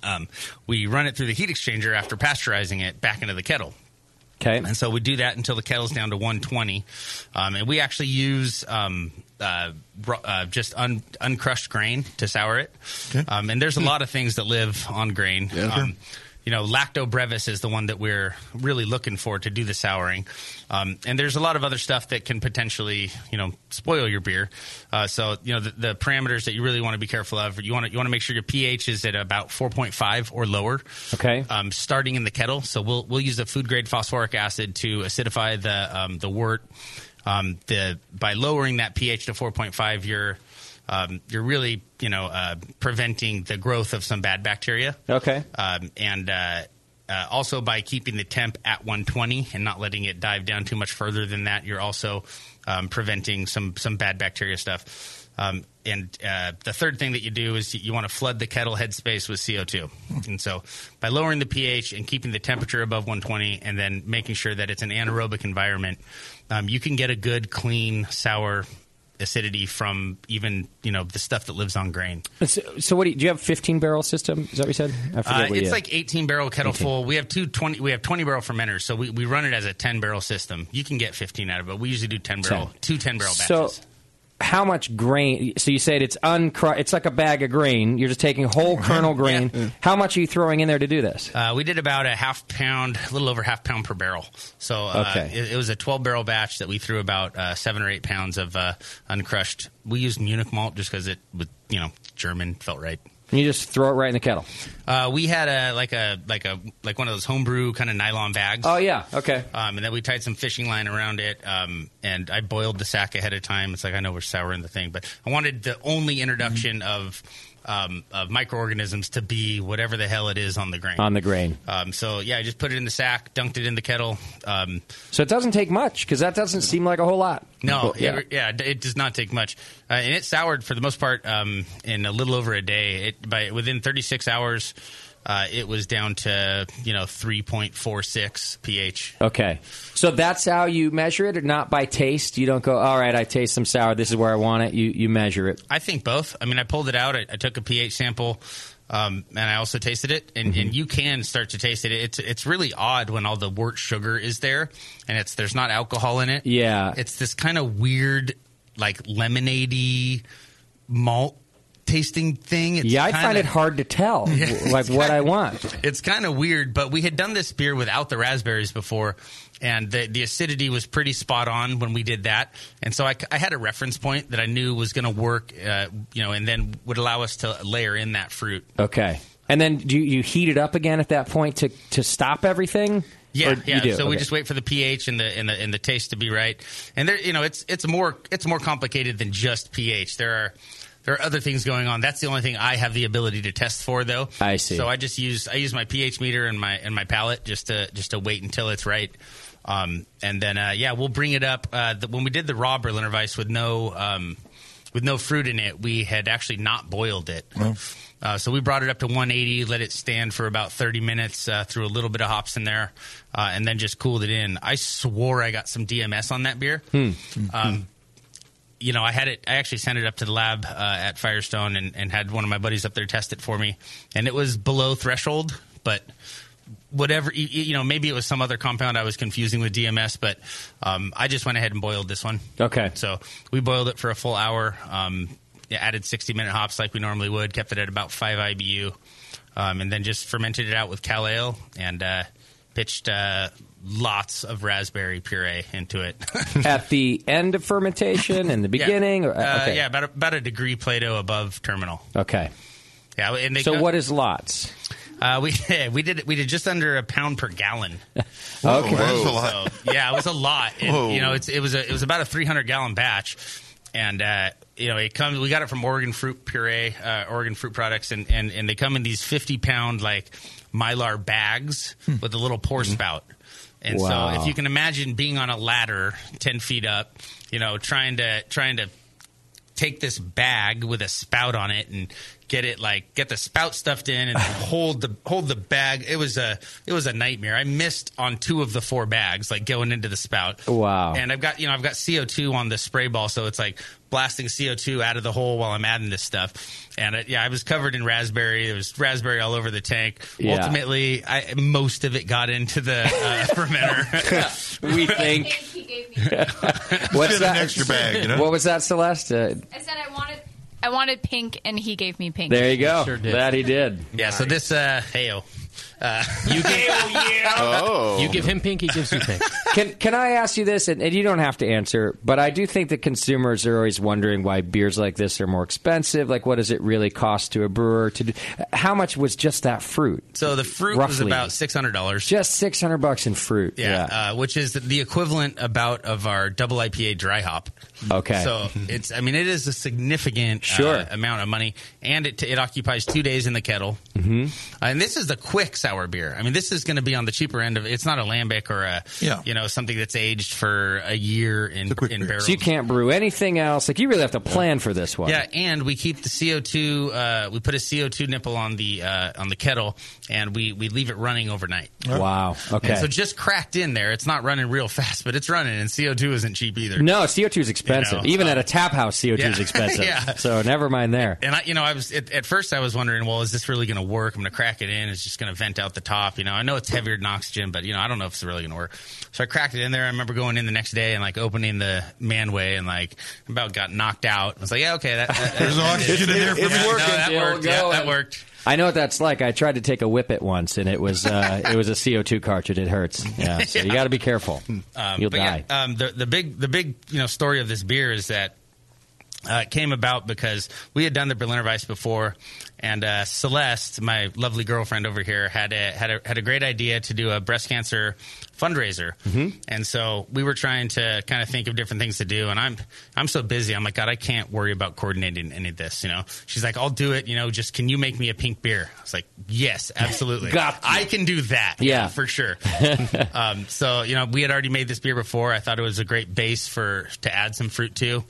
um, we run it through the heat exchanger after pasteurizing it back into the kettle.
Okay.
And so we do that until the kettle's down to 120. Um, and we actually use um, uh, ru- uh, just un- uncrushed grain to sour it. Um, and there's a lot of things that live on grain. Um, you know, lacto brevis is the one that we're really looking for to do the souring. Um, and there's a lot of other stuff that can potentially, you know, spoil your beer. Uh, so, you know, the, the parameters that you really want to be careful of, you want to you want to make sure your pH is at about 4.5 or lower.
Okay.
Um, starting in the kettle, so we'll we'll use a food grade phosphoric acid to acidify the um, the wort. Um, the by lowering that pH to 4.5, you're um, you're really you know uh, preventing the growth of some bad bacteria.
Okay.
Um, and uh, uh, also by keeping the temp at 120 and not letting it dive down too much further than that, you're also um, preventing some some bad bacteria stuff. Um, and uh, the third thing that you do is you want to flood the kettle headspace with CO2. And so by lowering the pH and keeping the temperature above 120 and then making sure that it's an anaerobic environment, um, you can get a good, clean, sour acidity from even, you know, the stuff that lives on grain.
So, so what do you, do you have? Fifteen barrel system? Is that what you said? I forget.
Uh,
what
it's
you-
like 18 barrel kettle full. We have two 20 we have 20 barrel fermenters, so we, we run it as a 10 barrel system. You can get 15 out of it. We usually do 10 barrel,
10.
two 10 barrel batches.
So how much grain? So you said it's uncru- It's like a bag of grain. You're just taking whole kernel grain. How much are you throwing in there to do this?
Uh, we did about a half pound, a little over half pound per barrel. So uh,
Okay.
it, it was a 12 barrel batch that we threw about uh, seven or eight pounds of uh, uncrushed. We used Munich malt just because it was, you know, German, felt right.
And you just throw it right in the kettle.
Uh, we had a like a like a like one of those homebrew kind of nylon bags.
Oh yeah, okay.
Um, and then we tied some fishing line around it. Um, and I boiled the sack ahead of time. It's like I know we're souring the thing, but I wanted the only introduction
Mm-hmm.
of um, of microorganisms to be whatever the hell it is on the grain.
On the grain.
Um, so yeah, I just put it in the sack, dunked it in the kettle. Um,
So it doesn't take much because that doesn't seem like a whole lot.
no,
Well, yeah.
It, yeah, it does not take much, uh, and it soured for the most part um, in a little over a day. It by within 36 hours, uh, it was down to you know 3.46 pH.
Okay. So that's how you measure it, or not by taste. You don't go, all right, I taste some sour. This is where I want it. You you measure it.
I think both. I mean, I pulled it out. I, I took a pH sample, um, and I also tasted it. And,
Mm-hmm.
and you can start to taste it. It's it's really odd when all the wort sugar is there, and it's there's not alcohol in it.
Yeah.
it's this kind of weird, like lemonadey malt tasting thing. It's
yeah, I
kinda-
find it hard to tell w- like what I want.
it's kind of weird, but we had done this beer without the raspberries before, and the, the acidity was pretty spot on when we did that. And so I, c- I had a reference point that I knew was going to work, uh, you know, and then would allow us to layer in that fruit.
Okay. And then do you, you heat it up again at that point to to stop everything?
Yeah,
Or you
yeah.
do?
So we
Okay.
just wait for the pH and the and the and the taste to be right. And there, you know, it's it's more it's more complicated than just pH. There are there are other things going on. That's the only thing I have the ability to test for, though.
I see.
So I just use I use my pH meter and my and my palate just to just to wait until it's right. Um, and then uh, yeah, we'll bring it up uh, the, when we did the raw Berliner Weiss with no um, with no fruit in it. We had actually not boiled it. Uh, so we brought it up to 180, let it stand for about 30 minutes, uh, threw a little bit of hops in there, uh, and then just cooled it in. I swore I got some DMS on that beer.
Hmm.
Um, you know, I had it. I actually sent it up to the lab uh, at Firestone and, and had one of my buddies up there test it for me, and it was below threshold. But whatever, y- y- you know, maybe it was some other compound I was confusing with DMS. But um, I just went ahead and boiled this one.
Okay.
So we boiled it for a full hour. Um, yeah, added 60 minute hops like we normally would. Kept it at about five IBU, um, and then just fermented it out with Cal Ale and uh, pitched uh, lots of raspberry puree into it.
at the end of fermentation and the
Yeah.
beginning. Or,
Uh,
okay.
Yeah, about a, about a degree Plato above terminal.
Okay.
Yeah, and they
so
go-
what is lots?
Uh, we we did we did just under a pound per gallon.
Okay. that's a lot.
So, yeah, it was a lot. It-
Whoa.
you know, it's, it was a, it was about a 300 gallon batch, and uh, you know it comes. We got it from Oregon Fruit Puree, uh, Oregon Fruit Products, and, and and they come in these 50 pound like mylar bags
Hmm.
with a little pour
Mm-hmm.
spout. And
Wow.
so, if you can imagine being on a ladder 10 feet up, you know, trying to trying to take this bag with a spout on it and get it like get the spout stuffed in and hold the hold the bag. It was a it was a nightmare. I missed on two of the four bags, like going into the spout.
Wow.
And I've got you know I've got CO two on the spray ball, so it's like blasting CO two out of the hole while I'm adding this stuff. And it, yeah, I was covered in raspberry. There was raspberry all over the tank.
Yeah.
Ultimately, I most of it got into the uh, fermenter.
we think.
he gave me.
What's
Should have
that?
an extra bag, you know?
What was that, Celeste? Uh,
I said I wanted, I wanted pink, and he gave me pink.
there you go. That he did.
Yeah. So this uh, heyo. Uh, you
gave-
yeah.
Oh.
You give him pink, he gives you pink.
Can can I ask you this? And, and you don't have to answer, but I do think that consumers are always wondering why beers like this are more expensive. Like, what does it really cost to a brewer to do? How much was just that fruit?
So the fruit was
Roughly.
about six hundred dollars.
Just six hundred bucks in fruit.
Yeah, Uh, which is the equivalent about of our double IPA dry hop.
Okay.
So it's, I mean, it is a significant uh,
Sure.
amount of money, and it it occupies two days in the kettle. Uh,
hmm
And this is the quick sour beer. I mean, this is going to be on the cheaper end of. It's not a lambic or a you know something that's aged for a year in in barrels.
So you can't brew anything else. Like, you really have to plan for this one.
Yeah, and we keep the CO two. Uh, we put a CO two nipple on the uh, on the kettle, and we we leave it running overnight.
Wow. Okay.
And so just cracked in there. It's not running real fast, but it's running, and CO two isn't cheap either.
no, CO two is
You
expensive.
know, Uh,
Even at a tap house, CO two
Yeah.
is expensive.
Yeah.
So never mind there.
And I, you know, I was at, at first I was wondering, well, is this really going to work? I'm going to crack it in. It's just going to vent out the top. You know, I know it's heavier than oxygen, but you know, I don't know if it's really gonna work. So I cracked it in there. I remember going in the next day and like opening the manway and like about got knocked out. I was like, yeah, okay, that, that
there's oxygen in there.
Yeah,
for you.
no, that worked. Yeah, that worked.
I know what that's like. I tried to take a whip at once, and it was uh, it was a CO two cartridge. It hurts. Yeah, so you
Yeah.
got to be careful.
Um,
You'll
but
die.
Yeah, um, the the big the big you know story of this beer is that uh, it came about because we had done the Berliner Weiss before, and uh, Celeste, my lovely girlfriend over here, had a had a had a great idea to do a breast cancer fundraiser,
Mm-hmm.
and so we were trying to kind of think of different things to do. And I'm I'm so busy. I'm like, God, I can't worry about coordinating any of this. You know, she's like, I'll do it. You know, just can you make me a pink beer? I was like, Yes, absolutely.
Gotcha.
I can do that.
Yeah.
for sure. um, so you know, we had already made this beer before. I thought it was a great base for to add some fruit to,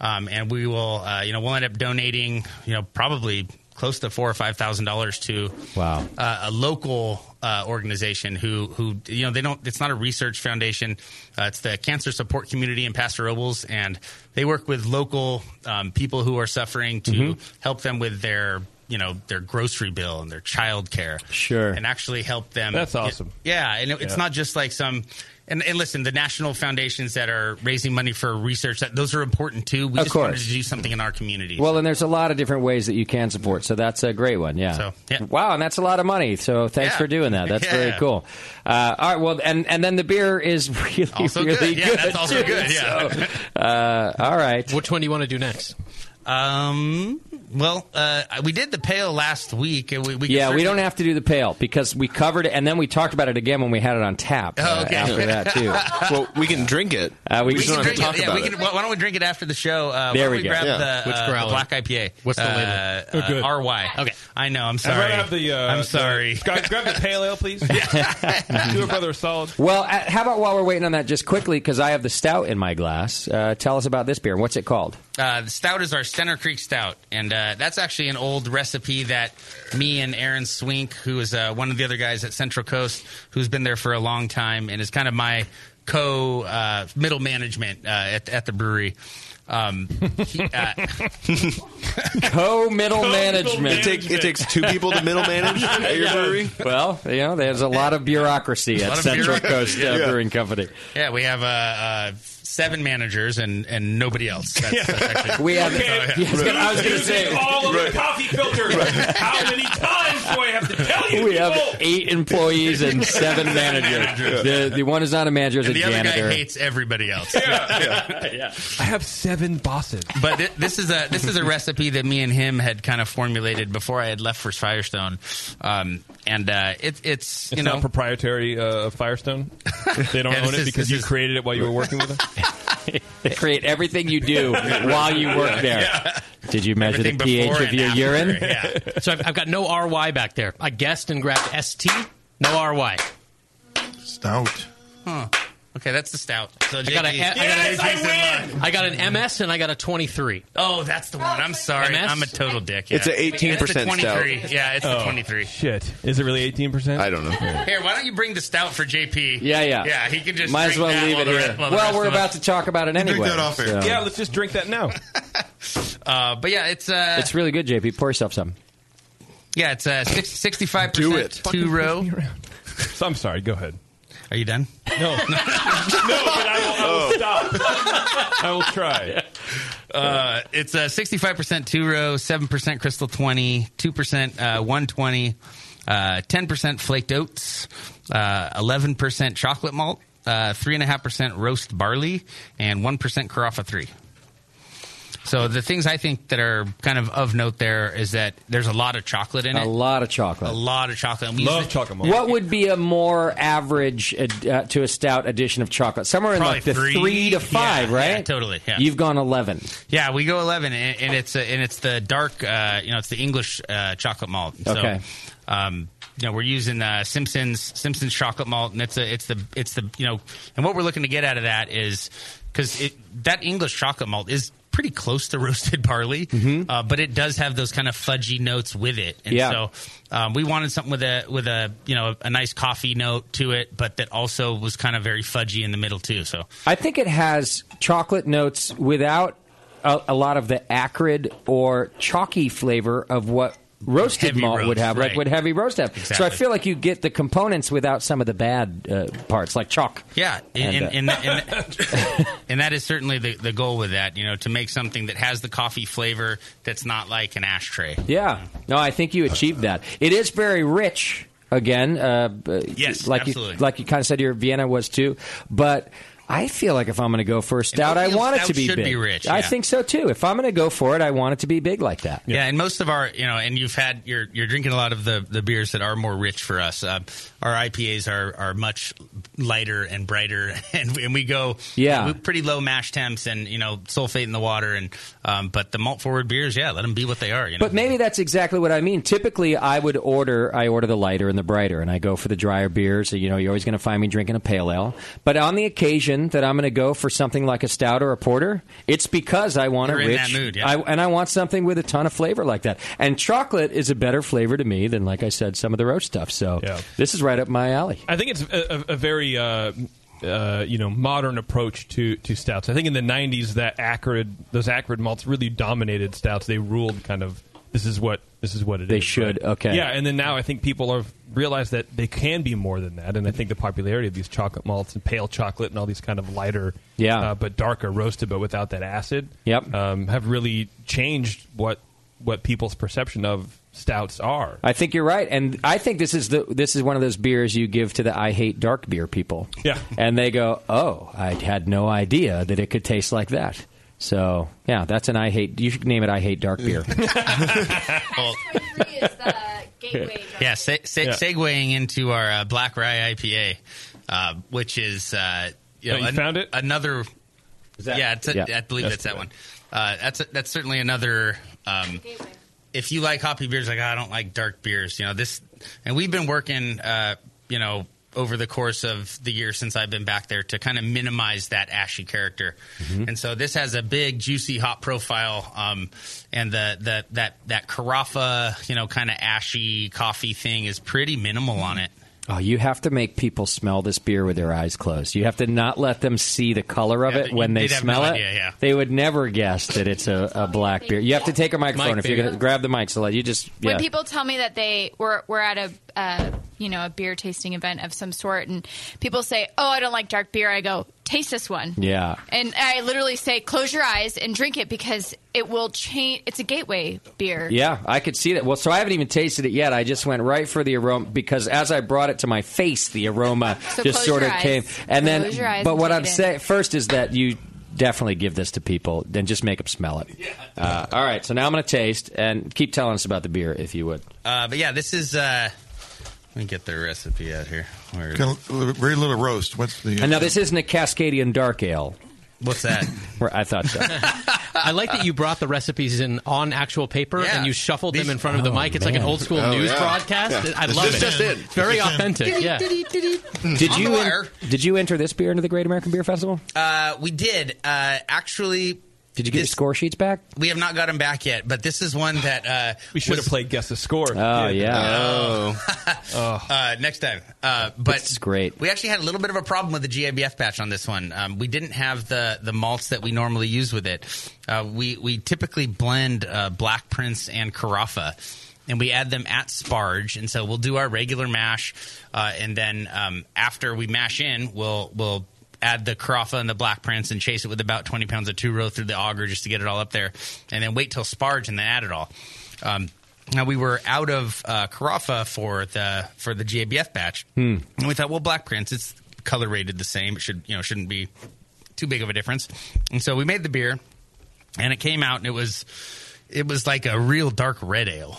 um, and we will, uh, you know, we'll end up donating, you know, probably close to four or five thousand dollars to
Wow.
uh, a local uh, organization who who you know they don't it's not a research foundation uh, it's the cancer support community in Paso Robles and they work with local um, people who are suffering to
Mhm.
help them with their you know their grocery bill and their child care
Sure.
and actually help them
That's awesome.
yeah and it- it's
Yeah.
not just like some and, and listen, the national foundations that are raising money for research, that, those are important too. We
Of
just wanted
course.
to do something in our community.
Well, and there's a lot of different ways that you can support, so that's a great one. Yeah.
So, yeah.
Wow, and that's a lot of money. So thanks
Yeah.
for doing that. That's
Yeah.
very cool. Uh, all right. Well, and and then the beer is really
Also good.
really
Yeah, that's also
too.
good, yeah.
So, uh, all right.
Which one do you want to do next?
Um. Well, uh, we did the pale last week. and We, we
yeah, we don't have to do the pail because we covered it, and then we talked about it again when we had it on tap uh, after that too.
well, we can drink it.
Uh, we,
Oh, We
just
can
don't have
drink
to talk
it. Yeah,
about
we
it.
can, why don't we drink it after the show? Uh,
There
why don't
we
we
go.
grab
Yeah.
the,
Which
uh,
growler?
the black IPA.
What's the label?
Uh,
Oh, good.
Uh, RY. Okay. I know. I'm sorry.
Right out the, uh,
I'm sorry.
the- grab, grab the pale ale, please. Do a brother a solid.
Well, uh, how about while we're waiting on that, just quickly because I have the stout in my glass. Uh, tell us about this beer. What's it called?
Uh, the stout is our Center Creek Stout, and uh, that's actually an old recipe that me and Aaron Swink, who is uh, one of the other guys at Central Coast, who's been there for a long time, and is kind of my co uh, middle management uh, at, at the brewery. Um, he, uh,
Co middle
Co-middle
management.
It take- it takes two people to middle manage at your brewery?
Well, you know, there's a lot of bureaucracy
A
at
lot of
Central
bureaucracy,
Coast uh,
yeah.
Brewing Company.
yeah, we have uh, uh, seven managers and, and nobody else. That's, that's actually, Oh,
We have-
yeah.
I was going to say.
All of the coffee filters. How many times do I have to tell you?
We have eight employees and seven managers. The, the one is not a manager, is a
And the other
janitor.
guy hates everybody else. yeah.
I have seven bosses.
but thi- this is a this is a recipe that me and him had kind of formulated before I had left for Firestone, um, and uh, it, it's you
It's
know
not proprietary uh, of Firestone. They don't
Yeah,
own
this
it
is-
because
this
you
is-
created it while you were working with them.
They create everything you do while you work there. Did you measure the pH of your urine?
so I've, I've got no RY back there. I guessed and grabbed ST, no RY.
Stout.
Huh. Okay, that's the stout. So
I got, a,
JP's
I, got
Yes, I
win. I got an MS and I got a 23.
Oh, that's the one. I'm sorry.
MS?
I'm a total dick.
It's
yeah.
a 18%
It's the
stout.
23. Yeah, it's
Oh.
the 23.
Shit. Is it really 18%? I
don't
Here, why don't you bring the stout for JP?
Yeah, yeah.
Yeah, he can just
Might as
drink
well
that
leave
while
it
the
here.
rest- while the
well,
rest
we're
of us-
about to talk about it anyway. so-
Yeah, let's just drink that now.
Uh, but yeah, it's uh,
It's really good, JP. Pour yourself some.
yeah, it's uh, six- 65%
Do it.
two row.
So I'm sorry. Go ahead.
Are you done?
No. no, but I will, I will
Oh.
stop. I will try.
Uh, it's uh, 65% two row, 7% crystal 20, 2% uh, 120, uh, 10% flaked oats, uh, 11% chocolate malt, uh, 3.5% roast barley, and 1% carafa 3. So the things I think that are kind of of note there is that there's a lot of chocolate in it.
A lot of chocolate.
A lot of chocolate. And we use it-
What would be a more average ad- uh, to a stout addition of chocolate? Somewhere in
Probably
like the
three.
three, to five,
Yeah,
right?
yeah, totally, yeah.
You've gone eleven.
Yeah, we go eleven, and, and it's uh, and it's the dark, uh, you know, it's the English uh, chocolate malt.
Okay.
So, um, you know, we're using uh, Simpsons Simpsons chocolate malt, and it's a, it's the it's the you know, and what we're looking to get out of that is because that English chocolate malt is pretty close to roasted barley, uh, but it does have those kind of fudgy notes with it, and
Mm-hmm. Yeah.
so um, we wanted something with a with a you know a nice coffee note to it, but that also was kind of very fudgy in the middle too. So
I think it has chocolate notes without a, a lot of the acrid or chalky flavor of what roasted
Heavy
malt would
roast,
have, like
right.
what heavy roast have. So I
Exactly.
feel like you get the components without some of the bad uh, parts, like chalk.
Yeah, and
And,
and,
uh,
and, and that is certainly the, the goal with that. You know, to make something that has the coffee flavor that's not like an ashtray.
Yeah. No, I think you achieved that. It is very rich. Again, uh, yes, like
absolutely.
you like you kind of said, your Vienna was too, but. I feel like if I'm going to go for a stout, I
oatmeal
want it
stout
to be
should
big.
be rich,
I
yeah.
think so too. If I'm going to go for it, I want it to be big like that.
Yeah. and most of our, you know, and you've had you're you're drinking a lot of the, the beers that are more rich for us. Um, our IPAs are are much lighter and brighter, and, and we go
Yeah.
we- pretty low mash temps and you know sulfate in the water, and um, but the malt forward beers, yeah, let them be what they are. You know,
But maybe that's exactly what I mean. Typically, I would order I order the lighter and the brighter, and I go for the drier beers. You know, you're always going to find me drinking a pale ale. But on the occasion that I'm going to go for something like a stout or a porter, it's because I want
You're
a
in
rich,
that mood, yeah.
I, and I want something with a ton of flavor like that. And chocolate is a better flavor to me than, like I said, some of the roast stuff. So this is right up my alley.
I think it's a, a, a very uh, uh, you know modern approach to, to stouts. I think in the '90s that acrid those acrid malts really dominated stouts. They ruled kind of this is what this is what it is.
They should, okay.
Yeah, and then now I think people have realized that they can be more than that, and I think the popularity of these chocolate malts and pale chocolate and all these kind of lighter,
Yeah.
uh, but darker roasted, but without that acid,
Yep.
um, have really changed what what people's perception of stouts are.
I think you're right, and I think this is the this is one of those beers you give to the I hate dark beer people.
Yeah.
and they go, "Oh, I had no idea that it could taste like that." So yeah, that's an I hate. You should name it I hate dark beer.
Yeah, se- se-
Yeah.
segueing into our uh, Black Rye IPA, uh, which is uh,
Oh, you
found it another. yeah, it's a,
Yeah.
I believe
That's
that's, that one. Uh, that's a, that's certainly another. Um, if you like hoppy beers, like "Ah, I don't like dark beers, you know this, and we've been working, uh, you know, over the course of the year since I've been back there to kind of minimize that ashy character,
Mm-hmm.
and so this has a big juicy hop profile, um, and the the that that carafa, you know, kind of ashy coffee thing is pretty minimal on it.
Oh, you have to make people smell this beer with their eyes closed. You have to not let them see the color of it when they
they'd have
smell
no
it.
idea, yeah.
They would never guess that it's a, a black beer. You have to take a microphone
Mic,
if you're
baby.
going to grab the mic. So let you just yeah.
When people tell me that they were were at a uh, you know a beer tasting event of some sort, and people say, "Oh, I don't like dark beer," I go, "Taste this one."
yeah.
And I literally say, close your eyes and drink it because it will change. It's a gateway beer.
Yeah, I could see that. Well, so I haven't even tasted it yet. I just went right for the aroma because as I brought it to my face, the aroma
So
just
close
sort
your
of
eyes.
came. And
Close your
then,
eyes
but
and
what
take
I'm
it in.
saying first is that you definitely give this to people and just make them smell it. Uh, all right, so now I'm going to taste and keep telling us about the beer if you would.
Uh, but yeah, this is. Uh, let me get the recipe out here. Where-
Kind of- very little roast. What's the?
And now this isn't a Cascadian dark ale.
What's that?
I thought so.
I like that you brought the recipes in on actual paper and you shuffled them in front of the mic. It's like an
man.
old school
Oh,
news
yeah.
broadcast.
Yeah.
I
This
love
is
it.
just it.
It's very
This is it.
authentic. Yeah.
Did you en- did you enter this beer into the Great American Beer Festival?
Uh, we did uh, actually.
Did you get your score sheets back?
We have not got them back yet, but this is one that uh,
We should
was-
have played guess the score.
Oh, yeah.
uh, next time. Uh, but
oh. It's great.
We actually had a little bit of a problem with the GABF batch on this one. Um, we didn't have the the malts that we normally use with it. Uh, we we typically blend uh, Black Prince and Carafa. And we add them at sparge, and so we'll do our regular mash, uh, and then um, after we mash in, we'll we'll add the carafa and the black prince and chase it with about twenty pounds of two row through the auger just to get it all up there, and then wait till sparge and then add it all. Um, now we were out of uh, Carafa for the for the GABF batch,
Hmm.
and we thought, well, Black Prince, it's color rated the same. It should you know shouldn't be too big of a difference. And so we made the beer, and it came out, and it was it was like a real dark red ale.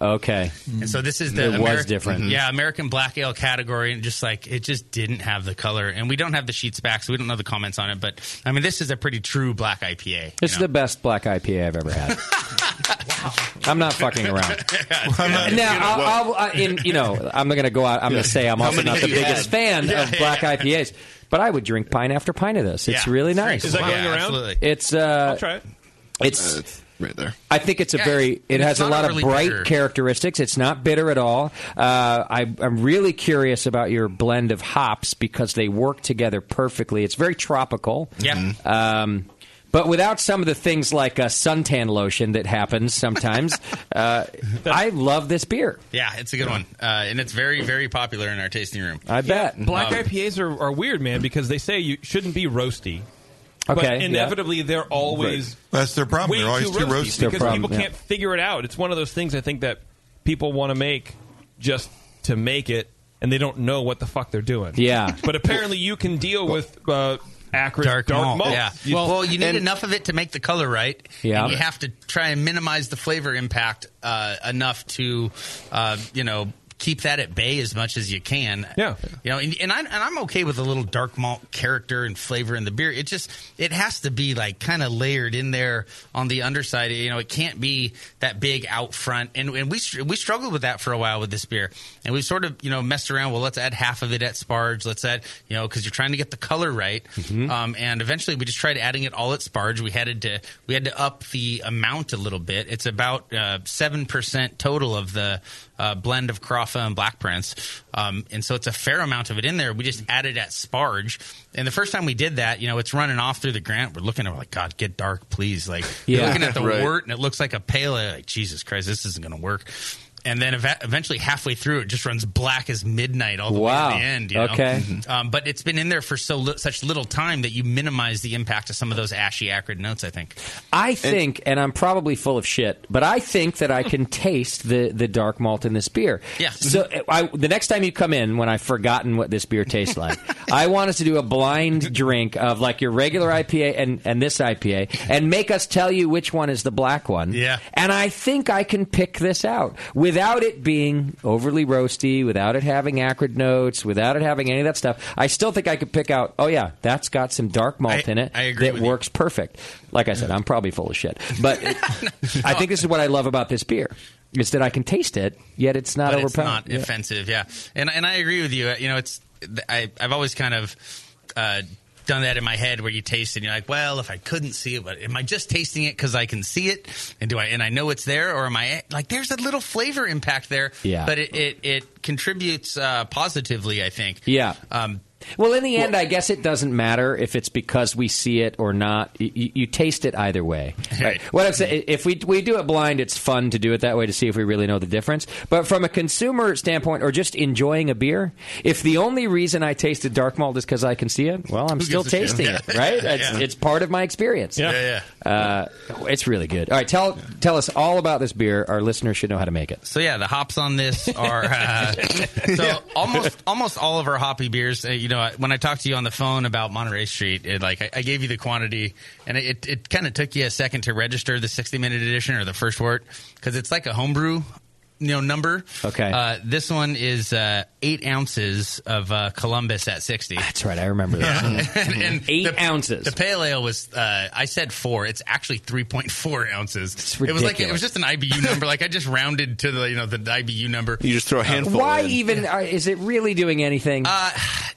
Okay. Mm-hmm.
And so this is the
it was
Ameri- mm-hmm.
different.
Yeah, American Black Ale category, and just like it just didn't have the color, and we don't have the sheets back, so we don't know the comments on it. But I mean, this is a pretty true black IPA.
It's the best black IPA I've ever had. I'm not fucking around.
Yeah.
now,
You know what?
I'll, I'll, I, in, you know, I'm going to go out. I'm going to say I'm
How
also
many
not the
you
biggest
had?
fan
Yeah,
of
yeah,
black
yeah.
IPAs, but I would drink pint after pint of this. It's
Yeah.
really
It's very
nice.
cool. Is that Wow. going Yeah, around? absolutely.
It's. Uh,
I'll try it.
It's.
Uh,
right there.
I think it's a
Yeah,
very.
it's-
It
it's
has a
not
lot
overly
of bright
bitter.
characteristics. It's not bitter at all. Uh, I, I'm really curious about your blend of
Mm-hmm.
hops because they work together perfectly. It's very tropical.
Yeah.
Um, But without some of the things like uh, suntan lotion that happens sometimes, uh, I love this beer.
Yeah, it's a good one, uh, and it's very, very popular in our tasting room.
I bet.
Black
Um,
IPAs are, are weird, man, because they say you shouldn't be roasty.
Okay,
But
yeah.
inevitably, they're always
That's their problem.
way
They're always too roasty. Their
because
problem,
people
yeah.
can't figure it out. It's one of those things I think that people want to make just to make it, and they don't know what the fuck they're doing.
Yeah.
but apparently, you can deal with uh, acrid dark,
malt.
dark malt.
Yeah. Well, you need enough of it to make the color right.
Yeah.
And you have to try and minimize the flavor impact uh, enough to, uh, you know, keep that at bay as much as you can. Yeah. You know, and, and, I'm, and I'm okay with a little dark malt character and flavor in the beer. It just, it has to be like kind of layered in there on the underside. You know, it can't be that big out front. And, and we, str- we struggled with that for a while with this beer. And we've sort of, you know, messed around. Well, let's add half of it at sparge. Let's add, you know, because you're trying to get the color right.
Mm-hmm.
Um, and eventually, we just tried adding it all at sparge. We had to we had to up the amount a little bit. It's about uh, seven percent total of the uh, blend of Crawfa and Black Prince, um, and so it's a fair amount of it in there. We just added at sparge. And the first time we did that, you know, it's running off through the grant. We're looking at it, we're like, God, get dark, please. Like, you're
Yeah.
looking at the
Right.
wort and it looks like a pale ale. Like, Jesus Christ, this isn't going to work. And then eva- eventually, halfway through, it just runs black as midnight all the
Wow.
way to the end. You know?
Okay. Mm-hmm.
Um, but it's been in there for so li- such little time that you minimize the impact of some of those ashy, acrid notes. I think.
I think, and, I'm probably full of shit, but I think that I can taste the, the dark malt in this beer.
Yeah.
So I, the next time you come in, when I've forgotten what this beer tastes like, I want us to do a blind drink of like your regular IPA and, and this IPA, and make us tell you which one is the black one. Yeah. And I think I can pick this out without it being overly roasty, without it having acrid notes, without it having any of that stuff. I still think I could pick out. Oh yeah, that's got some dark malt in it
I agree
that
with you.
works perfect. Like I said, I'm probably full of shit, but I think this is what I love about this beer is that I can taste it, yet it's not
but
overpowering.
It's not offensive, yeah. And and I agree with you. You know, it's I I've always kind of uh, done that in my head where you taste it and you're like, well, if I couldn't see it, but am I just tasting it because I can see it and do I and I know it's there or am I like there's a little flavor impact there,
Yeah.
But it it, it contributes uh, positively, I think.
Yeah.
Um,
well, in the end, I guess it doesn't matter if it's because we see it or not. You, you, you taste it either way. Right. What I'm saying, if we we do it blind, it's fun to do it that way to see if we really know the difference. But from a consumer standpoint, or just enjoying a beer, if the only reason I tasted dark malt is because I can see it, well, I'm
Who
still
gives a shit?
tasting it,
Yeah.
right? It's,
Yeah.
it's part of my experience.
Yeah. Yeah,
Uh, it's really good. All right, tell tell us all about this beer. Our listeners should know how to make it.
So yeah, the hops on this are uh, so almost almost all of our hoppy beers. Uh, you know, I- when I talked to you on the phone about Monterey Street, it, like I, I gave you the quantity, and it it, kind of took you a second to register the sixty minute edition or the first wort because it's like a homebrew. You know, number.
Okay.
Uh, this one is uh, eight ounces of uh, Columbus at sixty.
That's right. I remember that.
and, and
Mm-hmm. Eight ounces.
The pale ale was. Uh, I said four. It's actually three point four ounces. It was like it
ridiculous.
was just an IBU number. like I just rounded to the you know the IBU number.
You just throw a handful.
Why
in.
even uh, is it really doing anything?
Uh,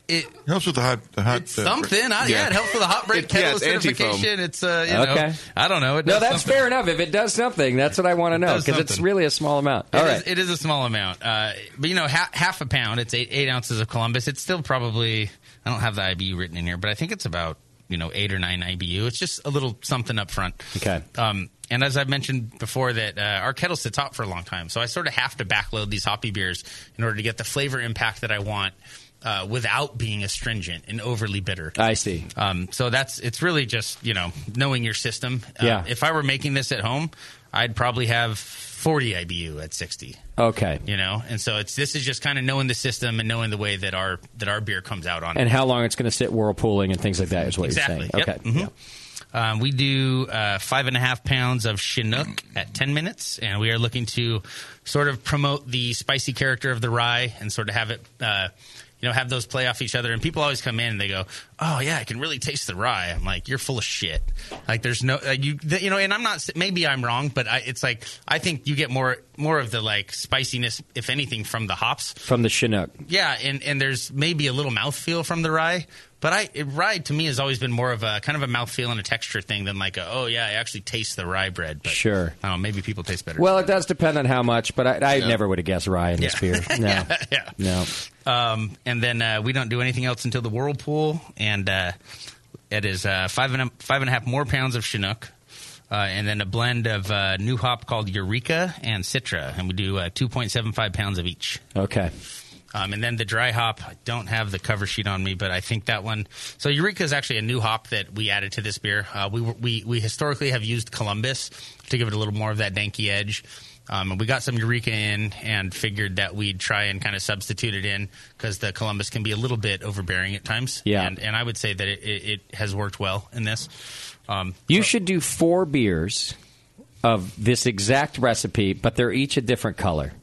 it
helps with the hot, the hot uh,
something. I, yeah. it helps with a hot break
It- yeah,
kettle
it's
acidification.
anti-foam.
It's uh, you know, I don't know. It
no,
does
that's fair enough. If it does something, that's what I want to know
does
because it's
something.
really a small amount. All
It
right.
is- it is a small amount, uh, but you know, ha- half a pound. It's eight, eight ounces of Columbus. It's still probably. I don't have the IBU written in here, but I think it's about you know eight or nine IBU. It's just a little something up front.
Okay.
Um, and as I've mentioned before, that uh, our kettle sits hot for a long time, so I sort of have to backload these hoppy beers in order to get the flavor impact that I want. Uh, without being astringent and overly bitter,
I see.
Um, so that's it's really just you know knowing your system. Uh,
Yeah.
If I were making this at home, I'd probably have 40 IBU at 60.
Okay.
You know, and so it's this is just kind of knowing the system and knowing the way that our that our beer comes out on.
And
it.
how long it's going to sit whirlpooling and things like that is what
exactly?
you're saying.
Yep.
Okay.
Mhm. Um, we do uh, five and a half pounds of Chinook at 10 minutes, and we are looking to sort of promote the spicy character of the rye and sort of have it, uh, you know, have those play off each other. And people always come in and they go, "Oh yeah, I can really taste the rye." I'm like, "You're full of shit." Like there's no like, you th- you know, and I'm not s- maybe I'm wrong, but I, it's like I think you get more more of the like spiciness, if anything, from the hops.
From the Chinook.
Yeah, and, and there's maybe a little mouthfeel from the rye, but I it, rye to me has always been more of a kind of a mouthfeel and a texture thing than like a oh yeah, I actually taste the rye bread. But
Sure.
I don't know, maybe people taste better.
Well, it does depend on how much, but I, I
Yeah.
never would have guessed rye in this
Yeah.
beer. No.
Yeah, yeah.
No.
Um, and then uh, we don't do anything else until the whirlpool, and uh, It is uh, five and a, five and a half more pounds of Chinook, uh, and then a blend of uh, new hop called Eureka and Citra, and we do uh, two point seven five pounds of each.
Okay.
Um, and then the dry hop, I don't have the cover sheet on me, but I think that one. So Eureka is actually a new hop that we added to this beer. Uh, we, were- we we historically have used Columbus to give it a little more of that danky edge. Um, and we got some Eureka in and figured that we'd try and kind of substitute it in because the Columbus can be a little bit overbearing at times.
Yeah.
And, and I would say that it, it, it has worked well in this. Um,
You should do four beers of this exact recipe, but they're each a different color.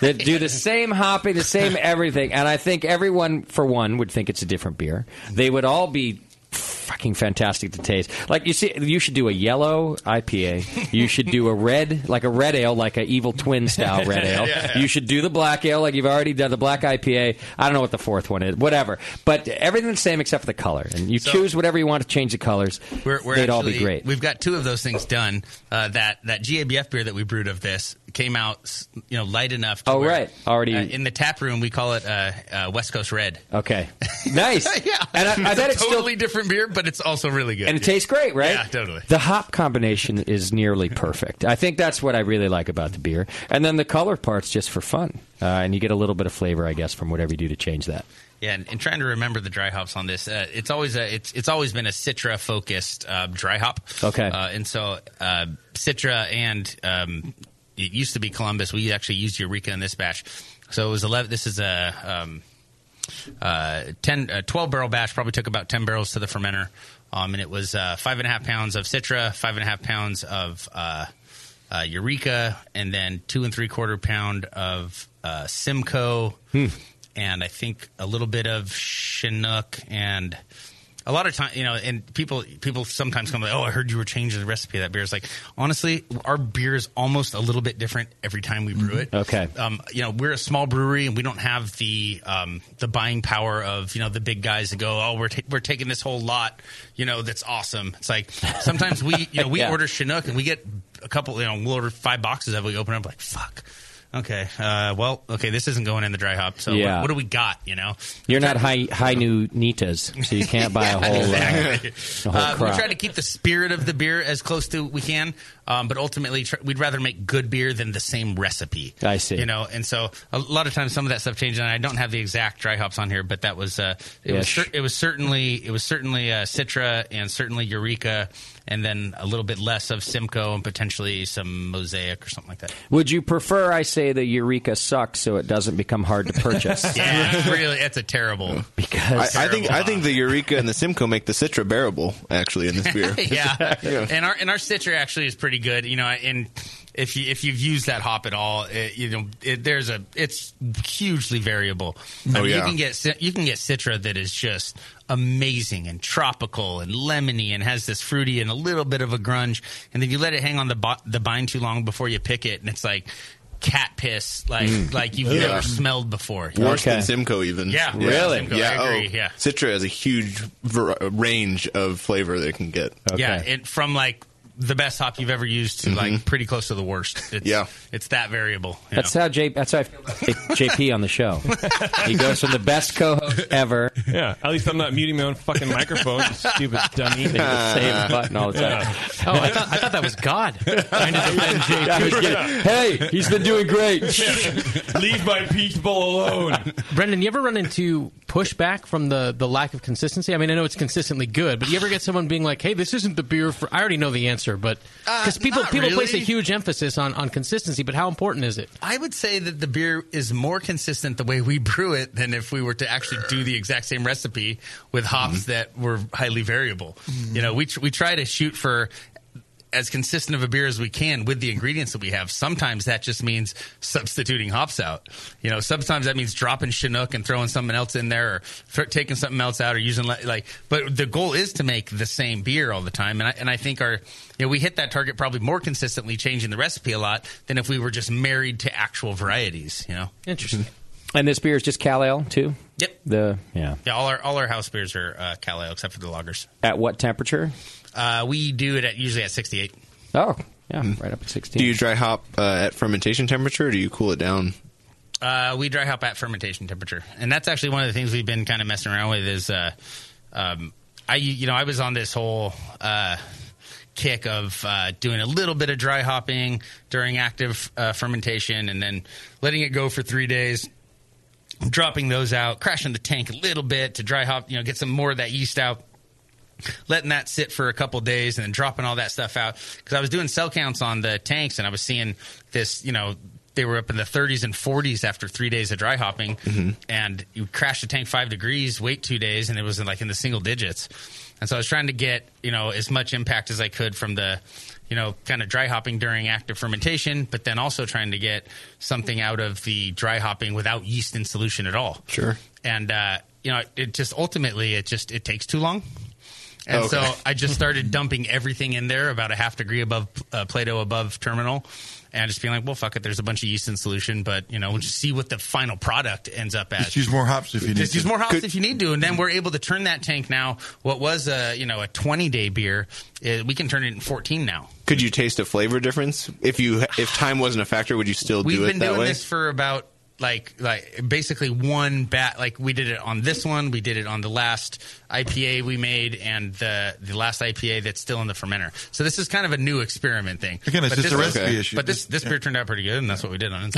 They do the same hopping, the same everything, and I think everyone, for one, would think it's a different beer. They would all be fucking fantastic to taste. Like you see, you should do a yellow IPA. You should do a red, like a red ale, like a Evil Twin style red ale.
Yeah.
You should do the black ale, like you've already done the black IPA. I don't know what the fourth one is, whatever. But everything's the same except for the color, and you choose whatever you want to change the colors.
We're, we're
They'd all be
actually-
great.
We've got two of those things done. Uh, that that GABF beer that we brewed of this came out, s- you know, light enough. To
Oh,
where-
right. Already-
uh, in the tap room. We call it uh, uh, West Coast Red.
Okay. Nice.
yeah,
And I, I bet it's still.
totally different beer, but it's also really good.
And it tastes great, right?
Yeah, totally.
The hop combination is nearly perfect. I think that's what I really like about the beer. And then the color part's just for fun. Uh, and you get a little bit of flavor, I guess, from whatever you do to change that.
Yeah, and, and trying to remember the dry hops on this. Uh, it's always a it's it's always been a Citra focused uh, dry hop.
Okay.
uh, and so uh, Citra and um, it used to be Columbus. We actually used Eureka in this batch, so it was eleven. This is a um, uh, 10, uh, 12 barrel batch. Probably took about ten barrels to the fermenter, um, and it was uh, five and a half pounds of Citra, five and a half pounds of. Uh, uh, Eureka, and then two and three quarter pound of uh, Simcoe, and I think a little bit of Chinook, and a lot of time, you know, and people people sometimes come like, "Oh, I heard you were changing the recipe of that beer." It's like, honestly, our beer is almost a little bit different every time we
Mm-hmm.
brew it.
Okay.
Um, you know, we're a small brewery and we don't have the um, the buying power of you know the big guys that go, "Oh, we're ta- we're taking this whole lot," you know, that's awesome. It's like sometimes we you know we
Yeah.
order Chinook and we get a couple, you know, we'll order five boxes of it. We open up like, "Fuck." Okay. Uh, well, okay, this isn't going in the dry hop. So
Yeah.
what, what do we got? You know,
You're not high, high new Nitas, so you can't buy
Yeah,
a whole, uh,
exactly.
a whole
Uh, we
crop.
try to keep the spirit of the beer as close to we can, um, but ultimately tr- we'd rather make good beer than the same recipe.
I see.
You know, and so a lot of times some of that stuff changes. And I don't have the exact dry hops on here, but that was uh, it was
Ish.
cer- it was certainly it was certainly uh, Citra and certainly Eureka, and then a little bit less of Simcoe and potentially some Mosaic or something like that.
Would you prefer I say the Eureka sucks so it doesn't become hard to purchase?
yeah, really, that's a terrible.
Because
I, I think I think the Eureka and the Simcoe make the Citra bearable actually in this beer.
yeah. and our and our Citra actually is pretty good. You know, and if you if you've used that hop at all, it, you know, it, there's a it's hugely variable. I
Oh,
mean, you
yeah.
can get Ci- you can get Citra that is just amazing and tropical and lemony and has this fruity and a little bit of a grunge, and then you let it hang on the bo- the vine too long before you pick it, and it's like cat piss, like
Mm.
like you've
Yeah.
never smelled before.
Worse than Simcoe, even.
Yeah.
really?
Simcoe, I
yeah.
agree,
oh,
yeah.
Citra has a huge ver- range of flavor they can get.
Yeah, it, from like the best hop you've ever used to like pretty close to the worst. It's, yeah, it's that variable. you
That's
know?
how J. That's how I feel about J- JP on the show. he goes from the best co-host ever.
Yeah, at least I'm not muting my own fucking microphone, you stupid dummy.
Hit the same button all the time.
Oh, I
thought, I thought that was God.
I was kidding. hey, he's been doing great.
Leave my peach bowl alone.
Brendan, you ever run into pushback from the, the lack of consistency? I mean, I know it's consistently good, but you ever get someone being like, hey, this isn't the beer for. I already know the answer, but. Because people,
not
people place a
really.
huge emphasis on, on consistency, but how important is it?
I would say that the beer is more consistent the way we brew it than if we were to actually do the exact same recipe with hops that were highly variable. You know, we tr- we try to shoot for as consistent of a beer as we can with the ingredients that we have. Sometimes that just means substituting hops out. You know, sometimes that means dropping Chinook and throwing something else in there, or th- taking something else out, or using li- like. But the goal is to make the same beer all the time, and I, and I think our you know we hit that target probably more consistently changing the recipe a lot than if we were just married to actual varieties. You know,
Interesting.
And this beer is just Cal Ale too.
Yep.
The yeah.
yeah. All our all our house beers are uh, Cal Ale except for the lagers.
At what temperature?
Uh, we do it at usually at sixty eight.
Oh, yeah, right up at sixteen.
Mm. Do you dry hop uh, at fermentation temperature, or do you cool it down?
Uh, we dry hop at fermentation temperature, and that's actually one of the things we've been kind of messing around with. Is uh, um, I I you know I was on this whole uh, kick of uh, doing a little bit of dry hopping during active uh, fermentation, and then letting it go for three days. Dropping those out, crashing the tank a little bit to dry hop, you know, get some more of that yeast out letting that sit for a couple days and then dropping all that stuff out because I was doing cell counts on the tanks and I was seeing this, you know, they were up in the 30s and 40s after three days of dry hopping,
Mm-hmm.
and you crash the tank five degrees, wait two days, and it was in, like in the single digits. And so I was trying to get you know as much impact as I could from the you know kind of dry hopping during active fermentation, but then also trying to get something out of the dry hopping without yeast in solution at all.
Sure.
And uh, you know it, it just ultimately it just it takes too long. And
Okay.
so I just started dumping everything in there about a half degree above uh, Plato above terminal, and just being like, well, fuck it. There's a bunch of yeast in solution, but you know, we'll just see what the final product ends up as.
Just use more hops if you need
Just
to.
use more hops
Could-
if you need to, and then we're able to turn that tank now. What was a you know a 20 day beer, uh, we can turn it in 14 now.
Could you taste a flavor difference if you if time wasn't a factor? Would you still
We've
do it
been
that
doing
way?
this for about like like basically one bat. Like we did it on this one, we did it on the last IPA we made, and the the last IPA that's still in the fermenter. So this is kind of a new experiment thing.
Again, it's
But
just
this-
a recipe issue.
But this this beer turned out pretty good, and that's what we did on it.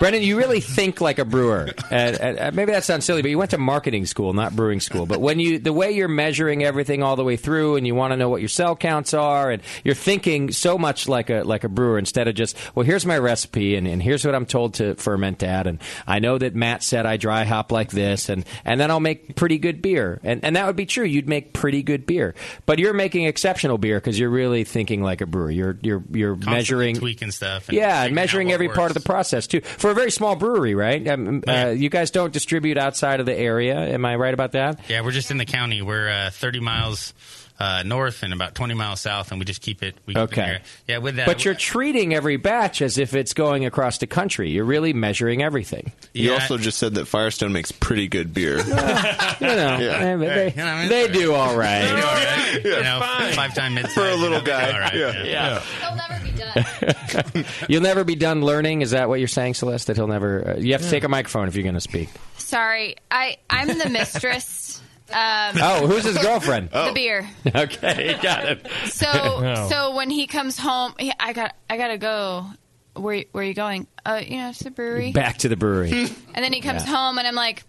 Brendan, you really think like a brewer. And, and- and maybe that sounds silly, but you went to marketing school, not brewing school. But when you, the way you're measuring everything all the way through, and you want to know what your cell counts are, and you're thinking so much like a like a brewer instead of just, well, here's my recipe, and, and here's what I'm told to ferment at, and I know that Matt said I dry hop like this, and and then I'll make pretty good beer, and and that would be true. You'd make pretty good beer, but you're making exceptional beer because you're really thinking like a brewer. You're you're you're measuring
tweaking stuff.
yeah, and measuring every part of the process too. For a very small brewery, right? Um, uh, you guys don't distribute outside of the area. Am I right about that?
Yeah, we're just in the county. We're uh, 30 miles uh, north and about 20 miles south, and we just keep it. We keep It
Okay.
here. Yeah, with that.
But you're treating every batch as if it's going across the country. You're really measuring everything.
You also just said that Firestone makes pretty good beer.
You know, eh,
Yeah.
they,
Hey,
they- they do all right.
you know, five time mid for a little guy. All right. Yeah.
He'll never be done. You'll never be done learning. Is that what you're saying, Celeste? That he'll never. Uh, you have to
Yeah.
take a microphone if you're going to speak.
Sorry, I I'm the mistress. Um,
Oh, who's his girlfriend?
The beer.
Okay, got it.
So so when he comes home, he- I got I gotta go. Where where are you going? Uh, you know, to the brewery.
Back to the brewery.
And then he comes
Yeah.
home, and I'm like,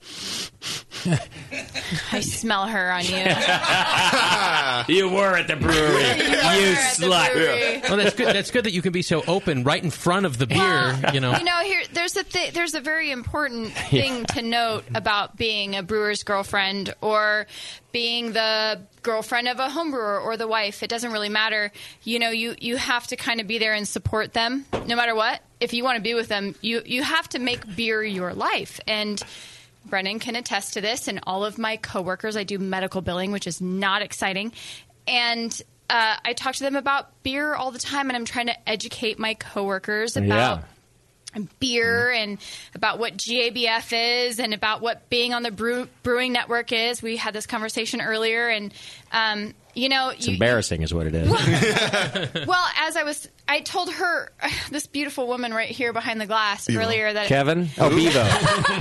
I smell her on you.
you were at the brewery.
you
slut. brewery.
Well, that's good. That's good that you can be so open right in front of the beer. you know.
You know, here there's a th- there's a very important
Yeah.
thing to note about being a brewer's girlfriend or being the girlfriend of a home brewer or the wife. It doesn't really matter. You know, you you have to kind of be there and support them no matter what. If you want to be with them, you you have to make beer your life and. Brennan can attest to this, and all of my coworkers. I do medical billing, which is not exciting, and uh, I talk to them about beer all the time. And I'm trying to educate my coworkers about
Yeah.
and beer and about what GABF is and about what being on the brew, brewing network is. We had this conversation earlier, and um, you know,
It's
you,
embarrassing, is what it is.
well, as I was, I told her this beautiful woman right here behind the glass
Bevo.
earlier that
Kevin? Oh, Bevo.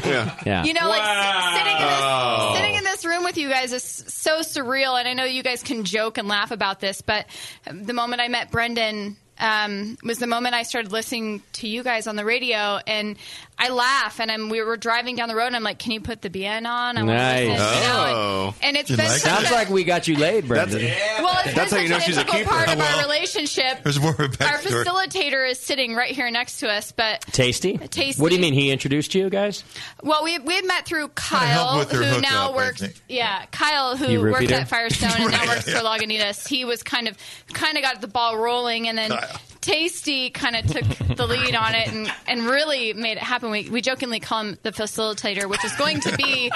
yeah.
yeah.
You know, like s- sitting in, this,
Wow.
sitting in this room with you guys is so surreal, and I know you guys can joke and laugh about this, but the moment I met Brendan um, was the moment I started listening to you guys on the radio, and I laugh, and I'm we were driving down the road, and I'm like, "Can you put the BN on?" I wanna
Nice.
listen," you know, and- and it's been such a-
sounds Oh. like we got you laid, Brendan.
well, it's been such an integral part of our relationship.
There's more
Our facilitator is sitting right here next to us, but
Tasty?
Tasty.
What do you mean? He introduced you guys?
well, we we had met through
helped
Kyle,
with their
who now
hookup, I
works.
think.
Yeah, Kyle,
You
who
root
worked
beater?
at Firestone and now
Right,
works
yeah.
for Lagunitas. He was kind of kind of got the ball rolling, and then
Kyle.
Tasty kind of took the lead on it and, and really made it happen. We we jokingly call him the facilitator, which is going to be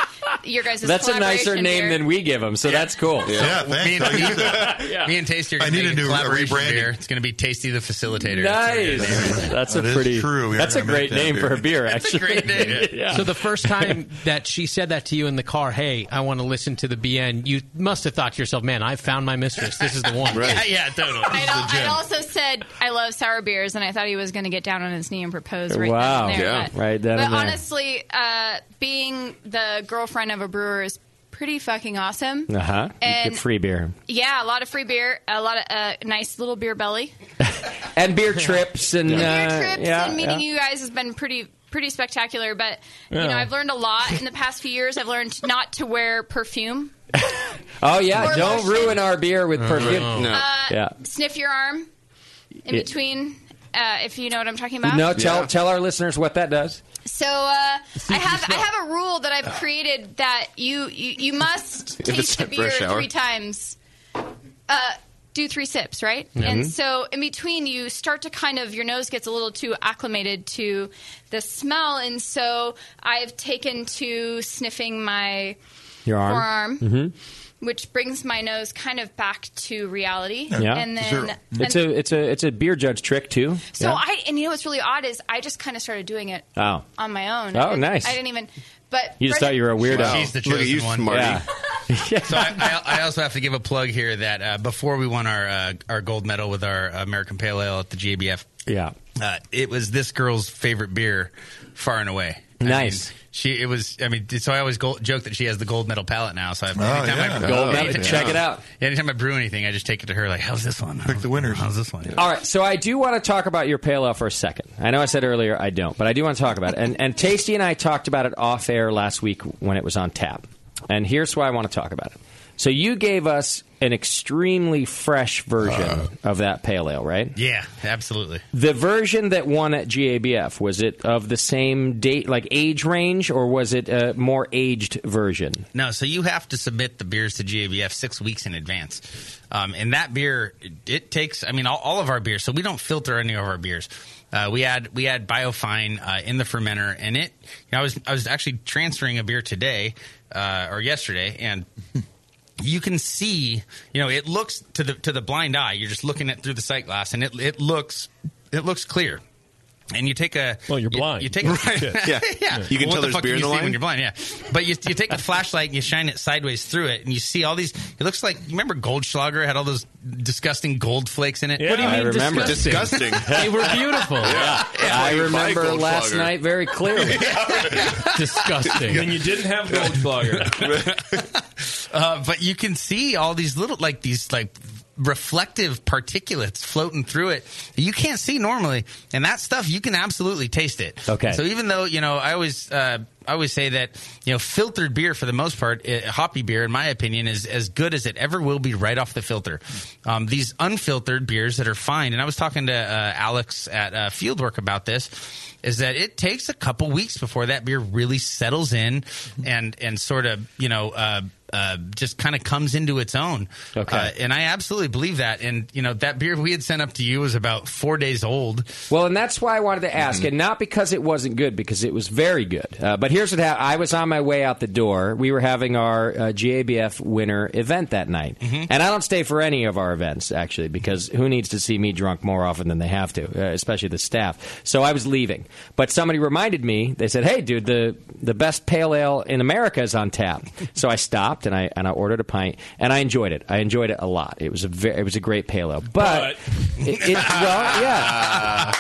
your guys'
That's a nicer
collaboration
name
beer.
than we give him, so that's cool.
Yeah, thanks. Me and, me and Tasty are
I
going
need
to
a
make a
new
collaboration
rebranding.
beer. It's going to be Tasty the Facilitator.
Nice. That's a pretty. That's a great name for a beer, actually. yeah.
So the first time that she said that to you in the car, hey, I want to listen to the BN, you must have thought to yourself, man, I found my mistress. This is the one.
yeah, totally.
I al- I also said I love sour beers, and I thought he was going to get down on his knee and propose right
wow.
then and there. But,
Right then
but
and there.
honestly, uh, being the girlfriend of a brewer is pretty fucking awesome.
Uh huh. Get
And-
free beer
Yeah, a lot of free beer, a lot of uh, nice little beer belly.
and beer trips and
Beer
uh,
trips
yeah,
and meeting
yeah.
you guys has been pretty pretty spectacular. But you know,
Yeah.
I've learned a lot in the past few years. I've learned not to wear perfume.
Oh yeah,
Or
don't
lotion.
ruin our beer with perfume.
Uh,
yeah.
Sniff your arm in
Yeah.
between, uh, if you know what I'm talking about.
No, tell tell our listeners what that does.
So uh, I have I have a rule that
Ah.
I've created that you you, you must
If it's
taste the
time for a
beer
shower.
three times. Uh, do three sips, right?
Mhm.
And so in between, you start to kind of your nose gets a little too acclimated to the smell, and so I've taken to sniffing my
Your arm.
forearm.
Mm-hmm.
Which brings my nose kind of back to reality,
Yeah.
and then
it's
and-
a it's a it's a beer judge trick too.
so
Yeah.
I and you know what's really odd is I just kind of started doing it
Oh.
on my own.
Oh,
I didn't-
nice.
I didn't even. But
You just thought you were a weirdo.
She's the chosen one.
Yeah.
so I, I, I also have to give a plug here that uh, before we won our uh, our gold medal with our American Pale Ale at the GABF,
Yeah.
uh, it was this girl's favorite beer, far and away. I
Nice.
mean, she it was. I mean, so I always go, joke that she has the gold medal palette now. So I,
Oh,
anytime
yeah.
I brew
Gold medal,
anything-
check it out.
Yeah, anytime I brew anything, I just take it to her. Like, how's this one? Pick the winners. How's this one?
All right, so I do want to talk about your pale ale for a second. I know I said earlier I don't, but I do want to talk about it. And, and Tasty and I talked about it off air last week when it was on tap. And here's why I want to talk about it. So you gave us an extremely fresh version of that pale ale, right?
Uh. Yeah, absolutely.
The version that won at GABF was it of the same date, like age range, or was it a more aged version?
No, so you have to submit the beers to GABF six weeks in advance. Um, and that beer, it takes. I mean, all, all of our beers. So we don't filter any of our beers. Uh, we had we had Biofine uh, in the fermenter, and it. You know, I was I was actually transferring a beer today uh, or yesterday, and you can see. You know, it looks to the to the blind eye. You're just looking at through the sight glass, and it it looks it looks clear. And you take a well, you're blind. You, take a,
Right. Yeah. Yeah. You can
Well,
tell
what the
there's
fuck
beer in
you
the
see
line?
when you're blind. Yeah, but you, you take the flashlight and you shine it sideways through it, and you see all these. It looks like you remember Goldschlager had all those disgusting gold flakes in it.
What do you I mean remember. disgusting? Disgusting. They were beautiful. Yeah. That's why I you buy remember Goldschlager. last night very clearly.
disgusting.
Then you didn't have Goldschlager.
uh, but you can see all these little, like these, like reflective particulates floating through it. that You can't see normally, and that stuff you can absolutely taste it.
Okay.
So even though you know, I always, uh, I always say that you know, filtered beer for the most part, uh, hoppy beer, in my opinion, is as good as it ever will be right off the filter. Um, these unfiltered beers that are fine, and I was talking to uh, Alex at uh, Fieldwork about this, is that it takes a couple weeks before that beer really settles in and and sort of you know. Uh, uh, just kind of comes into its own. Okay. and I absolutely believe that. And, you know, that beer we had sent up to you was about four days old.
Well, and that's why I wanted to ask, and not because it wasn't good, because it was very good. Uh, but here's what happened: I was on my way out the door. We were having our uh, GABF winner event that night, and I don't stay for any of our events actually, because who needs to see me drunk more often than they have to, uh, especially the staff. So I was leaving, but somebody reminded me. They said, "Hey, dude, the the best pale ale in America is on tap." so I stopped and I and I ordered a pint, and I enjoyed it. I enjoyed it a lot. It was a ve- it was a great pale ale, but, it, it, well, yeah.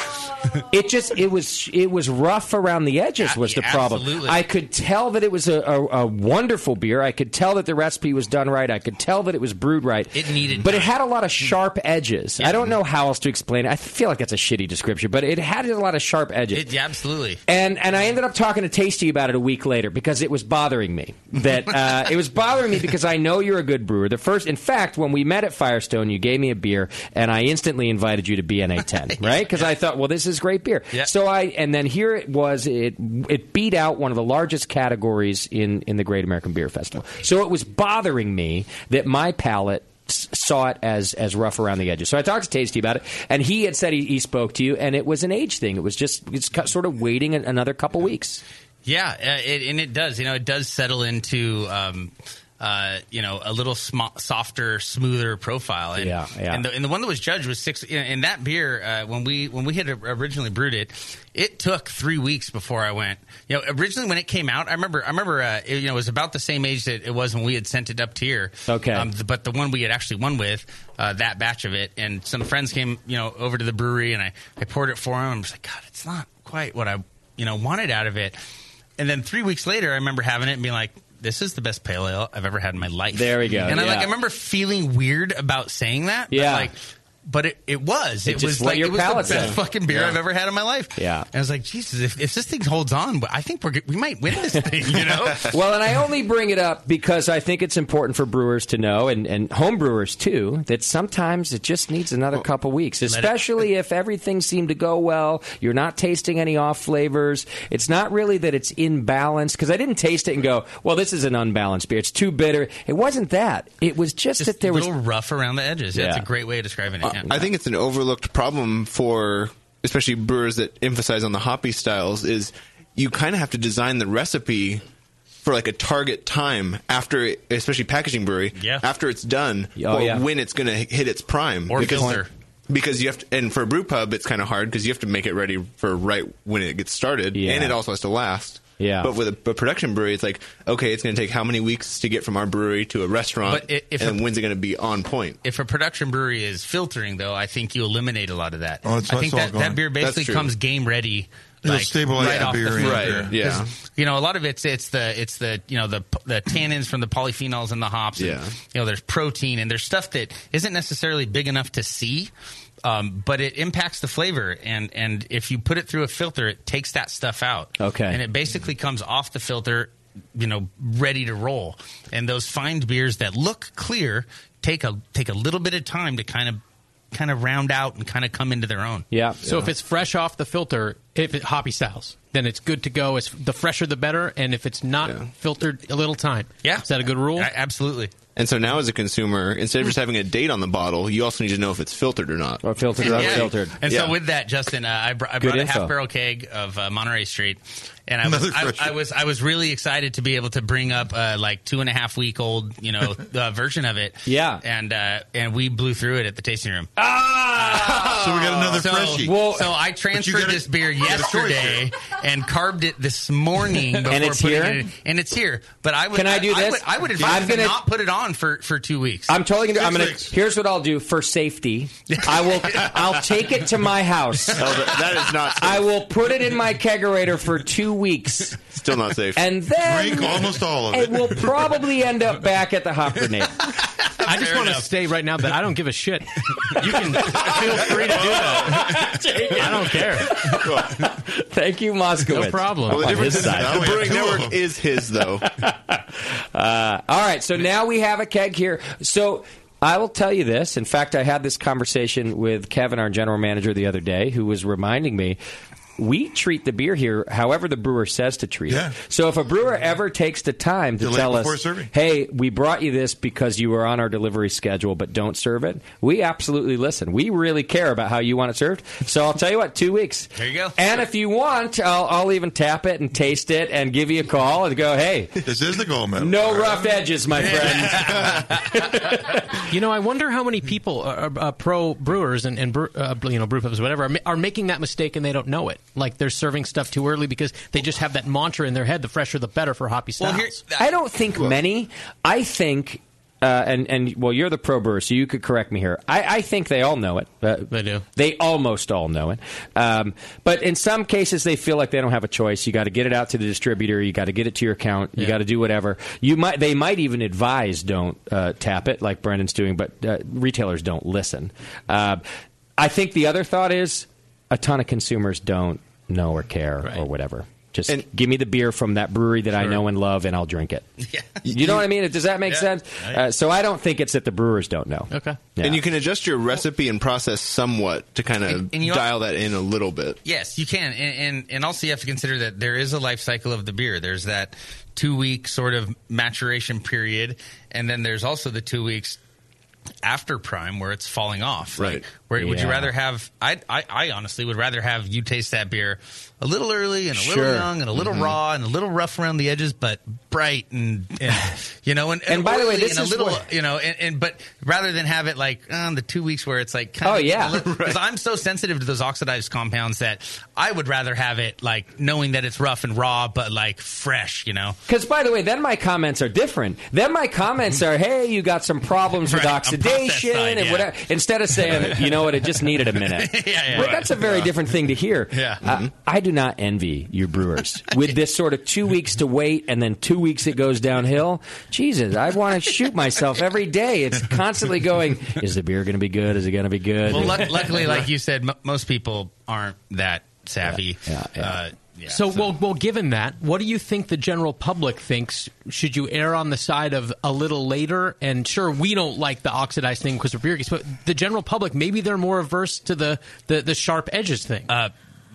It just it was it was rough around the edges was the problem.
absolutely.
I could tell that it was a, a, a wonderful beer. I could tell that the recipe was done right. I could tell that it was brewed right. It
needed,
but it had a lot of sharp edges. I don't know how else to explain it. I feel like that's a shitty description, but it had a lot of sharp edges.
It, yeah, absolutely.
And and I ended up talking to Tasty about it a week later because it was bothering me that uh, it was bothering me because I know you're a good brewer. The first, in fact, when we met at Firestone, you gave me a beer and I instantly invited you to BNA 10, right? Because I thought, well, this is great beer. So I and then here it was. It it beat out one of the largest categories in in the Great American Beer Festival. So it was bothering me that my palate s- saw it as as rough around the edges. So I talked to Tasty about it, and he had said he, he spoke to you, and it was an age thing. It was just it's cu- sort of waiting an, another couple weeks.
Yeah, uh, it, and it does. You know, it does settle into um, uh, you know a little sm- softer, smoother profile. And,
Yeah, yeah.
And the, and the one that was judged was six. You know, and that beer uh, when we when we had originally brewed it, it took three weeks before I went. You know, originally when it came out, I remember I remember uh, it, you know it was about the same age that it was when we had sent it up to here.
Okay.
Um, th- but the one we had actually won with uh, that batch of it, and some friends came you know over to the brewery, and I I poured it for them. I was like, God, it's not quite what I you know wanted out of it. And then three weeks later, I remember having it and being like, this is the best pale ale I've ever had in my life.
There we go.
And I like
yeah.
I remember feeling weird about saying that.
Yeah.
But like but it, it was.
It
It,
just
was
what
like
your
it was the best
palate said.
fucking beer
Yeah.
I've ever had in my life.
Yeah.
And I was like, Jesus, if, if this thing holds on, I think we're g- we might win this thing, you know?
well, and I only bring it up because I think it's important for brewers to know, and, and home brewers too, that sometimes it just needs another couple weeks,
it-
especially if everything seemed to go well. You're not tasting any off flavors. It's not really that it's imbalanced because I didn't taste it and go, well, this is an unbalanced beer. It's too bitter. It wasn't that. It was just, that there
a
was
little rough around the edges. Yeah. That's
Yeah.
a great way of describing it. Yeah.
I think it's an overlooked problem for especially brewers that emphasize on the hoppy styles is you kind of have to design the recipe for like a target time after, it, especially packaging brewery,
Yeah.
after it's done or
yeah.
when it's going to hit its prime
Or filter.
Because you have to, and for a brew pub, it's kind of hard because you have to make it ready for right when it gets started, and it also has to last.
Yeah.
But with a, a production brewery, it's like okay, it's going to take how many weeks to get from our brewery to a restaurant,
But i- if
and
a-
when's it going to be on point?
if a production brewery is filtering, though, I think you eliminate a lot of that.
Oh, it's-
I think
it's all
that,
gone.
that beer
That's
basically
true.
comes game ready.
It'll
like,
stabilize
right
the
off
beer
the
in
field.
there. Right, yeah.
'Cause, You know, a lot of it's it's the it's the you know the the tannins from the polyphenols in the hops. and,
Yeah.
you know, there's protein and there's stuff that isn't necessarily big enough to see, um, but it impacts the flavor. And and if you put it through a filter, it takes that stuff out.
Okay.
And it basically comes off the filter, you know, ready to roll. And those fine beers that look clear take a take a little bit of time to kind of kind of round out and kind of come into their own.
Yeah.
So if it's fresh off the filter, if it hoppy styles, then it's good to go. It's the fresher the better, and if it's not filtered, a little time.
Yeah.
Is that a good rule?
absolutely.
And so now, as a consumer, instead of just having a date on the bottle, you also need to know if it's filtered or not. Or
filtered
Yeah. And so with that, Justin, uh, I, br- I
Good
brought a
info.
half barrel keg of uh, Monterey Street, and I
Another
was I,
fresh
I
one.
was I was really excited to be able to bring up uh, like two and a half week old you know uh, version of it.
Yeah.
and uh, and we blew through it at the tasting room.
So
Uh,
we got another
so,
freshie.
Well, so I transferred this beer yesterday and carved it this morning.
And
Before
it's
putting
here?
it in- and it's here. But I would,
Can I do this?
would, I would
I'm
advise to
gonna-
not put it on for, for two weeks.
I'm totally gonna. I'm
Six
gonna.
weeks.
Here's what I'll do for safety. I will. I'll take it to my house.
Oh, that is not.
I will put it in my kegerator for two weeks.
Still not safe.
And then
Drink almost all of it.
will probably end up back at the hop grenade.
I just want to stay right now that I don't give a shit. You can feel free to do that. I don't care.
Thank you, Moskowitz.
No problem.
Well, the
On
difference
his
is
side.
the Brewing Network is his, though.
Uh, all right, so now we have a keg here. So I will tell you this. In fact, I had this conversation with Kevin, our general manager, the other day, who was reminding me. We treat the beer here however the brewer says to treat
Yeah.
it. So if a brewer ever takes the time to
Delay
tell
before
us,
serving.
hey, we brought you this because you were on our delivery schedule, but don't serve it, we absolutely listen. We really care about how you want it served. So I'll tell you what, two weeks. There you go. And if you want, I'll, I'll even tap it and taste it and give you a call and go, hey,
this is the gold medal.
No rough edges, my friend.
You know, I wonder how many people, uh, uh, pro brewers and, and brew, uh, you know brew pubs, whatever, are, ma- are making that mistake and they don't know it. Like they're serving stuff too early because they just have that mantra in their head: the fresher, the better for hoppy styles.
I don't think many. I think, uh, and and well, you're the pro brewer, so you could correct me here. I, I think they all know it. Uh, they do. They almost all know it. Um, but in some cases, they feel like they don't have a choice. You got to get it out to the distributor. You got to get it to your account. You got to do whatever. You might. They might even advise don't uh, tap it like Brendan's doing, but uh, retailers don't listen. Uh, I think the other thought is a ton of consumers don't know or care or whatever. Just give me the beer from that brewery that I know and love, and I'll drink it. You know what I mean? Does that make sense? Uh, so I don't think it's that the brewers don't know. Okay.
And you can adjust your recipe and process somewhat to kind of
and you al-
dial that in a little bit.
Yes, you can, and, and and also you have to consider that there is a life cycle of the beer. There's that two week sort of maturation period, and then there's also the two weeks after prime where it's falling off. Right. where would you
Yeah.
rather have? I, I I honestly would rather have you taste that beer a little early and a
Sure.
little young and a little
Mm-hmm.
Mhm.
raw and a little rough around the edges, but bright and, and you know and,
And by the way,
oily
this
and
is
a little
what-
you know and, and but rather than have it like on the two weeks where it's like kind
Oh,
of-
yeah.
because I'm so sensitive to those oxidized compounds that I would rather have it like knowing that it's rough and raw, but like fresh, you know.
Because by the way, then my comments are different. Then my comments are, "Hey, you got some problems with
Right, on process
oxidation
side,
and
yeah.
whatever." Instead of saying, "You know know what? It just needed a minute.
yeah,
But
yeah.
That's a very
Yeah.
different thing to hear.
Yeah.
Uh, I do not envy your brewers with this sort of two weeks to wait and then two weeks it goes downhill. Jesus, I want to shoot myself every day. It's constantly going, is the beer going to be good? Is it going to be good?
Well, luck luckily, like you said, m- most people aren't that savvy. Yeah, Uh, yeah.
so, well, well, given that, what do you think the general public thinks? Should you err on the side of a little later? And sure, we don't like the oxidized thing because of beer geeks, but the general public maybe they're more averse to the the, the sharp edges thing.
Uh,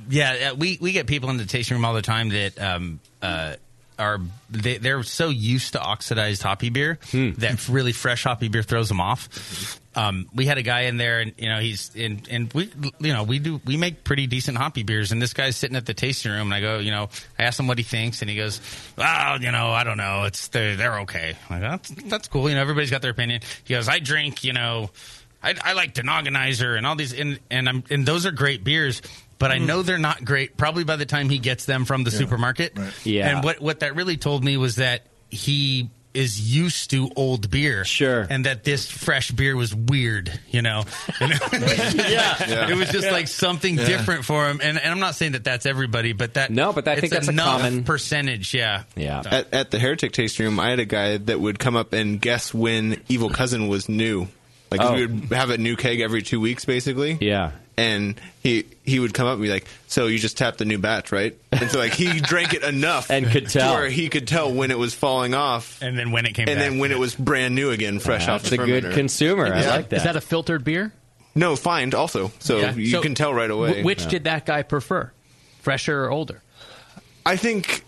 yeah, uh, we we get people in the tasting room all the time that um, uh, are they, they're so used to oxidized hoppy beer that really fresh hoppy beer throws them off. Um, we had a guy in there, and you know he's and and we you know we do we make pretty decent hoppy beers, and this guy's sitting at the tasting room, and I go you know I asked him what he thinks, and he goes, well you know I don't know, it's they're they're okay. I'm like that's that's cool, you know everybody's got their opinion. He goes, I drink you know. I, I like Denogonizer and all these, and and, I'm, and those are great beers. But I know they're not great. Probably by the time he gets them from the supermarket.
Yeah.
And what what that really told me was that he is used to old beer. Sure. And that this fresh beer was weird. You know. yeah. It was just
Yeah.
like something
Yeah.
different for him. And, and I'm not saying that that's everybody, but that no, but
I think that's a common-
percentage. Yeah.
Yeah.
At, at the Heretic Tasting Room, I had a guy that would come up and guess when Evil Cousin was new. Like 'cause
Oh.
we would have a new keg every two weeks, basically.
Yeah.
And he he would come up and be like, "So you just tapped the new batch, right?" And so like he drank it enough and
could tell.
where he could tell when it was falling off,
and then when it came,
and
back.
then when it was brand new again, fresh off
That's
the
a good
fermenter.
consumer. I
Is
like that.
Is that a filtered beer?
no find also, so
Yeah.
you
So
can tell right away.
wh- which did that guy prefer, fresher or older?
I think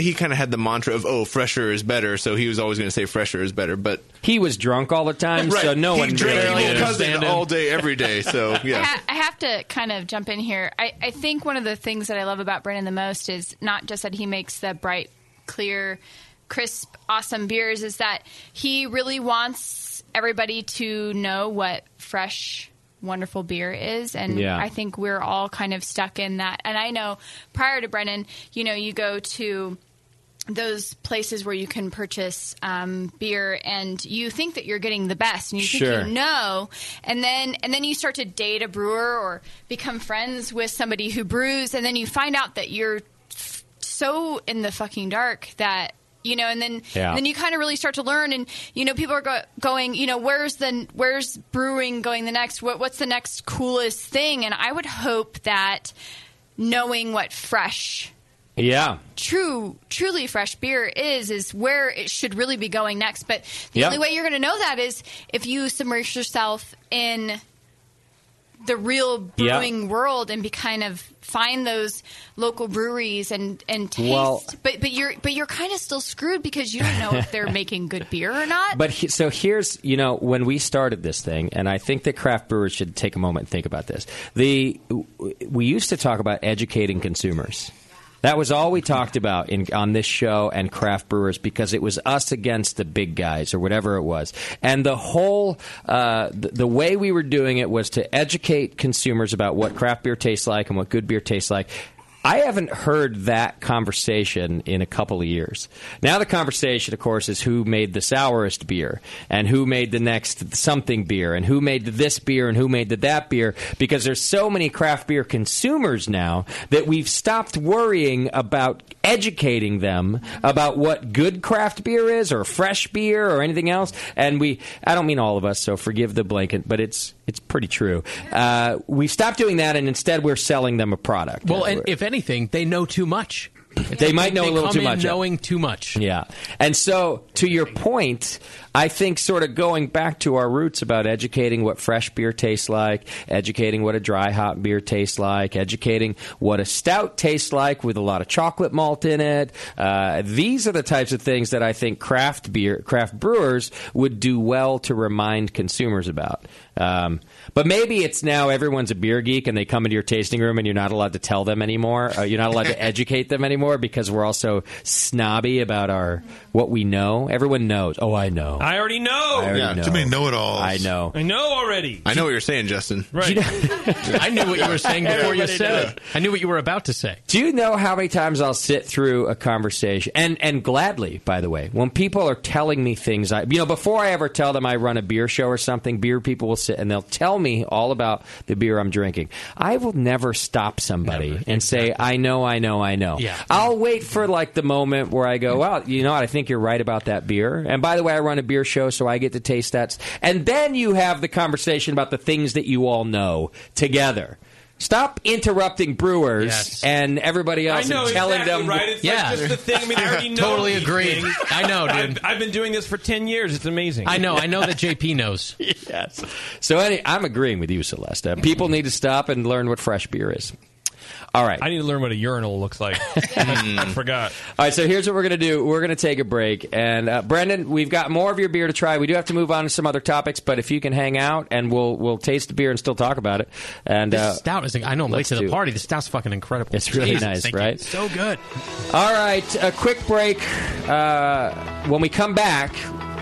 he kind of had the mantra of "oh, fresher is better," so he was always going to say "fresher is better." But
he was drunk all the time,
right.
so no
he
one
drank
really
Evil cousin
understand him.
all day, every day. So
I,
yeah,
ha- I have to kind of jump in here. I, I think one of the things that I love about Brennan the most is not just that he makes the bright, clear, crisp, awesome beers, is that he really wants everybody to know what fresh, wonderful beer is. And
Yeah.
I think we're all kind of stuck in that. And I know prior to Brennan, you know, you go to those places where you can purchase um, beer and you think that you're getting the best and you
Sure.
think you know and then and then you start to date a brewer or become friends with somebody who brews and then you find out that you're f- so in the fucking dark that you know and then
Yeah.
then you kind of really start to learn and you know people are go- going you know where's the where's brewing going the next what, what's the next coolest thing and i would hope that knowing what fresh
Yeah.
true truly fresh beer is is where it should really be going next but the
Yeah.
only way you're going to know that is if you submerge yourself in the real
Yeah.
brewing world and be kind of find those local breweries and and taste
Well-
but but you're but you're kind of still screwed because you don't know if they're making good beer or not
But he, so here's, you know, when we started this thing, and I think that craft brewers should take a moment and think about this. The w- we used to talk about educating consumers. That was all we talked about in, on this show and craft brewers because it was us against the big guys or whatever it was. And the whole uh, the, the way we were doing it was to educate consumers about what craft beer tastes like and what good beer tastes like. I haven't heard that conversation in a couple of years. Now the conversation, of course, is who made the sourest beer and who made the next something beer and who made the this beer and who made the that beer because there's so many craft beer consumers now that we've stopped worrying about educating them about what good craft beer is or fresh beer or anything else. And we, I don't mean all of us, so forgive the blanket, but it's, it's pretty true. Uh, we've stopped doing that and instead we're selling them a product.
Well, and if anything, they know too much.
They might know a little
come
too
in
much, yeah.
knowing too much.
Yeah. And so, to your point, I think sort of going back to our roots about educating what fresh beer tastes like, educating what a dry hop beer tastes like, educating what a stout tastes like with a lot of chocolate malt in it. Uh, these are the types of things that I think craft beer, craft brewers would do well to remind consumers about. Um, but maybe it's now everyone's a beer geek and they come into your tasting room and you're not allowed to tell them anymore. Uh, you're not allowed to educate them anymore. anymore because we're also snobby about our what we know. Everyone knows. Oh, I know.
I already know.
I already know.
know-it-alls.
I know.
I know already.
I know what you're saying, Justin.
Right.
I knew what you were saying before you
Everybody
said
knows.
it. I knew what you were about to say.
Do you know how many times I'll sit through a conversation and and gladly, by the way, when people are telling me things I you know, before I ever tell them I run a beer show or something, beer people will sit and they'll tell me all about the beer I'm drinking. I will never stop somebody and say, I know, I know, I know.
Yeah.
I'll wait for like the moment where I go, Well, you know what, I think you're right about that beer. And by the way, I run a beer show, so I get to taste that and then you have the conversation about the things that you all know together. Stop interrupting brewers and everybody else
I know
and telling
exactly,
them
right. It's
yeah.
like just the thing. I mean, I already know.
Totally
these
agreed.
things.
I know, dude.
I've, I've been doing this for ten years. It's amazing.
I know. I know that JP knows.
yes. So any, I'm agreeing with you, Celeste. Uh, People need to stop and learn what fresh beer is. All right. I
need to learn what a urinal looks like. I forgot.
All right, so here's what we're going to do. We're going to take a break. And uh, Brendan, we've got more of your beer to try. We do have to move on to some other topics, but if you can hang out and we'll we'll taste the beer and still talk about it. And
This
uh,
stout is. I know I'm late
let's
to the
do-
party. The stout's fucking incredible.
It's really
Jesus,
nice,
thank you.
right?
So good.
All right, a quick break. Uh, when we come back,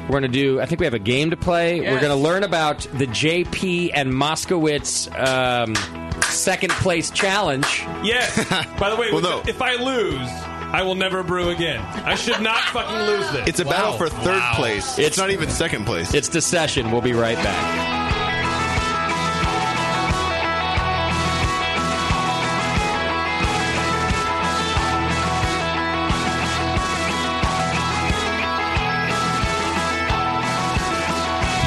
we're going to do, I think we have a game to play. We're going to learn about the JP and Moskowitz um, second place challenge.
Yes. By the way, if I lose, I will never brew again. I should not fucking lose this.
It's a battle for third place. It's, not even second place.
It's the session. We'll be right back.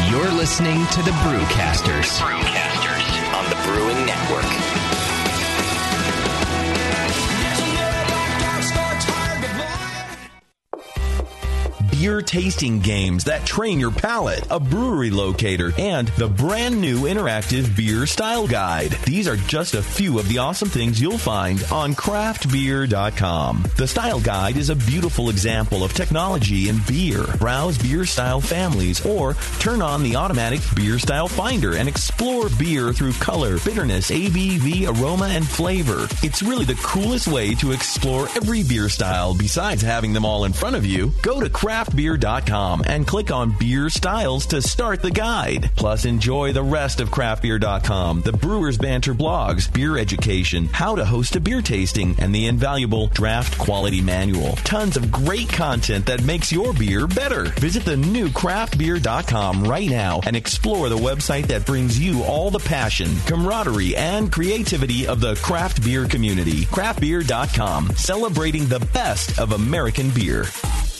You're listening to the Brewcasters.
Brewcasters on the Brewing Network.
Beer tasting games that train your palate, a brewery locator, and the brand new interactive beer style guide. These are just a few of the awesome things you'll find on craftbeer.com. The style guide is a beautiful example of technology in beer. Browse beer style families or turn on the automatic beer style finder and explore beer through color, bitterness, ABV, aroma, and flavor. It's really the coolest way to explore every beer style besides having them all in front of you. Go to craftbeer.com and click on beer styles to start the guide. Plus, enjoy the rest of craftbeer.com, the Brewers Banter blogs, beer education, how to host a beer tasting, and the invaluable draft quality manual. Tons of great content that makes your beer better. Visit the new craftbeer.com right now and explore the website that brings you all the passion, camaraderie, and creativity of the craft beer community. Craftbeer.com, celebrating the best of American beer.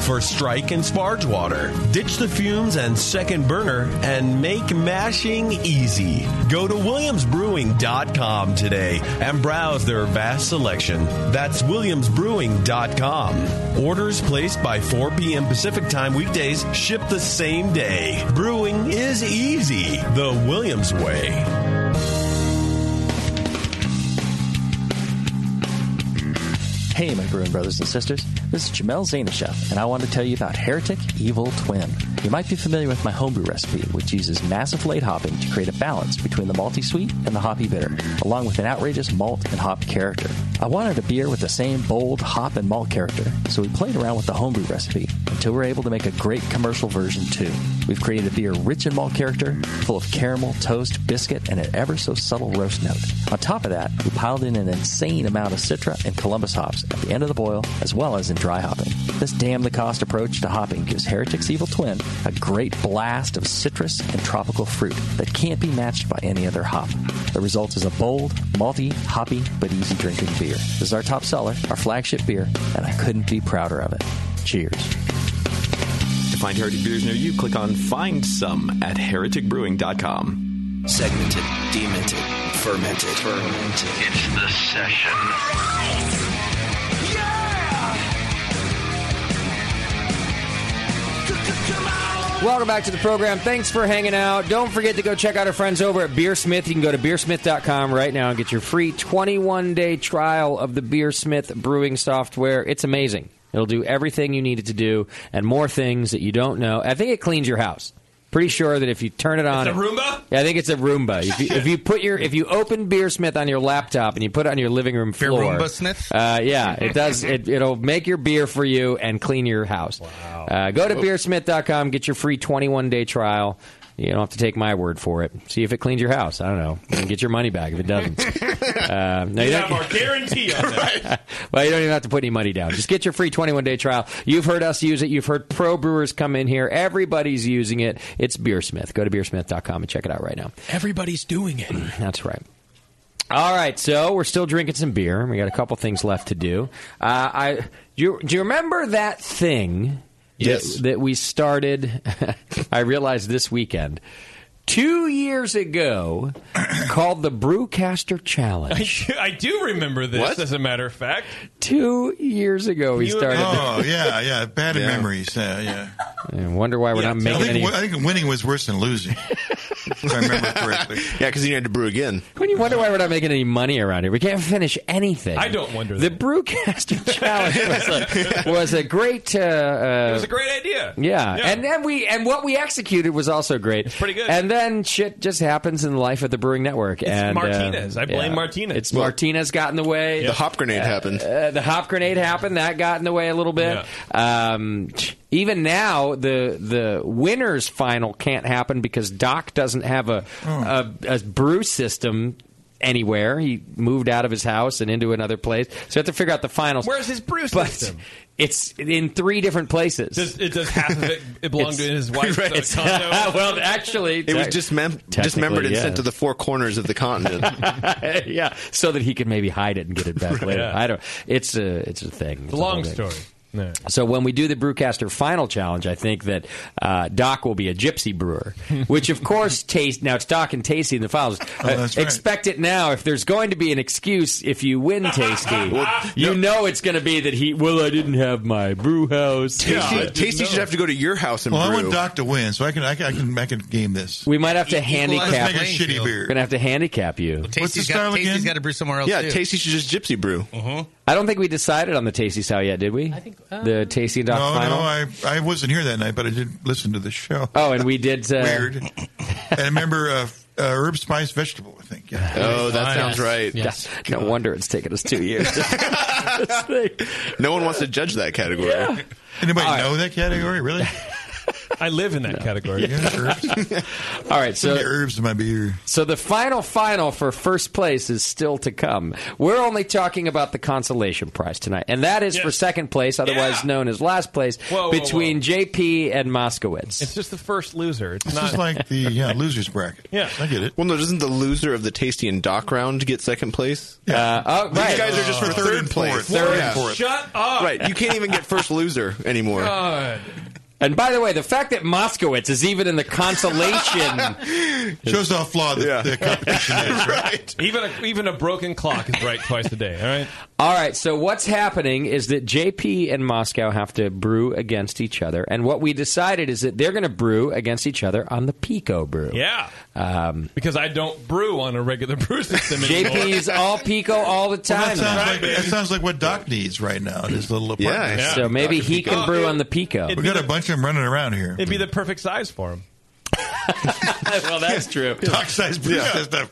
for strike and sparge water. Ditch the fumes and second burner and make mashing easy. Go to williamsbrewing.com today and browse their vast selection. That's williamsbrewing.com. Orders placed by 4 p.m. Pacific time weekdays ship the same day. Brewing is easy the Williams way.
Hey, my Bruin brothers and sisters. This is Jamel Zanishev, and I want to tell you about Heretic Evil Twin. You might be familiar with my homebrew recipe, which uses massive late hopping to create a balance between the malty sweet and the hoppy bitter, along with an outrageous malt and hop character. I wanted a beer with the same bold hop and malt character, so we played around with the homebrew recipe until we were able to make a great commercial version too. We've created a beer rich in malt character, full of caramel, toast, biscuit, and an ever so subtle roast note. On top of that, we piled in an insane amount of Citra and Columbus hops at the end of the boil, as well as in dry hopping. This damn the cost approach to hopping gives Heretic's Evil Twin a great blast of citrus and tropical fruit that can't be matched by any other hop. The result is a bold, malty, hoppy, but easy drinking beer. This is our top seller, our flagship beer, and I couldn't be prouder of it. Cheers.
To find Heretic beers near you, click on Find Some at hereticbrewing.com. Segmented, demented, fermented, fermented.
It's the session.
Welcome back to the program. Thanks for hanging out. Don't forget to go check out our friends over at Beersmith. You can go to beersmith.com right now and get your free 21 day trial of the Beersmith brewing software. It's amazing. It'll do everything you need it to do and more things that you don't know. I think it cleans your house. Pretty sure that if you turn it on,
a Roomba?
Yeah, I think it's a Roomba. If you, if you put your if you open Beersmith on your laptop and you put it on your living room floor,
Roomba Smith?
Uh, yeah, it does. It, it'll make your beer for you and clean your house. Wow. Uh, go to
Whoa.
beersmith.com, get your free 21 day trial. You don't have to take my word for it. See if it cleans your house. I don't know. And get your money back if it doesn't. Uh, no, you
you
don't-
have our guarantee on that.
well, you don't even have to put any money down. Just get your free 21 day trial. You've heard us use it. You've heard pro brewers come in here. Everybody's using it. It's Beersmith. Go to beersmith.com and check it out right now.
Everybody's doing it.
That's right. All right, so we're still drinking some beer. We got a couple things left to do. Uh, I do you, do you remember that thing
Yes.
that, that we started? I realized this weekend. Two years ago, called the Brewcaster Challenge.
I do remember this,
What?
as a matter of fact.
Two years ago, we
You-
started.
Oh yeah, yeah. Bad
Yeah.
memories. Yeah, yeah.
I wonder why we're not
I
making
think,
any.
I think winning was worse than losing. if I remember correctly.
Yeah, because you had to brew again.
When you wonder why we're not making any money around here, we can't finish anything.
I don't wonder
The Brewcaster Challenge was a, was a great. Uh, uh,
It was a great idea.
Yeah.
Yeah.
and then we and what we executed was also great. It's pretty
good.
And then shit just happens in the life of the Brewing Network. and uh,
Martinez. I blame
yeah.
Martinez.
It's Martinez got in the way.
The hop grenade happened.
Uh, the hop grenade happened. That got in the way a little bit. Um, even now, the the winners final can't happen because Doc doesn't have a
Hmm.
a, a brew system anywhere. He moved out of his house and into another place, so you have to figure out the finals.
Where's his brew
But
system?
It's in three different places.
Does, it does half of it, it belonged to
It's-
his wife's uh,
Right, it's-
condo?
well, actually,
It was dismem-
Technically,
dismembered and
yeah.
sent to the four corners of the continent.
yeah, so that he could maybe hide it and get it back later.
Yeah.
I don't. It's a it's a thing. It's a
Long
whole thing.
story. Yeah.
So when we do the Brewcaster Final Challenge, I think that uh, Doc will be a gypsy brewer, which of course taste now it's Doc and Tasty in the finals. Uh,
that's right.
Expect it now if there's going to be an excuse if you win Tasty, you know it's going to be that he well I didn't have my brew house.
Tasty,
Yeah, I didn't
Tasty should
know.
have to go to your house and
Well, I
brew.
want Doc to win, so I can I can I can, I can game this.
We might have to
Equalize
handicap.
playing Make a shitty field. beer.
We're gonna have to handicap you.
What's the style again?
Tasty's got to brew somewhere else.
Yeah,
too.
Tasty
should just gypsy brew.
Uh-huh.
I don't think we decided on the tasty style yet, did we? I think
uh,
the tasty and
No,
doc
no,
final.
I I wasn't here that night, but I did listen to the show.
oh, and we did. Uh,
Weird. and I remember uh, uh, herb spice vegetable. I think. Yeah.
Oh,
Yes. No wonder it's taken us two years.
no one wants to judge that category.
Anybody know that category? Really?
I live in that category.
All right, so
Give me herbs in my beer.
So the final final for first place is still to come. We're only talking about the consolation prize tonight, and that is for second place, otherwise known as last place,
Whoa, whoa,
between JP and Moskowitz.
It's just the first loser. It's,
This
not
is like the yeah, losers bracket.
Yeah,
I get it.
Well, no, doesn't the loser of the Tasty and Doc round get second place?
Uh, oh,
These
right.
guys are just for
Uh,
third,
third and
place.
fourth. Third and fourth.
Shut up.
Right, you can't even get first loser anymore.
And by the way, the fact that Moskowitz is even in the consolation
Shows how flawed the, the competition is.
right. Even a, even a broken clock is right twice a day. All right.
All right, so what's happening is that JP and Moscow have to brew against each other, and what we decided is that they're going to brew against each other on the Pico brew.
Yeah.
Um,
Because I don't brew on a regular brew system anymore.
JP's all Pico all the
Well, that,
time.
sounds like, that sounds like what Doc needs right now in his little apartment.
Yeah, so maybe he can
Pico.
brew on the Pico.
We got a bunch of them running around here.
It'd be the perfect size for him.
well, that's true.
Doc size brew system.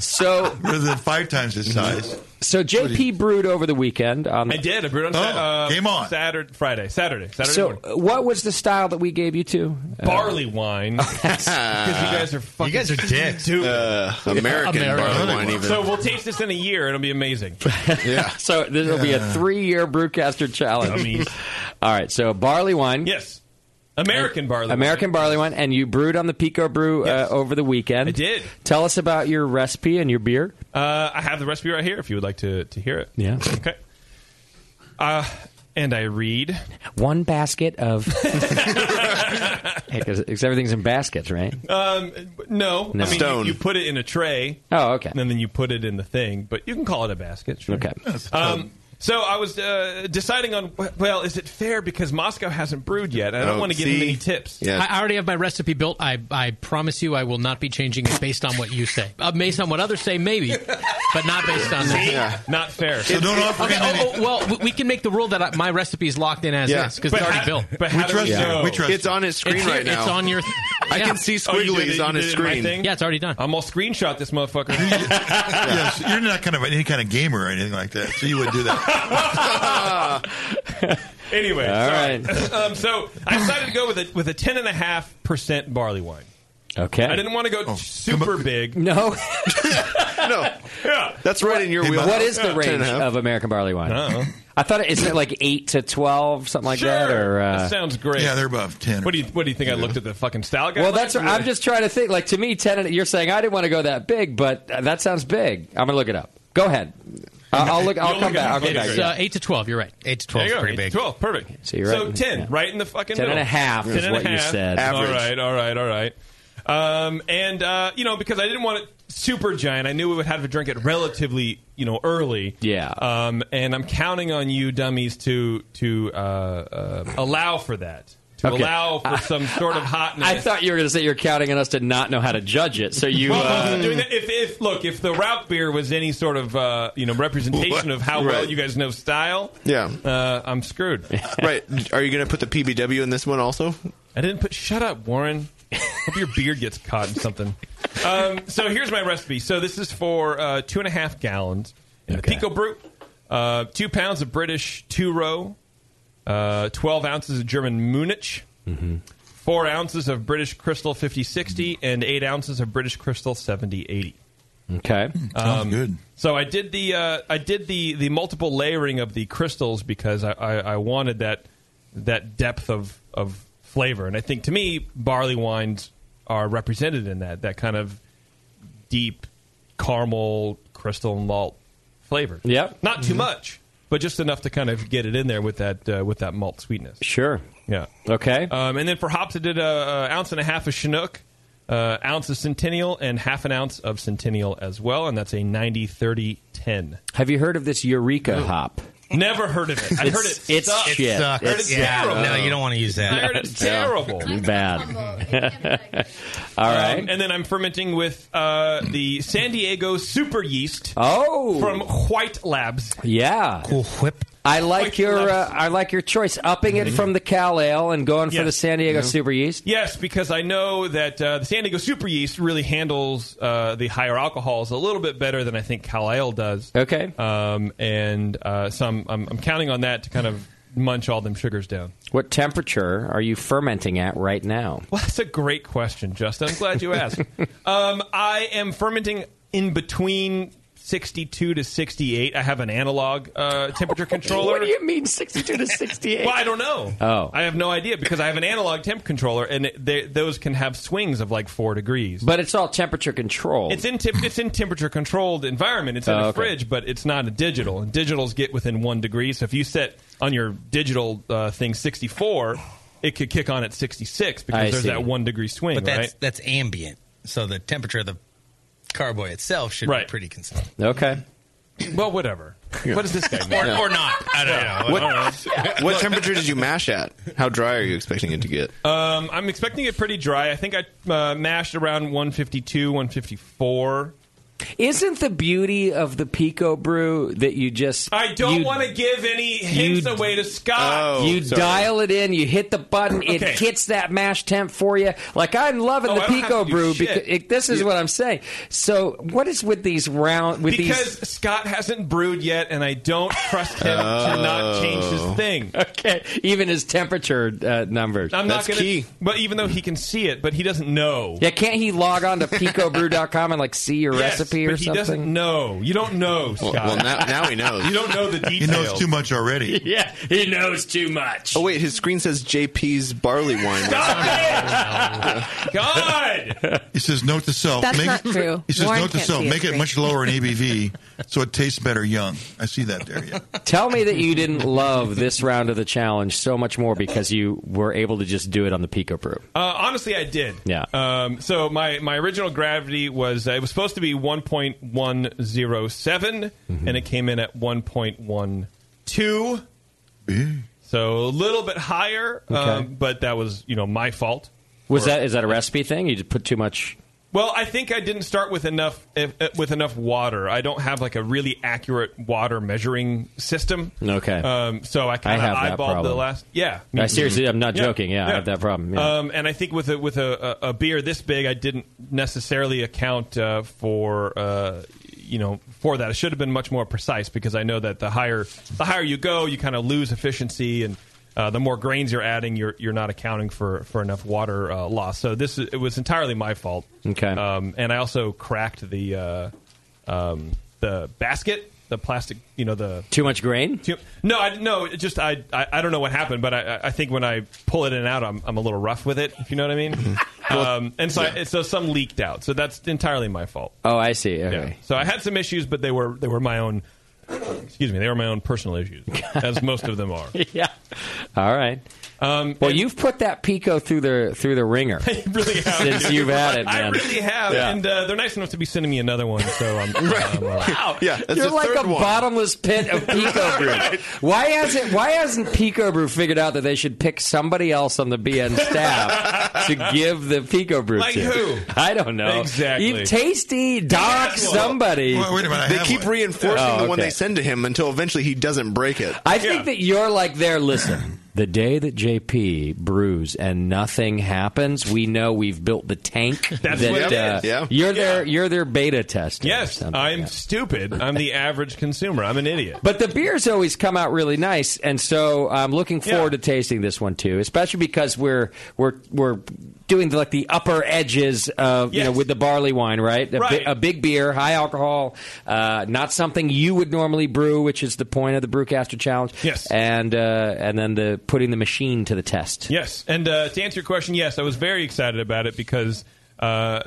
So
rather than five times his size.
So JP brewed over the weekend. On
I did. I brewed on
Oh,
Sa- uh,
game on.
Saturday, Friday, Saturday, Saturday
so,
morning.
uh, what was the style that we gave you two? Uh,
barley wine. because you guys are fucking
You guys are dicks.
stupid.
Uh, American Yeah, barley American. wine, even.
So we'll taste this in a year. It'll be amazing.
yeah. So this will be a three-year brewcaster challenge.
Dummies.
All right. So barley wine.
Yes. American barley.
American barley wine, and you brewed on the Pico Brew uh, over the weekend. I
did.
Tell us about your recipe and your beer.
Uh, I have the recipe right here if you would like to, to hear it.
Yeah.
Okay. Uh, and I read.
One basket of. Because everything's in baskets, right?
Um, no,
No.
I mean, you-
Stone.
You, put it in a tray.
Oh, okay.
And then you put it in the thing, but you can call it a basket. Sure.
Okay.
Um, so I was uh, deciding on well, is it fair because Moscow hasn't brewed yet? and I
Oh,
don't want to give him any tips.
I, I already have my recipe built. I, I promise you, I will not be changing it based on what you say. Uh, based on what others say, maybe, but not based on that.
See? Not fair.
Okay, okay, oh, oh, well, we- we can make the rule that I, my recipe is locked in as
Yeah.
is because
But
it's already
how-
built.
but We how do trust we you. know? We trust It's you. on his screen
It's
right now.
It's on your.
I
yeah.
can see
Oh, you did it-
squiggly's
you
on his
did it in my
screen.
thing?
Yeah, it's already done.
I'm all screenshot this motherfucker.
Yes, you're not kind of any kind of gamer or anything like that, so you wouldn't do that.
anyway,
All
sorry. um, so I decided to go with a with a ten and a half percent barley wine.
Okay.
I didn't want to go super big.
No.
no. Yeah.
That's right in your wheelhouse.
What is the
Yeah.
range of American barley wine?
Uh-huh.
I thought it isn't it like eight to twelve, something like that, or uh,
that sounds great.
Yeah, they're above ten.
What do you What do you think? I looked at the fucking style guide.
Well, that's. I'm just trying to think. Like to me, ten. and- You're saying I didn't want to go that big, but uh, that sounds big. I'm gonna look it up. Go ahead. I'll, I'll look. I'll
You'll look
come
it
back.
up
I'll come back.
It's uh, eight to twelve. You're right. Eight to
There you go, eight to Twelve, perfect.
So you're right in-
ten,
yeah.
right in the fucking
10 and
middle.
a half is
10 and a
what you
half.
said. Average.
All right, all right, all right. Um, and uh, you know, because I didn't want it super giant, I knew we would have to drink it relatively, you know, early.
Yeah.
Um, and I'm counting on you, dummies, to to uh, uh, allow for that, to
Okay.
allow for some sort of hotness.
I thought you were going to say you're counting on us to not know how to judge it. So you.
Well,
Uh,
doing that- if, if look, if the route beer was any sort of uh, you know representation of how well
Right.
you guys know style,
Yeah.
uh, I'm screwed.
right. Are you going to put the PBW in this one also?
I didn't put. Shut up, Warren. Hope your beard gets caught in something. Um, so here's my recipe. So this is for uh, two and a half gallons in the Pico Brut, uh, two pounds of British two row, uh, twelve ounces of German Munich, four ounces of British Crystal fifty sixty, and eight ounces of British Crystal seventy eighty.
okay.
Hmm, Sounds good.
Um, So I did the uh, I did the the multiple layering of the crystals because I, I, I wanted that that depth of of flavor, and I think to me barley wines are represented in that that kind of deep caramel crystal malt flavor.
Yep. Mm-hmm.
Not too much, but just enough to kind of get it in there with that uh, with that malt sweetness.
Sure.
Yeah.
Okay.
Um, and then for hops, I did an ounce and a half of Chinook, uh, ounce of Centennial, and half an ounce of Centennial as well. And that's a 90 30 10.
Have you heard of this Eureka hop?
Never heard of it. I heard it.
It's
sucked.
shit.
I heard it's
Yeah.
terrible.
No, you don't want to use that.
I heard it's
No.
terrible.
Bad. All right.
Um, and then I'm fermenting with uh, the San Diego super yeast.
Oh.
From White Labs.
Yeah. Cool whip. I like your uh, I like your choice, upping it from the Cal Ale and going for
Yes.
the San Diego
Yeah.
Super Yeast.
Yes, because I know that uh, the San Diego Super Yeast really handles uh, the higher alcohols a little bit better than I think Cal Ale does.
Okay.
Um, and uh, so I'm, I'm, I'm counting on that to kind of munch all them sugars down.
What temperature are you fermenting at right now?
Well, that's a great question, Justin. I'm glad you asked. um, I am fermenting in between 62 to 68. I have an analog uh, temperature controller.
What do you mean, sixty-two to sixty-eight?
Well, I don't know.
Oh.
I have no idea because I have an analog temp controller, and it, they, those can have swings of like four degrees.
But it's all temperature controlled.
It's in temp- it's in temperature controlled environment. It's in
Oh,
a
okay.
fridge, but it's not a digital. And digitals get within one degree. So if you set on your digital uh, thing sixty four, it could kick on at sixty six because
I
there's
see.
that one degree swing,
But that's
right?
that's ambient. so the temperature of the carboy itself should
Right.
be pretty consistent.
Okay.
Well, whatever. What does this guy mean?
Or, or not. I don't know.
What,
I don't know.
what temperature did you mash at? How dry are you expecting it to get?
Um, I'm expecting it pretty dry. I think I uh, mashed around 152, 154.
Isn't the beauty of the Pico brew that you just
I don't
you-
want to give any hints
you-
away to Scott.
you dial it in, you hit the button, it
Okay.
hits that mash temp for you. Like I'm loving
Oh,
the
I don't have
Pico
to do
brew
shit.
because it, this is what I'm saying. So what is with these round with
because
these
Scott hasn't brewed yet, and I don't trust him to not change
Oh.
Oh.
his thing.
Okay, even his temperature uh, numbers.
I'm not gonna, But even though he can see it, but he doesn't know.
Yeah, can't he log on to picobrew.com and like see your
Yes,
recipe or
but he
something?
doesn't know. You don't know, Scott. You don't know the details.
much already.
Yeah, he knows too much.
Oh wait, his screen says JP's barley wine.
God!
He says, note to self.
That's not true.
He says,
Warren
note to
can't
self,
see his
make it
screen.
much lower in ABV so it tastes better young. I see that there, yeah.
Tell me that you didn't love this round of the challenge so much more because you were able to just do it on the Pico brew.
Uh, honestly, I did.
Yeah.
Um, so my, my original gravity was uh, it was supposed to be 1.107,
Mm-hmm.
and it came in at 1.12. So a little bit higher,
Okay.
um, but that was you know my fault.
Was that is that a recipe thing? You just put too much.
Well, I think I didn't start with enough if, uh, with enough water. I don't have like a really accurate water measuring system.
Okay.
Um, so I
I
kind of
have that
eyeballed
problem.
the last. Yeah.
I seriously, I'm not
Yeah.
joking. Yeah, I have that problem. Yeah.
Um, and I think with a with a, a, a beer this big, I didn't necessarily account uh, for uh, you know for that. I should have been much more precise because I know that the higher the higher you go, you kind of lose efficiency and. Uh, the more grains you're adding, you're you're not accounting for, for enough water uh, loss. So this is- it was entirely my fault.
Okay.
Um, and I also cracked the uh, um, the basket, the plastic, you know, the
too much grain.
no, I no, it just I, I I don't know what happened, but I I- I think when I pull it in and out, I'm I'm a little rough with it, if you know what I mean. um, and so I, so some leaked out, so that's entirely my fault.
Oh, I see. Okay.
So I had some issues, but they were they were my own. Excuse me, they were my own personal issues, as most of them are.
Yeah. All right.
Um,
well, you've put that Pico through the through the ringer.
really have
since you've had it,
I
man.
really have,
Yeah.
and uh, they're nice enough to be sending me another one. So I'm, I'm uh, all right.
Wow.
Yeah, that's
You're
the
like
third
a
one.
bottomless pit of Pico Brew. Why hasn't Why hasn't Pico Brew figured out that they should pick somebody else on the BN staff to give the Pico Brew
Like
to?
who?
I don't know.
Exactly.
Even tasty Doc somebody.
They keep reinforcing
Oh,
the one
okay.
they send to him until eventually he doesn't break it.
I think that you're like there. Listen, the day that JP brews and nothing happens, we know we've built the tank.
That's
that,
what it
uh,
is. Yeah.
You're their you're their beta tester.
Yes, I'm stupid. I'm the average consumer. I'm an idiot.
But the beers always come out really nice, and so I'm looking forward to tasting this one too, especially because we're we're we're doing the, like the upper edges of you know with the barley wine, right? A,
Right.
a big beer, high alcohol, uh, not something you would normally brew, which is the point of the brewcaster challenge. Yes, and uh, and then the putting the machine to the test.
Yes, and uh, to answer your question, yes, I was very excited about it because uh,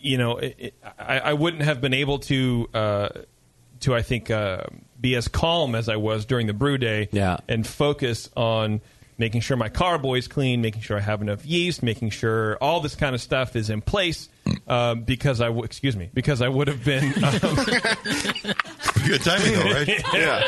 you know it, it, I, I wouldn't have been able to uh, to I think uh, be as calm as I was during the brew day, yeah. and focus on making sure my carboy's clean, making sure I have enough yeast, making sure all this kind of stuff is in place. Uh, because I, w- excuse me, because I would have been um,
Good timing, though, right?
yeah.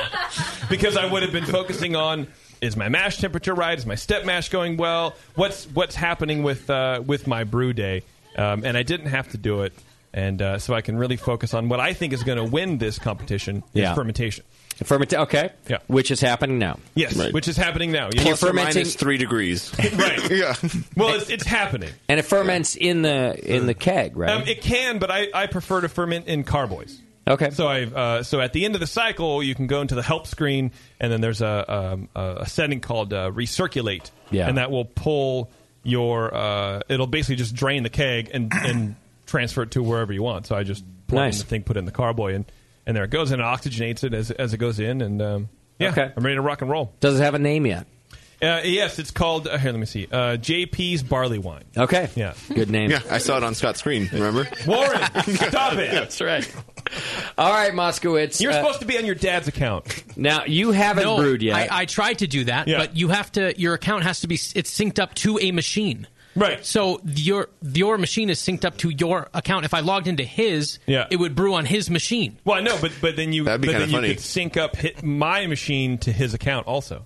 Because I would have been focusing on is my mash temperature right? Is my step mash going well? What's what's happening with uh, with my brew day? Um, and I didn't have to do it, and uh, so I can really focus on what I think is going to win this competition:
Yeah.
is fermentation.
Ferment. Okay. Yeah. Which is happening now.
Yes, which is happening now.
You're Plus or fermenting- minus
three degrees.
right? Yeah. Well, it's, it's happening.
and it ferments in the in the keg, right?
Um, it can, but I, I prefer to ferment in carboys.
Okay.
So I uh, so at the end of the cycle, you can go into the help screen, and then there's a um, a a setting called uh, recirculate,
Yeah.
and that will pull your. Uh, it'll basically just drain the keg and and transfer it to wherever you want. So I just pour in
Nice.
the thing, put it in the carboy, and and there it goes, and it oxygenates it as as it goes in, and um, yeah, I'm ready to rock and roll.
Does it have a name yet?
Uh, yes, it's called. Uh, here, let me see. Uh, JP's barley wine.
Okay.
Yeah.
Good name.
Yeah, I saw it on Scott's screen. Remember?
Warren, stop it.
That's right. All right, Moskowitz.
You're
uh,
supposed to be on your dad's account.
Now you haven't
no,
brewed yet.
I, I tried to do that,
Yeah.
but you have to. Your account has to be. It's synced up to a machine.
Right.
So your your machine is synced up to your account. If I logged into his,
Yeah.
it would brew on his machine.
Well, I know, but but then you
That'd be
but
kinda
then you
funny.
could sync up hit my machine to his account also.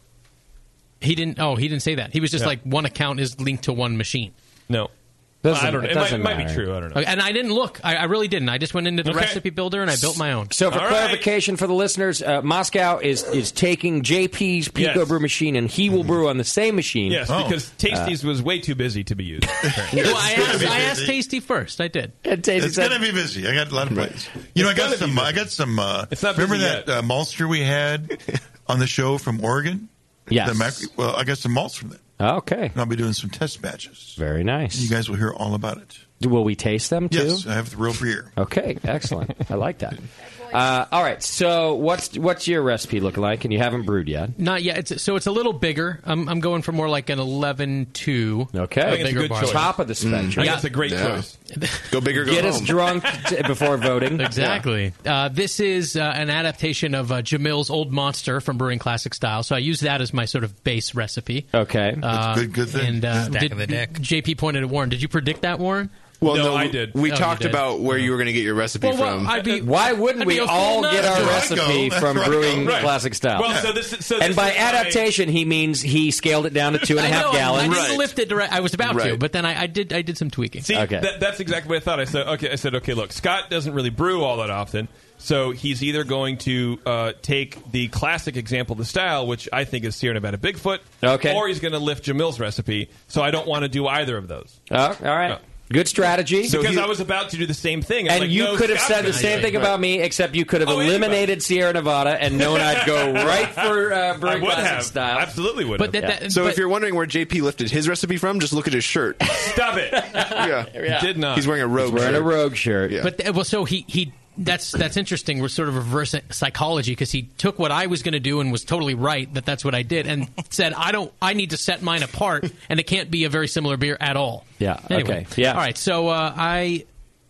He didn't. Oh, he didn't say that. He was just
Yeah.
like one account is linked to one machine.
No.
Doesn't-
I don't know.
it
It, might,
doesn't
might be
matter.
true. I don't know.
Okay, And I didn't look. I, I really didn't. I just went into the
Okay.
recipe builder and I built my own.
So, for clarification for the listeners, uh, Moscow is is taking JP's Pico
Yes.
brew machine, and he will brew on the same machine. Uh,
Yes,
Oh.
because Tasty's was way too busy to be used.
Well, I asked, I asked Tasty first. I did.
it's gonna be busy. I got a lot of plays. You know, I got some. I got some. Uh,
busy
remember that uh, maltster we had on the show from Oregon?
Yes. Ah,
The mac- well, I got some malts from that.
Okay.
And I'll be doing some test batches.
Very nice.
You guys will hear all about it.
Do- Will we taste them too?
Yes, I have the real beer.
Okay, excellent. I like that. Uh, all right, so what's what's your recipe look like? And you haven't brewed yet.
Not yet. It's, so it's a little bigger. I'm, I'm going for more like an 11.2.
Okay,
A bigger Mm. bar.
top
Mm.
of the spectrum.
Go big or go
Get
home.
us drunk t- before voting.
Exactly. Uh, this is uh, an adaptation of uh, Jamil's Old Monster from Brewing Classic Style. So I use that as my sort of base recipe.
Okay.
Uh, And uh,
Stack
did-
of the deck.
JP pointed at Warren. Did you predict that, Warren? Oh,
Well, no, we- We talked about where you were going to get your recipe
Well, well,
from.
I'd be-
Why wouldn't
I'd be
we
a fool
all
not
get
to.
our
That's where I
recipe
go.
from
That's where I
brewing
go. Right.
classic style?
Well, so this is- so
and
this
by
is my-
adaptation, he means he scaled it down to two and a half
I know, I
gallons.
didn't lift it. Direct, I was about to,
Right.
but then I, I did. I did some tweaking.
See, that, that's exactly what I thought. I said, okay, I said, okay, look, Scott doesn't really brew all that often, so he's either going to uh, take the classic example, of the style, which I think is Sierra Nevada Bigfoot,
Okay.
or he's going to lift Jamil's recipe. So I don't want to do either of those.
Oh, all right. Good strategy.
because I was about to do the same thing, I was
and
like,
you
no,
could have
Scott's
said the
gonna
same
do it.
thing about me, except you could have
Oh, anybody.
eliminated Sierra Nevada and known I'd go right for uh,
I
brewing
would
classic
have.
style.
Absolutely would
But
have.
that- that-
so
but-
if you're wondering where JP lifted his recipe from, just look at his shirt.
Stop it.
yeah.
Yeah. Did not.
He's wearing a rogue
He's wearing
shirt.
a rogue shirt.
But th- well, so he he that's that's interesting. We're sort of reverse psychology because he took what I was going to do and was totally right that that's what I did and said I don't I need to set mine apart and it can't be a very similar beer at all.
Yeah.
Anyway,
Okay. Yeah.
All right. So uh, I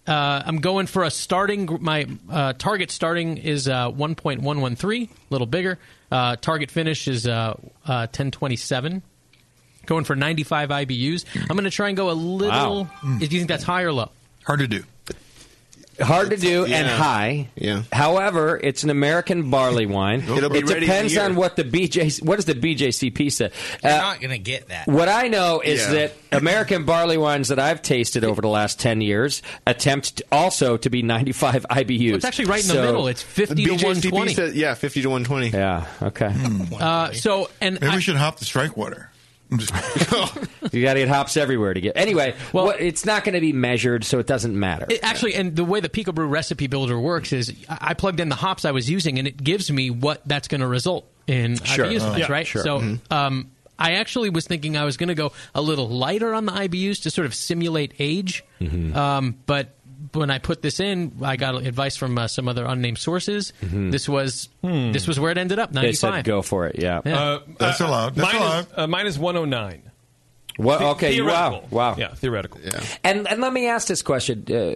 uh, I'm going for a starting. gr- My uh, target starting is uh, 1.113, a little bigger. Uh, target finish is uh, uh, 1027. Going for 95 IBUs. I'm going to try and go a little. Do you think that's high or low?
Hard to do.
Hard to do and
Yeah.
high.
Yeah.
However, it's an American barley wine.
It'll be
it
ready in a
depends
year.
on what the BJ what does the BJCP say.
You're
Uh,
not going to get that.
What I know is
Yeah.
that American barley wines that I've tasted over the last 10 years attempt to- also to be 95 IBUs.
It's actually right in the
So-
middle. It's 50 to
BJCP
120.
says- yeah, 50 to Hmm. 120.
Yeah, okay.
Uh, so and
Maybe we should hop the strike water.
you got to get hops everywhere to get. Anyway, well, it's not going to be measured, so it doesn't matter.
It, actually, and the way the Pico Brew recipe builder works is I I plugged in the hops I was using, and it gives me what that's going to result in
Sure.
IBUs,
Oh,
wise,
yeah,
right?
sure.
So,
Mhm.
um, I actually was thinking I was going to go a little lighter on the IBUs to sort of simulate age,
Mhm.
um, but when I put this in, I got advice from uh, some other unnamed sources.
Mhm.
This was
Hmm.
this was where it ended up.
they
Ninety-five.
said go for it, yeah. Uh,
That's allowed. That's
mine
allowed.
Is, uh, mine is 109.
What,
The-
okay, wow,
theoretical.
wow.
Yeah, theoretical.
And and let me ask this question, uh,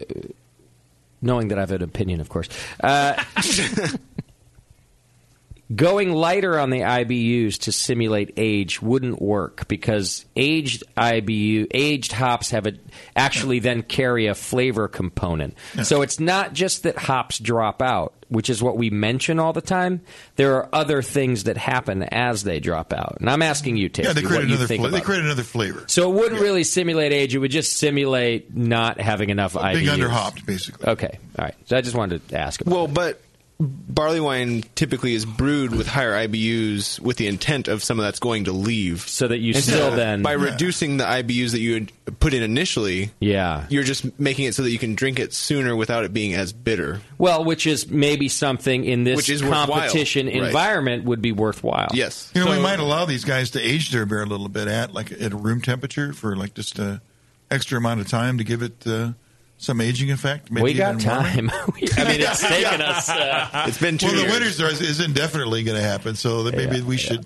knowing that I have an opinion, of course. Uh, going lighter on the IBUs to simulate age wouldn't work because aged IBU aged hops have a actually then carry a flavor component. So it's not just that hops drop out, which is what we mention all the time. There are other things that happen as they drop out. And I'm asking you, Tasty,
yeah, they
what
create
you
another.
think
Fla- they
about it.
create another flavor.
So it wouldn't really simulate age. It would just simulate not having enough IBUs.
big underhopped, basically.
Okay. All right. So I just wanted to ask.
Well, but barley wine typically is brewed with higher IBUs with the intent of some of that's going to leave.
So that you
And
still
so
then-
by
Yeah.
reducing the IBUs that you had put in initially,
Yeah.
you're just making it so that you can drink it sooner without it being as bitter.
Well, which is maybe something in this
Which is worthwhile,
competition
right.
environment would be worthwhile. Yes.
You know, we might allow these guys to age their beer a little bit at like at room temperature for like just a extra amount of time to give it uh, some aging effect.
We got
even warmer.
time. I mean, it's taken us. Uh,
well, the winter's are, is indefinitely going to happen, so that maybe we should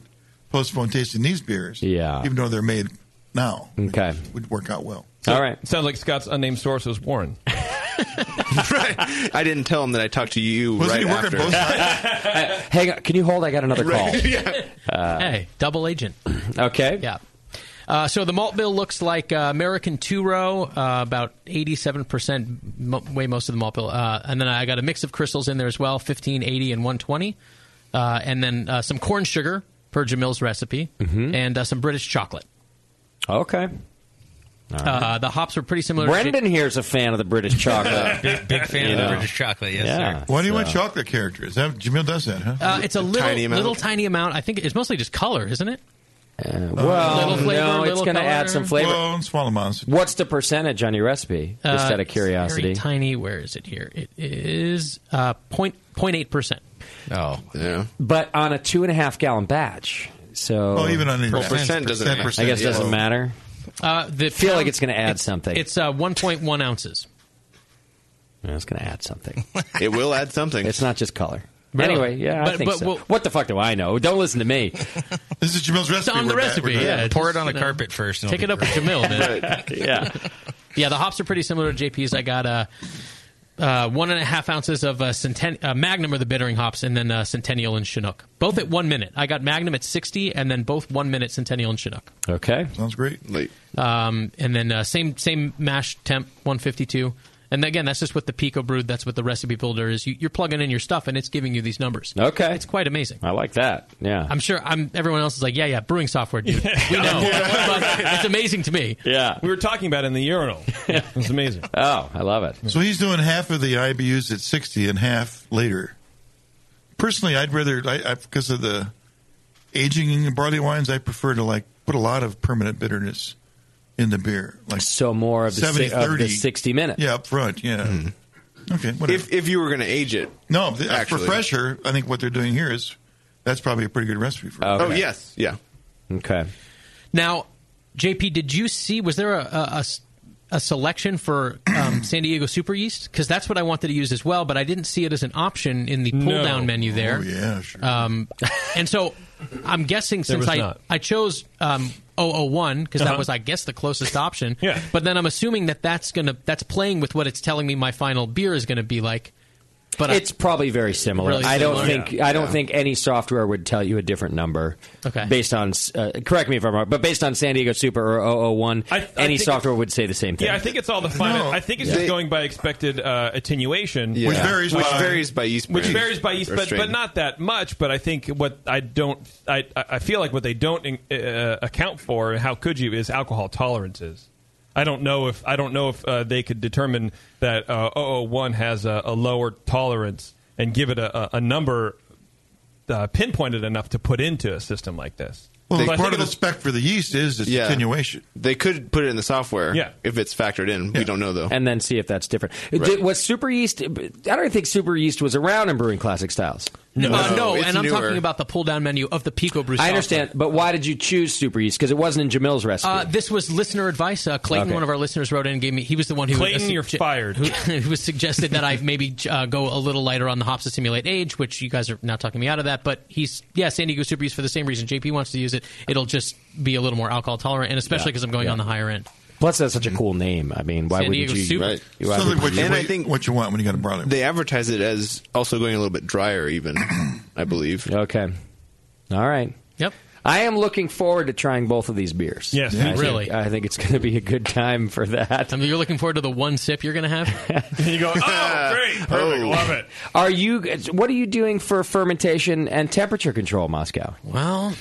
postpone tasting these beers.
Yeah.
even though they're made now,
Okay.
would work out well.
All right.
Sounds like Scott's unnamed source was Warren.
I didn't tell him that I talked to you right after.
Hang on. Can you hold? I got another call. Uh,
hey, double agent.
Okay.
Yeah. Uh, so the malt bill looks like uh, American two row, uh, about eighty-seven percent, mo- way most of the malt bill. Uh, and then I got a mix of crystals in there as well, 15, 80, and one twenty, uh, and then uh, some corn sugar per Jamil's recipe, and uh, some British chocolate.
Mm-hmm. Okay. All right.
Uh, the hops were pretty similar. to-
Brendan here's a fan of the British chocolate.
Big- big fan
You
of the
know.
British chocolate, yes,
Yeah,
sir.
Why do you want
so-
chocolate characters? That, Jamil does that, huh?
Uh, it's a little tiny little tiny amount. I think it's mostly just color, isn't it?
well,
Little flavor,
no, it's
little
going to
color.
add some flavor.
Well,
swallow mouse.
What's the percentage on your recipe?
Uh,
Just out of
it's very
curiosity.
tiny. Where is it here? It is uh, point point eight percent.
Oh, yeah. But on a two and a half gallon batch, so
Well, even on any Well, batch. percent doesn't
I guess
matter.
it doesn't
Yeah.
matter.
Uh, the
Feel like it's gonna add something.
It's uh, one point one ounces.
Yeah, It's going to add something.
It will add something.
It's not just color.
Really?
Anyway, yeah, I
But-
think
but
so.
we'll-
what the fuck do I know? Don't listen to me.
this is Jamil's
It's on the recipe. yeah,
pour it
just,
on the
you know,
carpet first. and
Take it
it'll
up
be
with Jamil, man.
yeah.
Yeah, the hops are pretty similar to JP's. I got uh, uh, one and a half ounces of uh, Centen- uh, Magnum or the bittering hops, and then uh, Centennial and Chinook. Both at one minute. I got Magnum at 60, and then both one minute Centennial and Chinook.
Okay.
Sounds great.
Late.
Um, and then uh, same same mash temp, 152. And again, that's just what the Pico brewed. That's what the recipe builder is. You, you're plugging in your stuff, and it's giving you these numbers.
Okay.
It's quite amazing.
I like that. Yeah.
I'm sure. I'm. Everyone else is like, yeah, yeah, brewing software, dude. We know. but it's amazing to me.
Yeah.
We were talking about it in the urinal. It's amazing.
Oh, I love it.
So he's doing half of the IBUs at 60 and half later. Personally, I'd rather, I, I, because of the aging in barley wines, I prefer to like put a lot of permanent bitterness in the beer. Like
so more of the, si-
70,
of the
30.
60 minutes.
Yeah, up front, yeah. Okay, whatever.
If if you were going to age it,
no, the,
Mm-hmm.
uh,
actually.
for fresher, I think what they're doing here is that's probably a pretty good recipe for it.
Oh yes, yeah.
Okay.
Now, JP, did you see? Was there a a- a s- a selection for um, San Diego Super Yeast? Because that's what I wanted to use as well, but I didn't see it as an option in the pull down
No.
menu there.
Oh,
yeah, sure.
Um, and so I'm guessing
There
since
was
I
not.
I chose um, 001 because
Uh-huh.
that was I guess the closest option. yeah. But then I'm assuming that that's gonna that's playing with what it's telling me my final beer is gonna be like. But I-
it's probably very similar.
Really
I don't
similar.
think
Yeah.
I don't
Yeah.
think any software would tell you a different number.
Okay.
Based on uh, correct me if I'm wrong, but based on San Diego Super or 001,
I- I
any
think-
software would say the same thing.
Yeah, I think it's all the final. I think it's
They-
just going by expected uh, attenuation,
Which Yeah. varies
Which by- varies by yeast
which
brand
varies by yeast,
or
but, but
strain.
not that much. But I think what I don't, I I I feel like what they don't uh, account for, and how could you, is alcohol tolerances. I don't know if I don't know if uh, they could determine that uh, 001 has a, a lower tolerance and give it a, a, a number uh, pinpointed enough to put into a system like this.
Well,
So I think
part of
it'll-
the spec for the yeast is its
Yeah.
attenuation.
They could put it in the software.
Yeah.
If it's factored in, we don't know though.
and then see if that's different.
Right.
Did, was Super Yeast? I don't think Super Yeast was around in brewing classic styles.
no, uh, no
it's
and I'm
newer.
talking about the pull down menu of the Pico
I
Brew. software.
understand, but why did you choose Super Yeast? Because it wasn't in Jamil's recipe.
Uh, this was listener advice. Uh, Clayton,
Okay.
one of our listeners, wrote in and gave me. He was the one who
Clayton, you're
fired. Who, who was suggested that I maybe uh, go a little lighter on the hops to simulate age, which you guys are now talking me out of that. But he's yeah, San Diego Super Yeast for the same reason. JP wants to use it. It'll just be a little more alcohol tolerant, and especially
Yeah,
because I'm going
yeah.
on the higher end.
Plus, that's such a cool name. I mean, why
San
would
Diego
you?
Super.
Right.
Sounds
Why would
like what you-
you-
And I think
what you want when you got a barley.
They advertise it as also going a little bit drier, even. I believe.
Okay. All right.
Yep.
I am looking forward to trying both of these beers.
Yes,
I
me
think-
really.
I think it's going to be a good time for that.
I mean, you're looking forward to the one sip you're going to have.
you go, oh, great, perfect, love it.
Are you? What are you doing for fermentation and temperature control, Moscow?
Well,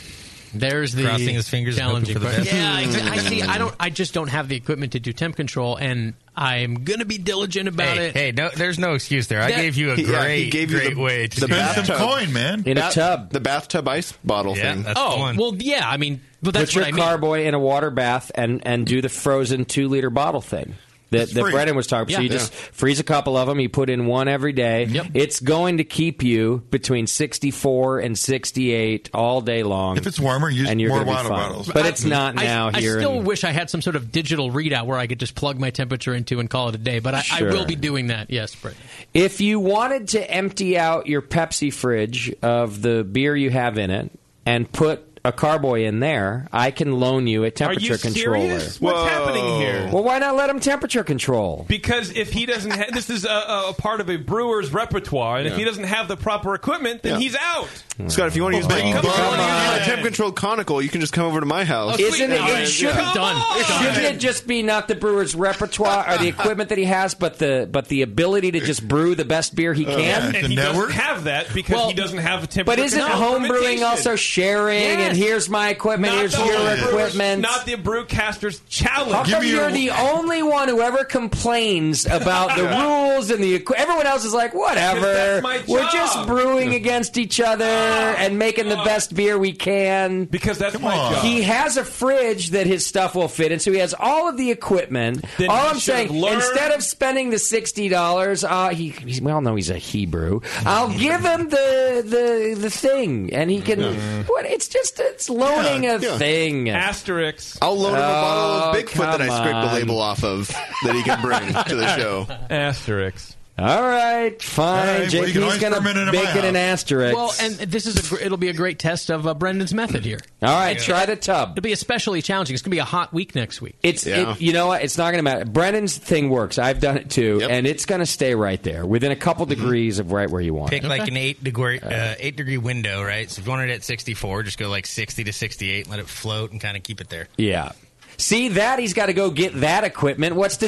there's the
Crossing his fingers and hoping
challenging
for the
question.
best.
Yeah, exa- I see. I don't. I just don't have the equipment to do temp control, and I'm gonna be diligent about
hey,
it.
Hey, no, there's no excuse there. I
That-
gave you a
He-
great,
yeah, he
gave you
great
the-
way to
the
do
bathtub.
that.
coin,
man.
In a tub.
The bathtub ice bottle
Yeah,
thing.
that's
oh well, yeah. I mean, but that's
Put your
what I mean.
carboy in a water bath and and do the frozen two liter bottle thing. That,
It's
that
free.
Brennan was talking. So
Yeah.
you just
Yeah.
freeze a couple of them. You put in one every day. It's going to keep you between sixty four and sixty eight all day long. If
it's warmer, use
and you're
more
gonna be
water
fine.
bottles.
But it's not
I-
now
I,
here.
still
in-
wish I had some sort of digital readout where I could just plug my temperature into and call it a day. But I,
Sure.
I will be doing that. Yes, Brett.
If you wanted to empty out your Pepsi fridge of the beer you have in it and put a carboy in there, I can loan you a
Are
temperature
you
controller.
serious? What's happening here?
Well, why not let him temperature control?
Because if he doesn't, ha- this is a, a part of a brewer's repertoire, and if
Yeah.
he doesn't have the proper equipment, then
Yeah.
he's out.
Scott, if you
Oh,
want to use my, Big if you bum. wanna use my temp controlled conical, you can just come over to my
Oh,
house.
Isn't it,
And- uh,
it should
Yeah.
It Shouldn't it just be not the brewer's repertoire or the equipment that he has, but the but the ability to just brew the best beer
Uh,
he can?
Uh, and he doesn't have that because he doesn't have a temperature.
But isn't
control
home brewing
fermentation.
also sharing?
Yes.
And here's my equipment.
Not
here's
the
your
home brewers-
equipment.
Not the brewcaster's challenge.
How come you're the only one who ever complains about the rules and the equi- everyone else is like
Because
whatever?
that's my
We're
job. Ah,
just brewing against each other and making the best beer we can.
Because that's my job.
He has a fridge that his stuff will fit in, so he has all of the equipment.
Then
all
he
I'm
should
saying,
learn-
instead of spending the sixty dollars, uh, he, he we all know he's a Hebrew. I'll give him the the the thing, and he can. What? It's just it's loaning a thing.
Asterix.
I'll loan him a bottle of
Oh,
Bigfoot that I
come
scraped the
on.
label off of that he can bring to the show.
Asterix.
All right,
All
fine.
right, well, you can
JP's
always
gonna
ferment it in
make
my
it an
house.
asterisk.
Well, and this is a gr- it'll be a great test of uh, Brendan's method here.
All right, try the tub.
It'll be especially challenging. It's going to be a hot week next week.
It's
Yeah.
it, you know what? It's not going to matter. Brennan's thing works. I've done it too, and it's going to stay right there within a couple
Mm-hmm.
degrees of right where you want.
Pick
it.
like an eight degree uh, eight degree window, right? So if you want it at sixty four, just go like sixty to sixty eight, let it float, and kind of keep it there.
yeah. See that he's got to go get that equipment. What's the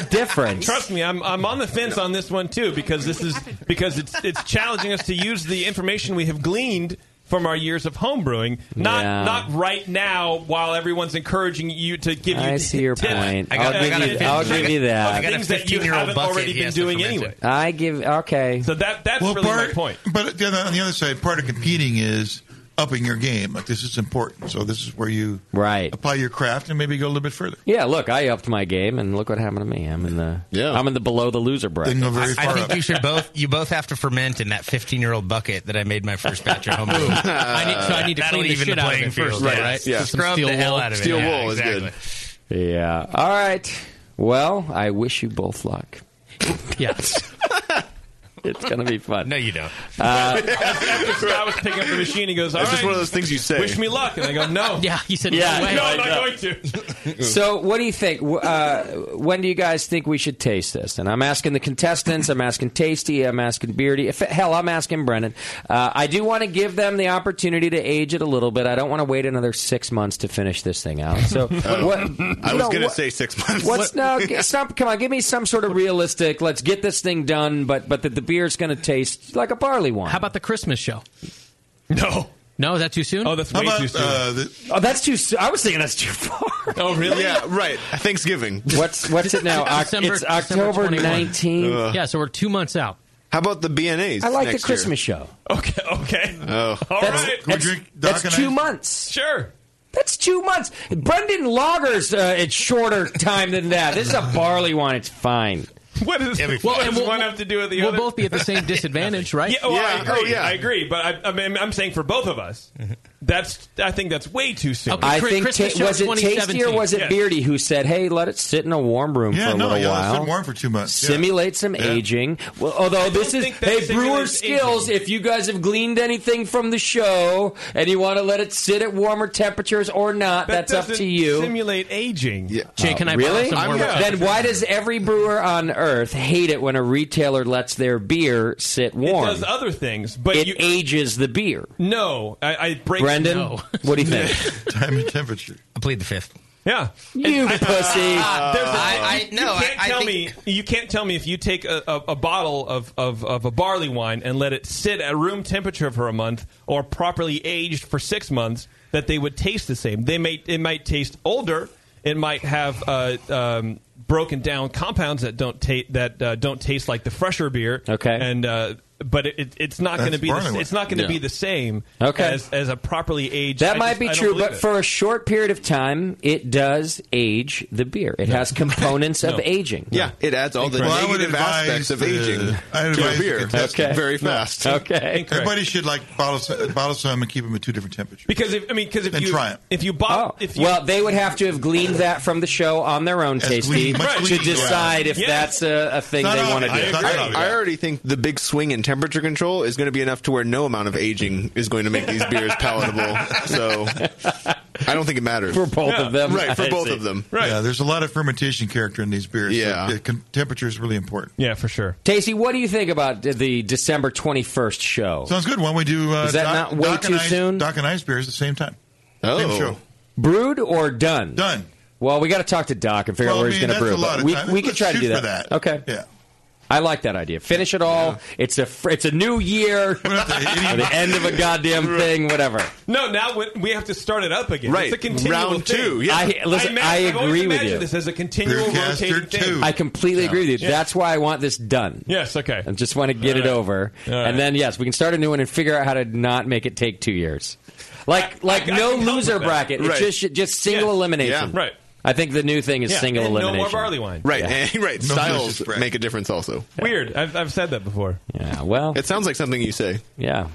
difference?
Trust me, I'm I'm on the fence on this one too because this is because it's it's challenging us to use the information we have gleaned from our years of home brewing, not
Yeah.
not right now while everyone's encouraging you to give you.
I see your
tips.
point. I got- I'll I give got you- a- I'll give you that. I got a
Things that you
15-year-old
haven't
bucket
already
he
been
has to
doing
ferment
anyway.
I give okay.
So that that's
Well,
really
part,
my point.
But the other, on the other side, part of competing is upping your game. Like this is important. So this is where you
right
apply your craft and maybe go a little bit further.
Yeah, look, I upped my game, and look what happened to me. I'm in the yeah. I'm in the below the loser bracket.
I, I think you should both you both have to ferment in that fifteen year old bucket that I made my first batch at home.
Ooh. I need- so I need to
That'll
clean the
even
shit out of
playing
it first,
field,
right?
right?
Yeah. Some
Scrub
steel
the hell
wool.
out of
Steel
it.
wool is good.
Yeah. All right. Well, I wish you both luck.
yes.
It's gonna be fun. Uh, No,
you don't.
After Scott was picking up the machine, he goes, "All
It's just
right,
one of those things you say."
Wish me luck, and I go, "No."
Yeah, he said,
Yeah,
"No,
no way."
I'm not
yeah.
going to."
So, what do you think? W- Uh, when do you guys think we should taste this? And I'm asking the contestants, I'm asking Tasty, I'm asking Beardy. If, hell, I'm asking Brennan. Uh, I do want to give them the opportunity to age it a little bit. I don't want to wait another six months to finish this thing out. So,
Oh.
what,
I
you
was
know,
going to
what-
say six months.
What's no? g- Stop! Come on, give me some sort of realistic. Let's get this thing done, but but that the beer's going to taste like a barley wine. How
about the Christmas show?
No.
No, is that too soon?
Oh, that's
How
way
about,
too soon.
uh,
Oh, that's too. soon. I was thinking that's too far.
Oh, really?
Yeah, right. Thanksgiving.
What's what's it now? Oc-
December-
it's
December
October
21.
nineteenth.
Yeah, so we're two months out.
How about the BNAs?
I like
next
the Christmas show.
Okay. Okay.
Oh,
All
that's,
right.
That's, that's two months.
Sure.
That's two months. Brendan Logger's uh, it's shorter time than that. This is a barley wine. It's fine.
What does
well,
what does
and we'll-
one have to do with the
we'll
other?
both be at the same disadvantage, right?
Yeah, oh, I
Yeah.
agree.
Oh, yeah.
I agree. But I, I mean, I'm saying for both of us,
Mm-hmm.
that's I think that's way too soon.
I think ta- was it Tasty or was it
Yes.
Beardy who said, "Hey, let it sit in a warm room
Yeah,
for a
no,
little
yeah,
while,
let it sit warm for two months." Yeah.
simulate some
Yeah.
aging." Well, although this is hey, brewer skills. If you guys have gleaned anything from the show and you want to let it sit at warmer temperatures or not,
That
that's up to
doesn't
you.
Simulate aging. Yeah.
Oh, really? then why
did
does every brewer on earth hate it when a retailer lets their beer sit warm?
does other things, but
it
you-
ages the beer.
no? I, I break
Brendan, what do you think?
Time and temperature.
I plead the fifth.
Yeah,
you pussy.
Uh, There's a-
Uh, I- I-
you-
no,
you can't
I- I
tell
think-
me you can't tell me if you take a, a, a bottle of, of, of a barley wine and let it sit at room temperature for a month or properly aged for six months that they would taste the same. They may it might taste older. It might have uh, um, broken down compounds that don't ta- that uh, don't taste like the fresher beer. Okay, and uh, but it- it, it's not going to
That's
be the,
barley
s-
wine.
it's not going to
Yeah.
be the same.
Okay.
as, as a properly aged.
That
I
might
just-
be
I don't
true,
believe
but
it.
for a short period of time, it does age the beer. It has components of
No.
aging.
Yeah, it adds all the
Well, I would
negative
advise
aspects of
the-
aging
I would
to a
advise the
beer.
contestant-
Very fast.
Everybody should like bottle some, bottle some and keep them at two different temperatures.
Because if, I mean, because if
And
you
try 'em.
if you bought if you,
Oh, Well, they would have to have gleaned that from the show on their own, Tasty,
gleaned- much
to
gleaned,
decide
yeah.
if
Yes.
that's a, a thing they want to do.
I, I already think the big swing in temperature control is going to be enough to where no amount of aging is going to make these beers palatable. So I don't think it matters
For both
of them.
right? For
I
both
see.
of them,
Yeah, there's a lot of fermentation character in these beers.
Yeah.
So the con- temperature is really important.
Yeah, for sure.
Tacey, what do you think about the December 21st show?
Sounds good. Why don't we do uh,
Is that
Doc-
not way
Doc and
too
Ice-
soon?
Doc and Ice beers at the same time.
Oh.
Same show.
Brewed or done?
Done.
Well, we got to talk to Doc and figure
Well,
out where
I
he's
mean,
going to
that's
brew.
a lot
but
of
we,
time.
we can
Let's
try to
shoot
do
for
that.
that.
Okay.
Yeah.
I like that idea. Finish it all. It's a fr- it's a new year. the end of a goddamn thing. Whatever.
No, now we- we have to start it up again.
Right.
It's a continual
Round
thing.
two, yeah. I- listen,
ima-
I
I've always
agree with
imagined
you.
This as a continual
Brewcaster
rotating thing.
I completely agree with you.
Yeah.
That's why I want this done.
Yes, okay.
I just want to get
All
it
right.
over, and then yes, we can start a new one and figure out how to not make it take two years. Like like
I
no
can help
loser
with that.
bracket.
Right.
It's just just single elimination.
Yeah. Right.
I think the new thing is
Yeah.
single
And no more
elimination.
barley wine.
right?
Yeah.
And, right. Styles make a difference also.
Weird. I've, I've said that before.
Yeah. Well,
it sounds like something you say.
Yeah.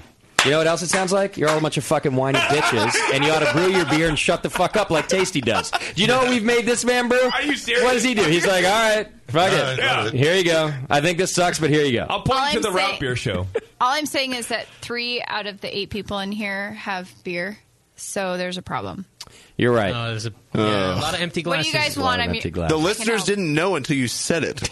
You know what else it sounds like? You're all a bunch of fucking whiny bitches, and you ought to brew your beer and shut the fuck up like Tasty does. Do you know what we've made this man brew? Are you serious? What does he do? He's like, all right, fuck it.
Yeah.
Here you go. I think this sucks, but here you go. Um, I'll
point All to I'm the route saying-
beer show.
All I'm saying is that three out of the eight people in here have beer, so there's a problem.
You're right.
No, Oh, there's a,
yeah,
a lot of empty
What do you
glasses.
guys want? I'm
Uh, The listeners didn't know until you said it.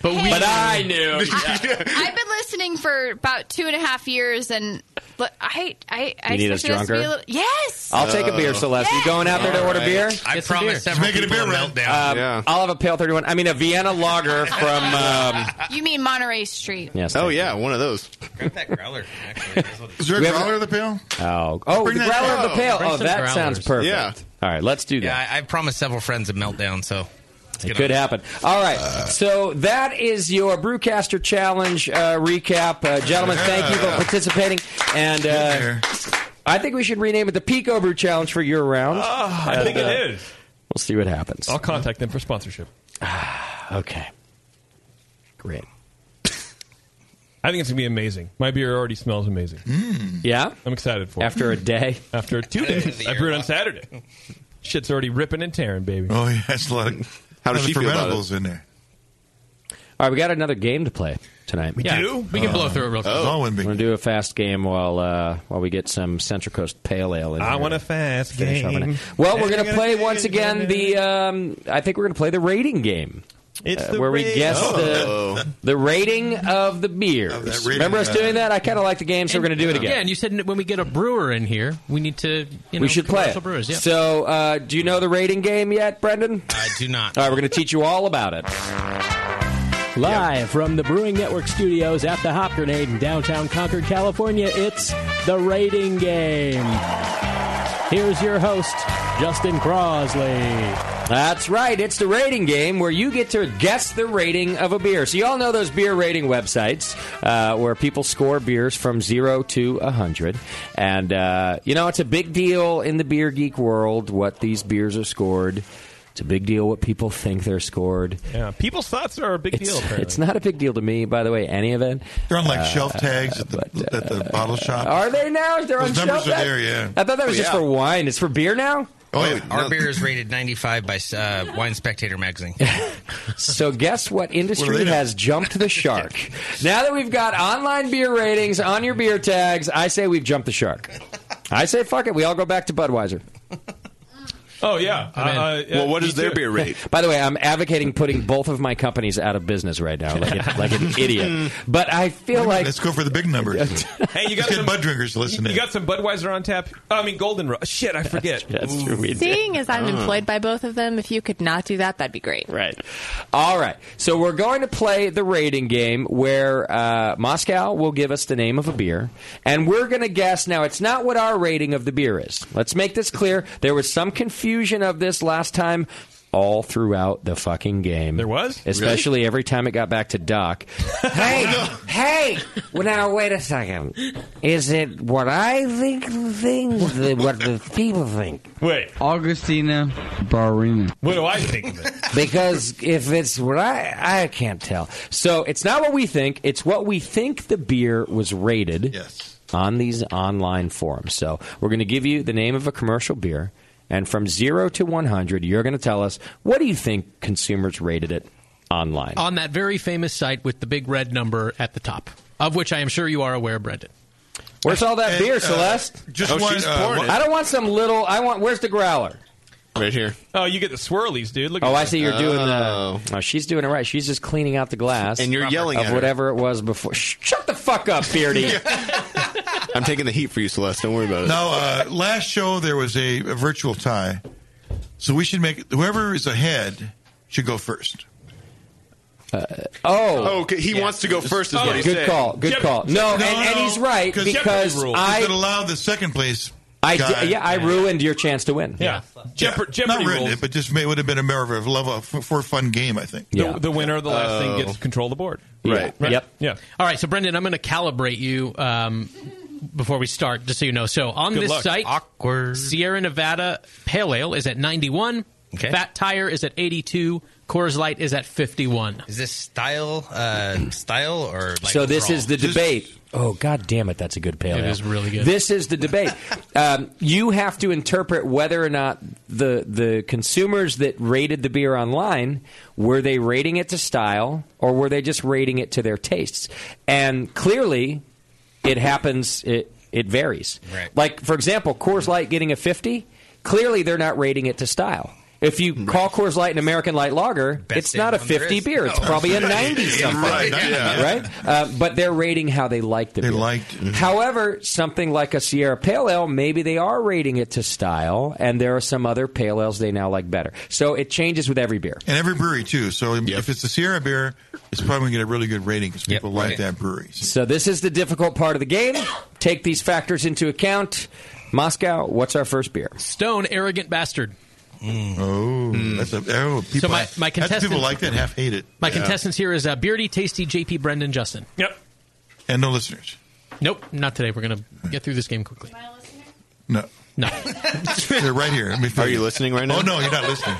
but
we- But I
knew.
I've been listening for about two and a half years, and but I I, I
You need
expected this
us
to be
drunker?
a little, yes.
I'll take a beer, Celeste. You going out there to
All
order
right.
beer?
I
Get some
promise
beer.
several Make it a people beer a round. meltdown.
Um,
Yeah.
I'll have a pale thirty-one. I mean, a Vienna lager from. Um,
You mean Monterey Street?
yes.
Oh yeah, one of those.
Grab that growler. Actually,
Is there a
We have-
growler of the pail?
Oh, oh,
Bring
the
that
growler of the
down.
pale.
Bring
Oh,
some
that
growlers.
sounds perfect.
Yeah.
All right, let's do that.
Yeah, I, I promised several friends a meltdown, so let's
It
get
could
on.
happen. All right. so that is your Brewcaster Challenge uh, recap. Uh, gentlemen, thank you for participating. And uh, I think we should rename it the Pico Brew Challenge for your round.
I think
And,
it
uh,
is.
We'll see what happens.
I'll contact them for sponsorship.
Ah, okay. Great.
I think it's going to be amazing. My beer already smells amazing.
Yeah?
I'm excited for
Hmm. After
it.
a day?
After two days. I brewed on Saturday. Shit's already ripping and tearing, baby.
Oh, yeah. That's a lot of,
How
a
does
lot
she
of
feel about
fermentables in there.
All right, we got another game to play tonight.
We Yeah, do? we can blow through it real quick. Oh. All
We're gonna do a fast game while uh, while we get some Central Coast Pale Ale. In
I
here
want a
to
fast
finish up on it.
game.
Well, we're
And
gonna
I
play
gotta
once
get
again the. Um, I think we're gonna play the rating game.
It's
uh,
the
where we
rating.
guess
Oh.
the the rating of the beers.
rating,
Remember us
uh,
doing that? I kind of like the game, so we're gonna do it again.
Yeah, and uh, you said n- when we get a brewer in here, we need to. You know,
we should play
commercial
it.
Brewers, yeah.
So, uh, do you know the rating game yet, Brendan?
I do not.
All right, we're going to teach you all about it.
Live from the Brewing Network studios at the Hop Grenade in downtown Concord, California, it's the rating game. Here's your host, Justin Crosley.
That's right. It's the rating game where you get to guess the rating of a beer. So you all know those beer rating websites uh, where people score beers from zero to a hundred, and uh, you know it's a big deal in the beer geek world what these beers are scored. It's a big deal what people think they're scored.
Yeah, people's thoughts are a big deal. Apparently.
It's not a big deal to me, by the way. Any of it.
They're on like
Uh,
shelf tags at the, at the bottle shop.
Are they now? They're
Those
on
numbers
shelf
are
tags?
there, yeah.
I thought that was
Oh,
just
yeah.
for wine. It's for beer now.
Oh, Our beer is rated 95 by uh, Wine Spectator magazine.
So guess what
Well,
industry
they don't-
has jumped the shark? now that we've got online beer ratings on your beer tags, I say we've jumped the shark. I say fuck it. We all go back to Budweiser.
Oh yeah. Uh, uh, me too.
By the way, I'm advocating putting both of my companies out of business right now, like, a, like an idiot. But I feel like
Let's go for the big numbers.
Hey, you got
Let's
some
get Bud Drinkers to listen
You
in.
got some Budweiser on tap. Oh, I mean, Golden Rush. Shit, I forget.
That's true. We
Seeing as I'm
Oh.
Mm.
employed by both of them, if you could not do that, that'd be great.
Right. All right. So we're going to play the rating game where uh, Moscow will give us the name of a beer, and we're going to guess. Now, it's not what our rating of the beer is. Let's make this clear. There was some confusion of this last time. All throughout the fucking game. There
was?
Especially every time it got back to Doc. hey, hey! Well, now, wait a second. Is it what I think the thing, the, what the people think?
Wait.
Augustina Barrina.
What do I think of it?
because if it's what I I can't tell. So it's not what we think. It's what we think the beer was rated. Yes. On these online forums. So we're going to give you the name of a commercial beer, and from zero to one hundred, you're going to tell us what do you think consumers rated it online.
on that very famous site with the big red number at the top, of which I am sure you are aware, Brendan.
Where's all that
And,
beer,
uh,
Celeste?
just Oh, one, she's uh, pouring it.
I don't want some little. I want. Where's the growler?
Right here.
Oh, you get the swirlies, dude. Look at
Oh, I
that.
see you're
Uh,
doing the. Oh, she's doing it right. She's just cleaning out the glass,
And you're yelling
of
at her.
whatever it was before. Sh- Shut the fuck up, Beardy.
I'm taking the heat for you, Celeste. Don't worry about it.
Now, uh, last show there was a, a virtual tie, so we should make whoever is ahead should go first.
oh,
Oh, okay, he wants to go first is what he's
good
saying.
call. Good
Jeopardy.
call. No, and,
No,
and
no,
he's right because I
it allowed the second place.
I
guy-
di- yeah, I ruined your chance to win.
Yeah. Jeopardy,
not
Jeopardy
written
rules.
it, but just may, would have been a more of a level for, for a fun game. I think.
The, the winner of the last thing gets
Oh.
control of the board.
Right.
Yep.
Yeah.
All right. So, Brendan, I'm going to calibrate you um, before we start, just so you know. So, on
Good
this
luck.
site, awkward Sierra Nevada Pale Ale is at 91.
Okay.
Fat Tire is at 82. Coors Light is at 51.
Is this style, uh, style or like
so this
overall?
is the debate. Oh God damn it! That's a good pale
It
ale.
is really good.
This is the debate. um, you have to interpret whether or not the the consumers that rated the beer online were they rating it to style or were they just rating it to their tastes? And clearly, it happens. It it varies.
Right.
Like for example, Coors Light getting a fifty. Clearly, they're not rating it to style. If you call Coors Light an American light lager, it's not a
damn one there
50
is.
beer. It's
No.
probably a
Right.
90 something.
Right, yeah.
Right? Uh, but they're rating how they like mm-hmm. the they beer. Liked However, something like a Sierra Pale Ale, maybe they are rating it to style, and there are some other pale ales they now like better. So it changes with every beer.
And every brewery too. So if it's a Sierra beer, it's probably going to get a really good rating because people like
Okay.
that brewery.
So this is the difficult part of the game. Take these factors into account. Moscow, what's our first beer?
Stone, arrogant bastard.
Mm.
Mm.
Oh, that's a oh. People,
so my, my
that's
contestants
people like that half hate it.
My contestants here is uh, Beardy, Tasty, JP, Brendan, Justin.
Yep.
and no listeners.
Nope, not today. We're going to get through this game quickly.
No,
no,
they're right here. Are you
listening right
now? Oh no, you're not listening.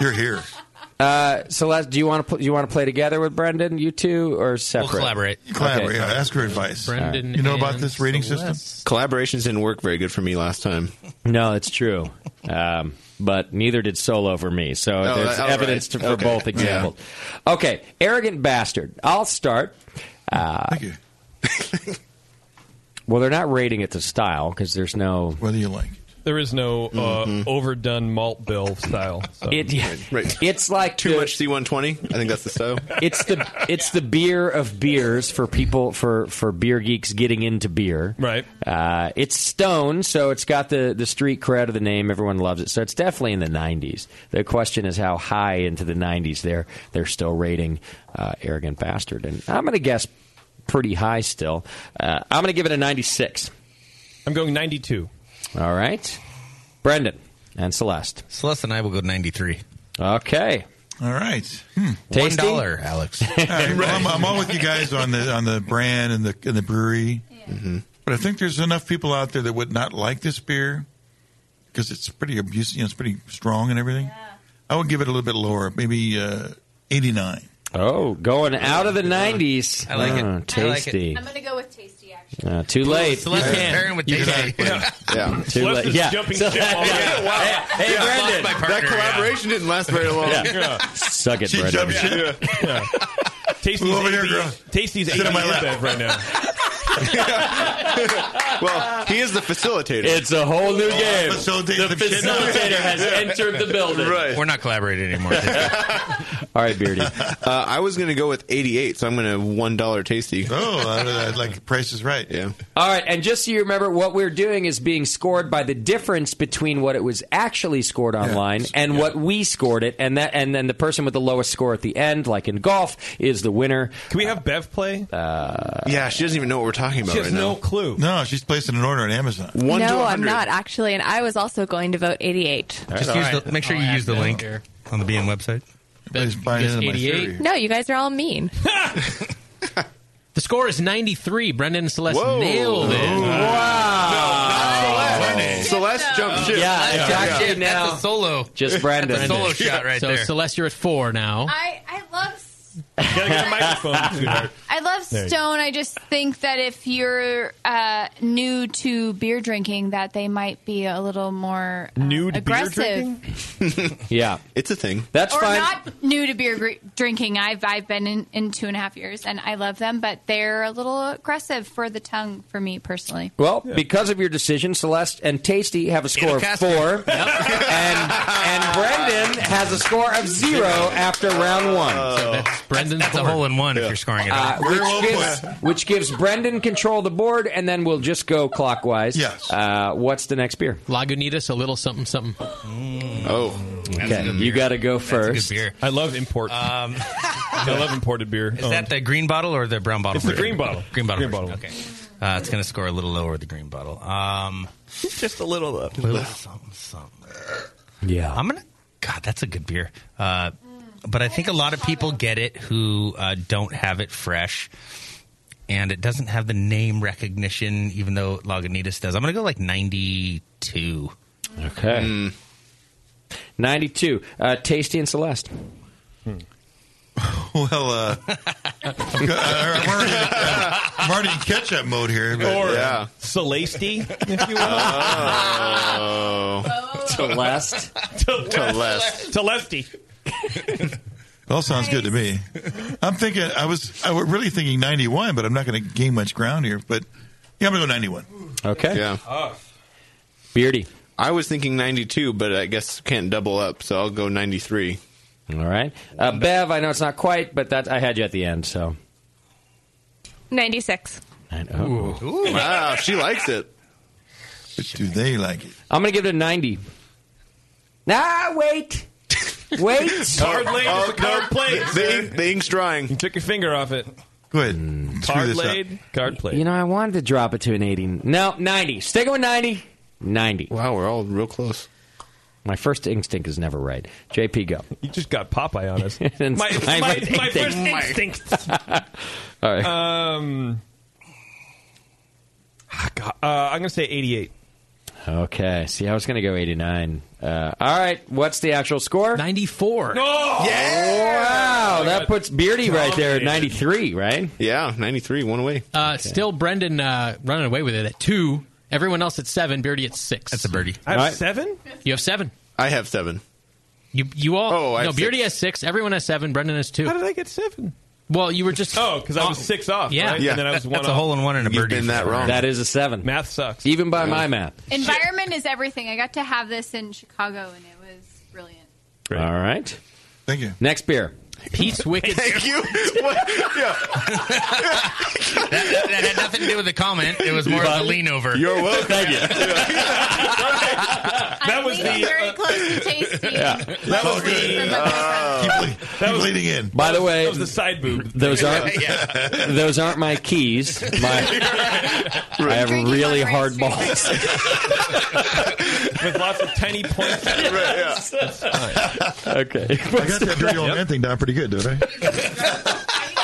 You're here.
Uh, Celeste, do you want to pl- you want to play together with Brendan, you two, or separate?
Collaborate.
Okay.
yeah, Ask her advice.
Brendan
you know about
and
this rating system?
Collaborations didn't work very good for me last time.
No, it's true. Um, but neither did solo for me. So
Oh,
there's
that- all
evidence
right.
to, for
Okay.
both examples. Okay, arrogant bastard. I'll start. Uh, Thank
you.
well, they're not rating it to style because there's no.
Whether you like.
There is no uh,
mm-hmm.
overdone malt bill style. So.
It, It's like
too much C120. I think that's the so.
It's the it's the beer of beers for people for for beer geeks getting into beer.
Right.
Uh, it's Stone, so it's got the the street cred of the name. Everyone loves it, so it's definitely in the 90s. The question is how high into the 90s they're they're still rating uh, arrogant bastard, and I'm going to guess pretty high still. Uh, I'm going to give it a 96.
I'm going 92.
All right, Brendan and Celeste.
Celeste and I will go 93.
Okay.
All right.
Tasty?
One dollar, Alex.
Hmm. All right, well, I'm, I'm all with you guys on the on the brand and the and the brewery, but I think there's enough people out there that would not like this beer because it's pretty abusive. You know, it's pretty strong and everything. I would give it a little bit lower, maybe uh, 89.
Oh, going out of the 90s.
I like it.
Oh,
I like it.
tasty.
I'm going to go with Tasty, actually.
Uh, too late.
Celeste is pairing with Tasty.
Yeah.
Too late. Yeah.
yeah. Wow. Hey,
Brandon.
that collaboration didn't last very long.
Yeah. Suck it,
She
Brendan.
jumped
Yeah. Yeah. Tasty's
Move over here,
80
girl.
Tasty's
Sit on
80
my lap.
bed right now.
well, he is the facilitator.
It's a whole new
game.
The facilitator has entered the building.
Right.
We're not collaborating anymore.
All right, Beardy.
Uh, I was going to go with 88, so I'm going to one dollar tasty.
Oh, I, I like Price is Right.
Yeah.
All right, and just so you remember, what we're doing is being scored by the difference between what it was actually scored online and what we scored it, and that, and then the person with the lowest score at the end, like in golf, is the winner.
Can we have Bev play?
Uh,
yeah, she doesn't even know what we're talking about right now.
clue.
No, she's placing an order on Amazon.
no, I'm not actually, and I was also going to vote 88.
Just use the, Oh, make sure you use the link on the BN website.
Everybody's
into my
No, you guys are all mean.
The score is 93. Brendan and Celeste
Whoa.
nailed it.
Celeste jumped ship.
Yeah, it's actually now-
That's a solo.
Just Brendan.
That's a solo shot right
so
there.
Celeste, you're at four now.
I, I love
Gotta get a microphone, sweetheart.
I love
There you
Stone. I just think that if you're uh, new to beer drinking, that they might be a little more uh,
Nude beer
aggressive,
yeah,
it's a thing.
That's
or
fine.
not new to beer gr- drinking. I've I've been in, in two and a half years, and I love them, but they're a little aggressive for the tongue for me personally.
Well, because of your decision, Celeste and Tasty have a score of four, and and Brendan has a score of zero after round one.
Oh.
Brendan's that's, a hole in one if you're scoring it.
Uh,
up.
which, gives, which gives Brendan control of the board, and then we'll just go clockwise. Yes. Uh, what's the next beer?
Lagunitas, a little something, something.
Oh,
That's a
okay.
good
You
beer.
got to go
That's a good
first.
beer.
I love import.
Um,
I love imported beer. Um,
Is that the green bottle or the brown bottle?
It's the
version?
green bottle.
Green bottle.
Green
version, Okay. Uh, it's going to score a little lower the green bottle. Um,
just a little though.
Little something, something.
Yeah.
I'm gonna. God, that's a good beer. Uh, but I think a lot of people get it who uh, don't have it fresh, and it doesn't have the name recognition, even though Lagunitas does. I'm gonna go like 92.
Okay.
Hmm.
92. Uh, Tasty and Celeste.
Well, uh, I'm already, I'm already in catch-up mode here. But,
Or yeah. Celeste, if you will.
Oh.
Celeste.
Celeste. Celeste.
It all sounds good to me. I'm thinking I was I was really thinking 91, but I'm not going to gain much ground here. But yeah, I'm going to go 91.
Okay.
Yeah.
Beardy.
I was thinking 92, but I guess can't double up, so I'll go 93.
All right. Uh, Bev, I know it's not quite, but that I had you at the end, so.
96.
I know.
Wow, Ah, she likes it.
But do they like it?
I'm going to give it a 90. Nah, wait. Wait.
Card laid is a card played.
Oh, The, ink, the ink's drying. You
took your finger off it.
Good.
Card laid. Card played.
You know, I wanted to drop it to an 80. No, 90. Stick with 90. 90.
Wow, we're all real close.
My first instinct is never right. JP, go.
You just got Popeye on us. my, my, my first instinct.
All right.
Um, ah, God, uh, I'm going to say 88.
Okay. See, I was going to go 89. Uh, all right. What's the actual score?
94.
No! Oh
Wow. that puts Beardy right there at 93, right?
Yeah, 93, one away.
Uh, Still, Brendan uh, running away with it at two. Everyone else at seven. Beardy at six. That's a
birdie.
I have seven?
You have seven.
I have seven.
You you all.
Oh, I
no,
have
Beardy has six. Everyone has seven. Brendan has two. How
did I get seven?
Well, you were just
oh, because I was six off.
Yeah,
right? And then I was one off.
That is a seven.
Math sucks.
Even by my math.
Environment is everything. I got to have this in Chicago, and it was brilliant.
All right.
Thank you.
Next beer.
Pete's Wicked.
Thank you. What? Yeah.
that, that- that had nothing to do with the comment. It was more of a lean over.
You're welcome.
That was the.
Very close to tasty.
That was the. that was leading
in.
By the way,
that was the side boob.
Those aren't those aren't my keys. My, I have really hard balls.
with lots of tiny points.
okay.
I got that dirty old man thing down pretty good, don't I?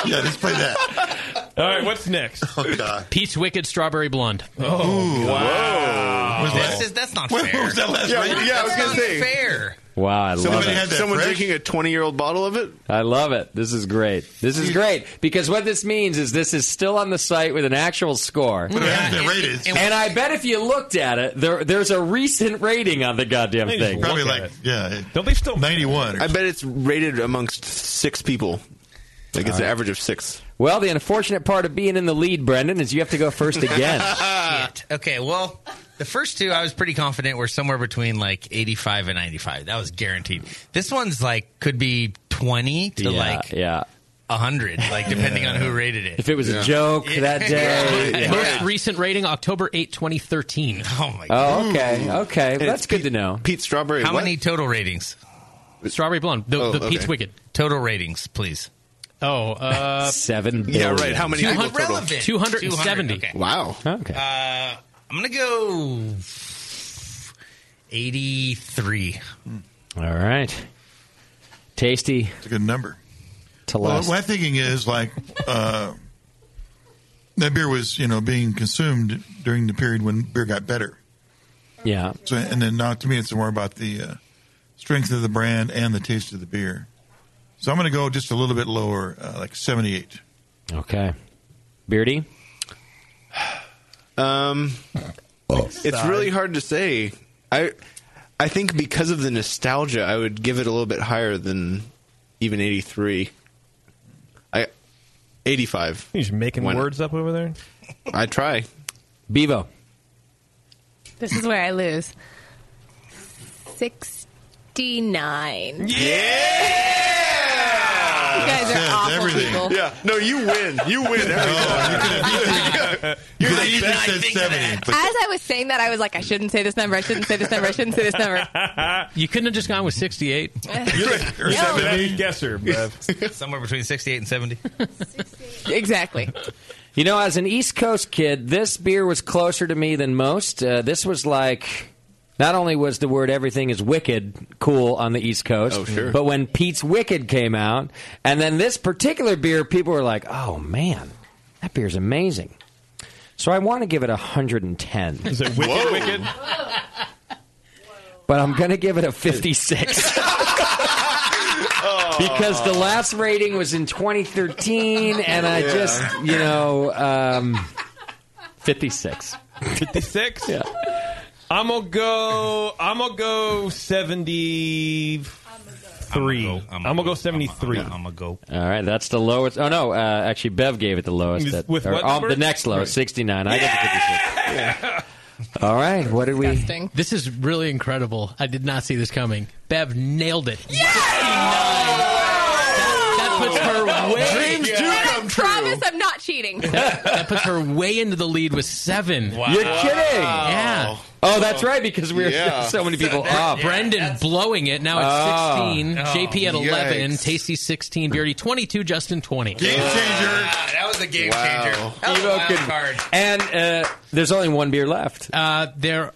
yeah, let's play that.
All right, what's next?
Oh God.
Pete's Wicked Strawberry Blonde.
Oh,
wow.
Was
This is, that's not fair.
was that last
yeah,
round?
yeah, I was going
That's
to say.
fair.
Wow, I love
Somebody
it.
had that Someone fresh? drinking a 20 year old bottle of it?
I love it. This is great. This is great because what this means is this is still on the site with an actual score. And I bet if you looked at it, there, there's a recent rating on the goddamn thing.
yeah.
Don't they still
91?
I bet it's rated amongst six people. Like it's
All
an
right.
average of six.
Well, the unfortunate part of being in the lead, Brendan, is you have to go first again.
Shit. Okay, well, the first two I was pretty confident were somewhere between like 85 and 95. That was guaranteed. This one's like could be 20 to
Yeah,
like
yeah.
100, like depending on who rated it.
If it was a joke that day. Yeah.
Most recent rating October 8, 2013.
Oh my
Oh, okay, okay. That's good to know.
Pete Strawberry.
How many total ratings?
Strawberry Blonde. The,
Oh,
the Pete's
okay.
Wicked.
Total ratings, please.
Oh, uh,
seven.
Yeah, right. How many people total? Relevant.
Two hundred and seventy.
200, okay.
Wow.
Oh, Okay.
Uh, I'm gonna go 83.
Hmm. All right. Tasty. It's
a good number.
To
Well,
last.
my thinking is like uh, that beer was, you know, being consumed during the period when beer got better.
yeah.
So, and then now to me, it's more about the uh, strength of the brand and the taste of the beer. So I'm going to go just a little bit lower, uh, like 78.
Okay. Beardy?
Um, it's really hard to say. I I think because of the nostalgia, I would give it a little bit higher than even 83. I 85.
You're just making
Why not?
words up over there.
I try.
Bevo.
This is where I lose. 69. You guys are awful people. Oh,
Yeah. No, you win. You win. Every time. You're the best.
said 70.
As I was saying that, I was like, I shouldn't say this number. I shouldn't say this number. I shouldn't say this number.
You couldn't have just gone with 68.
Or
No.
70.
guesser,
Somewhere between 68 and 70.
Exactly.
You know, as an East Coast kid, this beer was closer to me than most. Uh, this was like. Not only was the word everything is wicked cool on the East Coast,
Oh, sure.
but when Pete's Wicked came out, and then this particular beer, people were like, oh man, that beer's amazing. So I want to give it 110.
Is it wicked, wicked?
But I'm going to give it a 56. because the last rating was in 2013, and I
Yeah.
just, you know, um, 56.
56? yeah. I'm gonna go. I'm gonna go seventy three. I'm gonna go seventy three. I'm
gonna go.
All right, that's the lowest. Oh no, uh, actually, Bev gave it the lowest. That,
With
or,
what
um,
number?
the next lowest,
Right.
69. I get the 56. All right, what did we?
This is really incredible. I did not see this coming. Bev nailed it. That puts her way.
Dreams do come true. Promise I'm not cheating.
That puts her way into the lead with seven.
You're kidding!
Yeah.
Oh, that's right, because we were so many people up.
Brendan blowing it. Now
Oh.
it's 16.
Oh,
JP at 11.
yikes.
Tasty 16. Beardy 22. Justin Uh, 20. Game changer.
Ah, that was a game changer. That was a
Evo
wild
could-
card.
And uh, there's only one beer left.
Uh, there.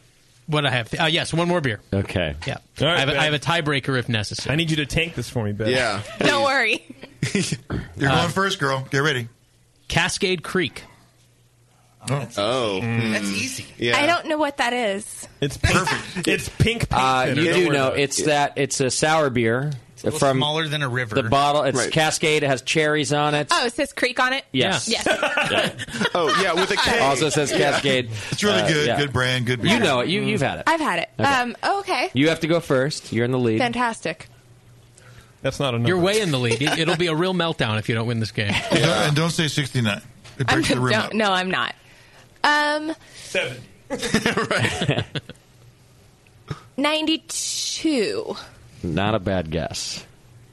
What I have? Uh, yes, one more beer.
Okay.
Yeah.
All right,
I, have a,
Ben.
I have a tiebreaker if necessary.
I need you to tank this for me, Ben.
Yeah.
Don't worry.
You're going first, girl. Get ready.
Cascade Creek.
Oh.
That's
easy.
I don't know what that is.
It's perfect. it's pink.
Uh,
Center.
you
Don't
do
worry
know
about it.
it's that it's a sour beer
a little
from
smaller than a river.
The bottle it's
Right.
Cascade. It has cherries on it.
Oh, it says creek on it?
Yes.
Yes.
Oh yeah, with a K.
Also says Cascade.
It's really
Uh,
good.
yeah.
Good brand. Good.
You know it. You you've had it.
I've had it.
Okay.
Um, oh, okay.
You have to go first. You're in the lead.
Fantastic.
That's not enough.
You're way in the lead. It, it'll be a real meltdown if you don't win this game.
And don't say 69. It
I'm,
breaks the room
don't,
up.
no, I'm not. Um,
Seven.
92.
Not a bad guess.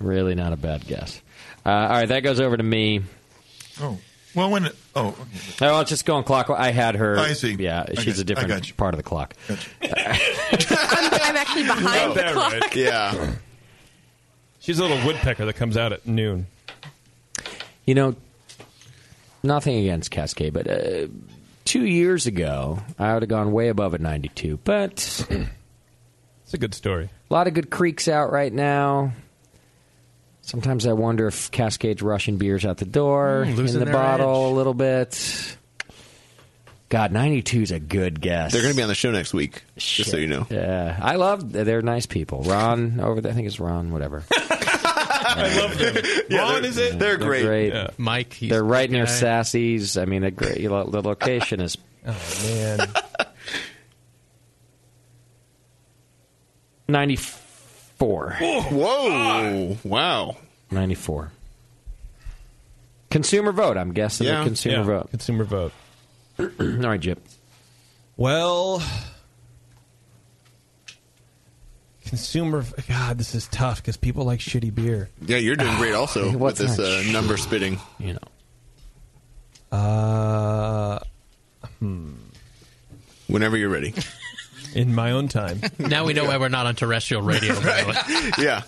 Really not a bad guess. Uh, all right, that goes over to me.
Oh. Well, when. Oh. Okay.
Oh, I'll just go on clock. I had her.
I see.
Yeah,
I
she's
got-
a different
I got you.
part of the clock.
I'm, I'm actually behind the clock.
Yeah.
She's a little woodpecker that comes out at noon.
You know, nothing against Cascade, but uh, two years ago, I would have gone way above at 92. But
it's a good story.
A lot of good creeks out right now. Sometimes I wonder if Cascade's rushing beers out the door,
Mm,
in
losing
the
their
bottle a little bit. God, 92 is a good guess.
They're going to be on the show next week, just so you know.
Yeah, I love. They're nice people. Ron over there, I think it's Ron. Whatever.
Ron is it?
They're great.
Mike.
They're right near
guy.
Sassy's. I mean, a great, the location is.
Oh man.
94.
Whoa. Wow.
94. Consumer vote, I'm guessing. the
Yeah.
consumer
Yeah.
vote.
Consumer vote.
All right, Jip.
Well, consumer. God, this is tough because people like shitty beer.
Yeah, you're doing great also with
What's
this
not
uh, number spitting.
You know.
Uh, hmm.
Whenever you're ready.
In my own time.
Now we know why we're not on terrestrial radio. by the way.
yeah.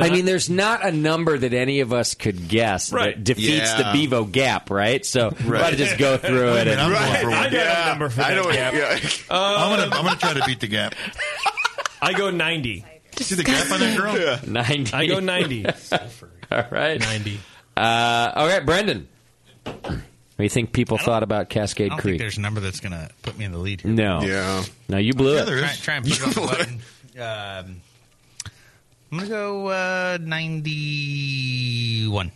I mean, there's not a number that any of us could guess that
Right.
defeats
Yeah.
the Bevo gap, right? So we
Right.
ought to just go through
Wait a
it.
minute,
and-
I'm going for one. I got a number for that gap.
I'm gonna I'm gonna try to beat the gap.
I go ninety.
See the gap on that girl? Yeah.
90.
I go 90.
All right.
90.
Uh, all right, Brendan. What do you think people thought about
I
Cascade
don't think
Creek?
there's a number that's going to put me in the lead here.
No. No, you blew it.
Try, try and put it on the button. Um, I'm going to go uh, 90. two one.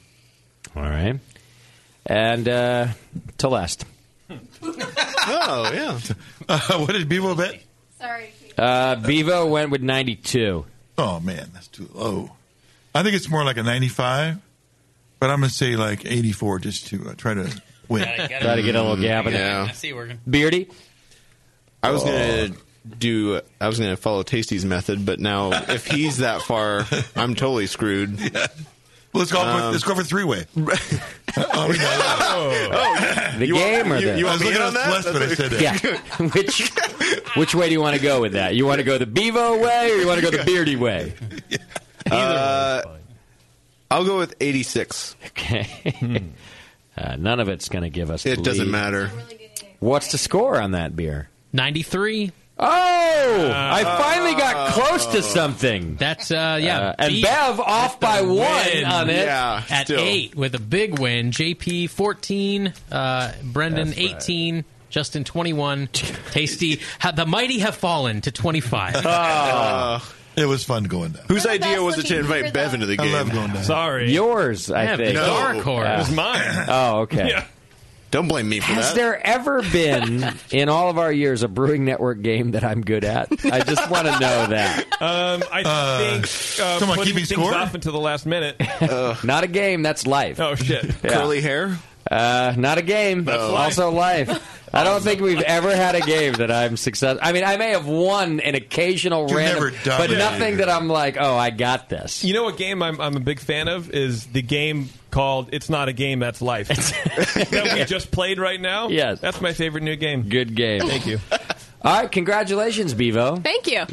All right. And uh, to last.
oh yeah. what did Bevo bet?
Uh, Bevo went with 92.
Oh man, that's too low. I think it's more like a 95, but I'm gonna say like 84 just to uh, try to win.
Gotta get a- Try to get a little gab in it. Yeah. I see it working. Beardy.
I was
Oh.
gonna do. I was gonna follow Tasty's method, but now if he's that far, I'm totally screwed. Um, oh,
Well, let's go. for, let's go for three way. Oh,
The game or
you-
the...
you want I was me in looking on at that?
Celeste when I said that.
Yeah. which, which way do you want to go with that? You want to go the Bevo way or you want to go the Beardy way?
Uh, I'll go with 86.
Okay. uh, none of it's going to give us
It
the
doesn't
lead.
matter.
What's the score on that beer?
93.
Oh, I finally got close
Oh.
to something.
That's uh, yeah.
Uh, and
beat
Bev off
with
by
the
one
win
on it. Yeah,
at
still.
eight with a big win. JP fourteen, uh, Brendan
That's right.
eighteen, Justin twenty one. Tasty, ha- the mighty have fallen to twenty five.
Oh. it was fun going down.
Whose idea was it to invite Bev into the game?
Sorry.
Yours, I
Yeah,
think.
No. dark horse.
Yeah.
It was mine.
Oh, okay.
Yeah. Oh. Don't blame me for
Has
that.
there ever been in all of our years a Brewing Network game that I'm good at? I just want to know that.
Um, I
Uh,
think uh,
someone
putting
keeping
things
score?
off until the last minute.
Not a game, that's life.
Oh shit!
Curly
Uh. hair?
Uh, not a game.
That's life.
also life. I don't think we've ever had a game that I'm successful. I mean, I may have won an occasional
You've
random,
never done
but
it.
nothing that I'm like, oh, I got this.
You know what game I'm, I'm a big fan of is the game called "It's Not a Game, That's Life" that we just played right now.
Yes.
that's my favorite new game.
Good game.
Thank you.
All right, congratulations, Bevo.
Thank you.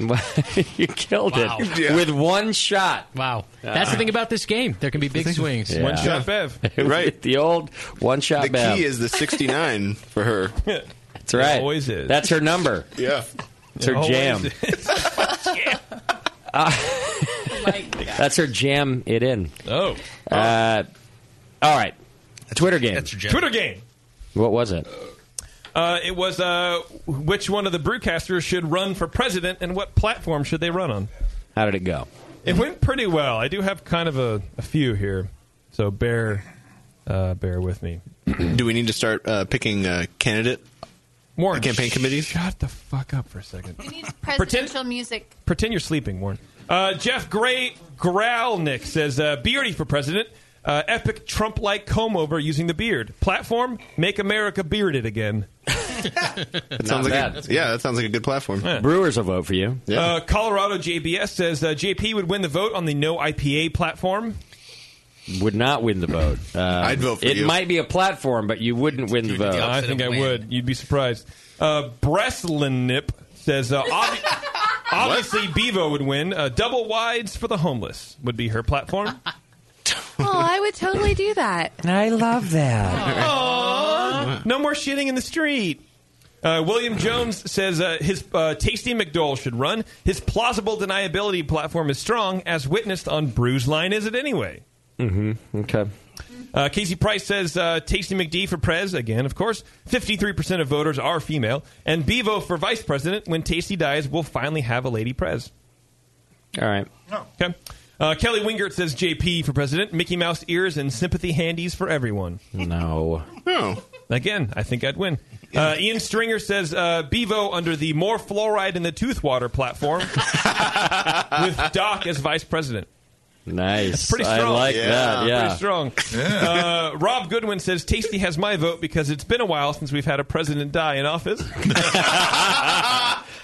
you killed
Wow.
it
Yeah.
with one shot.
Wow, That's the thing about this game. There can be big swings.
Bev.
right, the old one shot.
the
Bev.
key is the 69 for her.
That's right.
always is.
That's her number.
Yeah.
It's her jam. Uh, that's her jam. It in.
Oh.
Uh, all right. Twitter game.
Twitter game.
What was it?
Uh, it was uh, which one of the brewcasters should run for president and what platform should they run on?
How did it go?
It went pretty well. I do have kind of a, a few here, so bear uh, bear with me.
Do we need to start uh, picking a candidate?
Warren,
campaign committees?
Shut the fuck up for a second.
Presidential music.
Pretend you're sleeping, Warren. Uh, Jeff Gray Growlnick says uh, Beardy for president. Uh, epic Trump like comb over using the beard. Platform, make America bearded again.
That sounds like
bad.
A, yeah, that sounds like a good platform.
Brewers will vote for you.
Uh, Colorado JBS says uh, JP would win the vote on the no IPA platform.
Would not win the vote. Uh, I'd
vote for
It
you.
might be a platform, but you wouldn't win the vote.
I think I would. You'd be surprised. Uh, Breslin Nip says uh, obvi- obviously Bevo would win. Uh, double wides for the homeless would be her platform.
Oh, I would totally do that.
I love that.
Aww. No more shitting in the street. Uh, William Jones says uh, his uh, tasty McDowell should run. His plausible deniability platform is strong, as witnessed on Brews Line. Is it anyway?
Mm-hmm. Okay.
Uh, Casey Price says uh, Tasty McD for Prez again, of course. Fifty-three percent of voters are female, and Bevo for vice president. When Tasty dies, we'll finally have a lady Prez.
All right.
Okay. Uh, Kelly Wingert says JP for president. Mickey Mouse ears and sympathy handies for everyone.
No.
No.
Again, I think I'd win. Uh, Ian Stringer says uh, Bevo under the more fluoride in the tooth water platform with Doc as vice president.
Nice.
That's pretty strong.
I like that. Yeah.
Pretty strong. Uh, Rob Goodwin says Tasty has my vote because it's been a while since we've had a president die in office.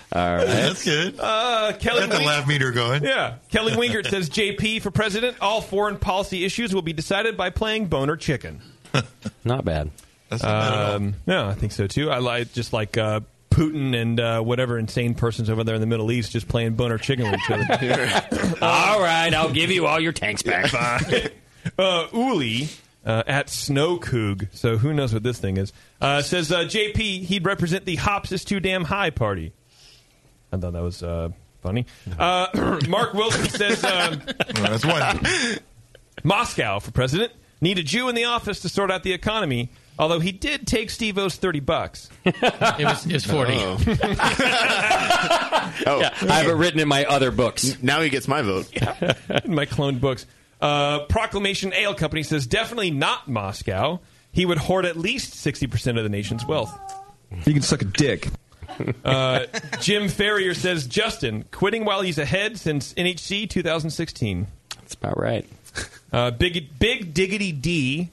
All right.
That's good.
Uh, Kelly
Got the
Wing-
laugh meter going.
Yeah. Kelly Wingert says JP for president. All foreign policy issues will be decided by playing boner chicken.
Not bad.
That's
Um, yeah, I think so too. I like just like uh, Putin and uh, whatever insane persons over there in the Middle East just playing boner chicken with each other.
all right, I'll give you all your tanks back.
uh, Uli uh, at Snowcoog, so who knows what this thing is, uh, says uh, JP, he'd represent the Hops is Too Damn High party. I thought that was uh, funny. Uh, Mark Wilson says. Um,
that's one.
Moscow for president. Need a Jew in the office to sort out the economy. Although he did take Steve O's 30 bucks. it
was, it was 40.
Oh.
I have it written in my other books.
Now he gets my vote.
my cloned books. Uh, Proclamation Ale Company says definitely not Moscow. He would hoard at least 60% of the nation's wealth.
You can suck a dick.
Uh, Jim Ferrier says Justin quitting while he's ahead since NHC 2016. That's
about right.
Uh, big Big Diggity D.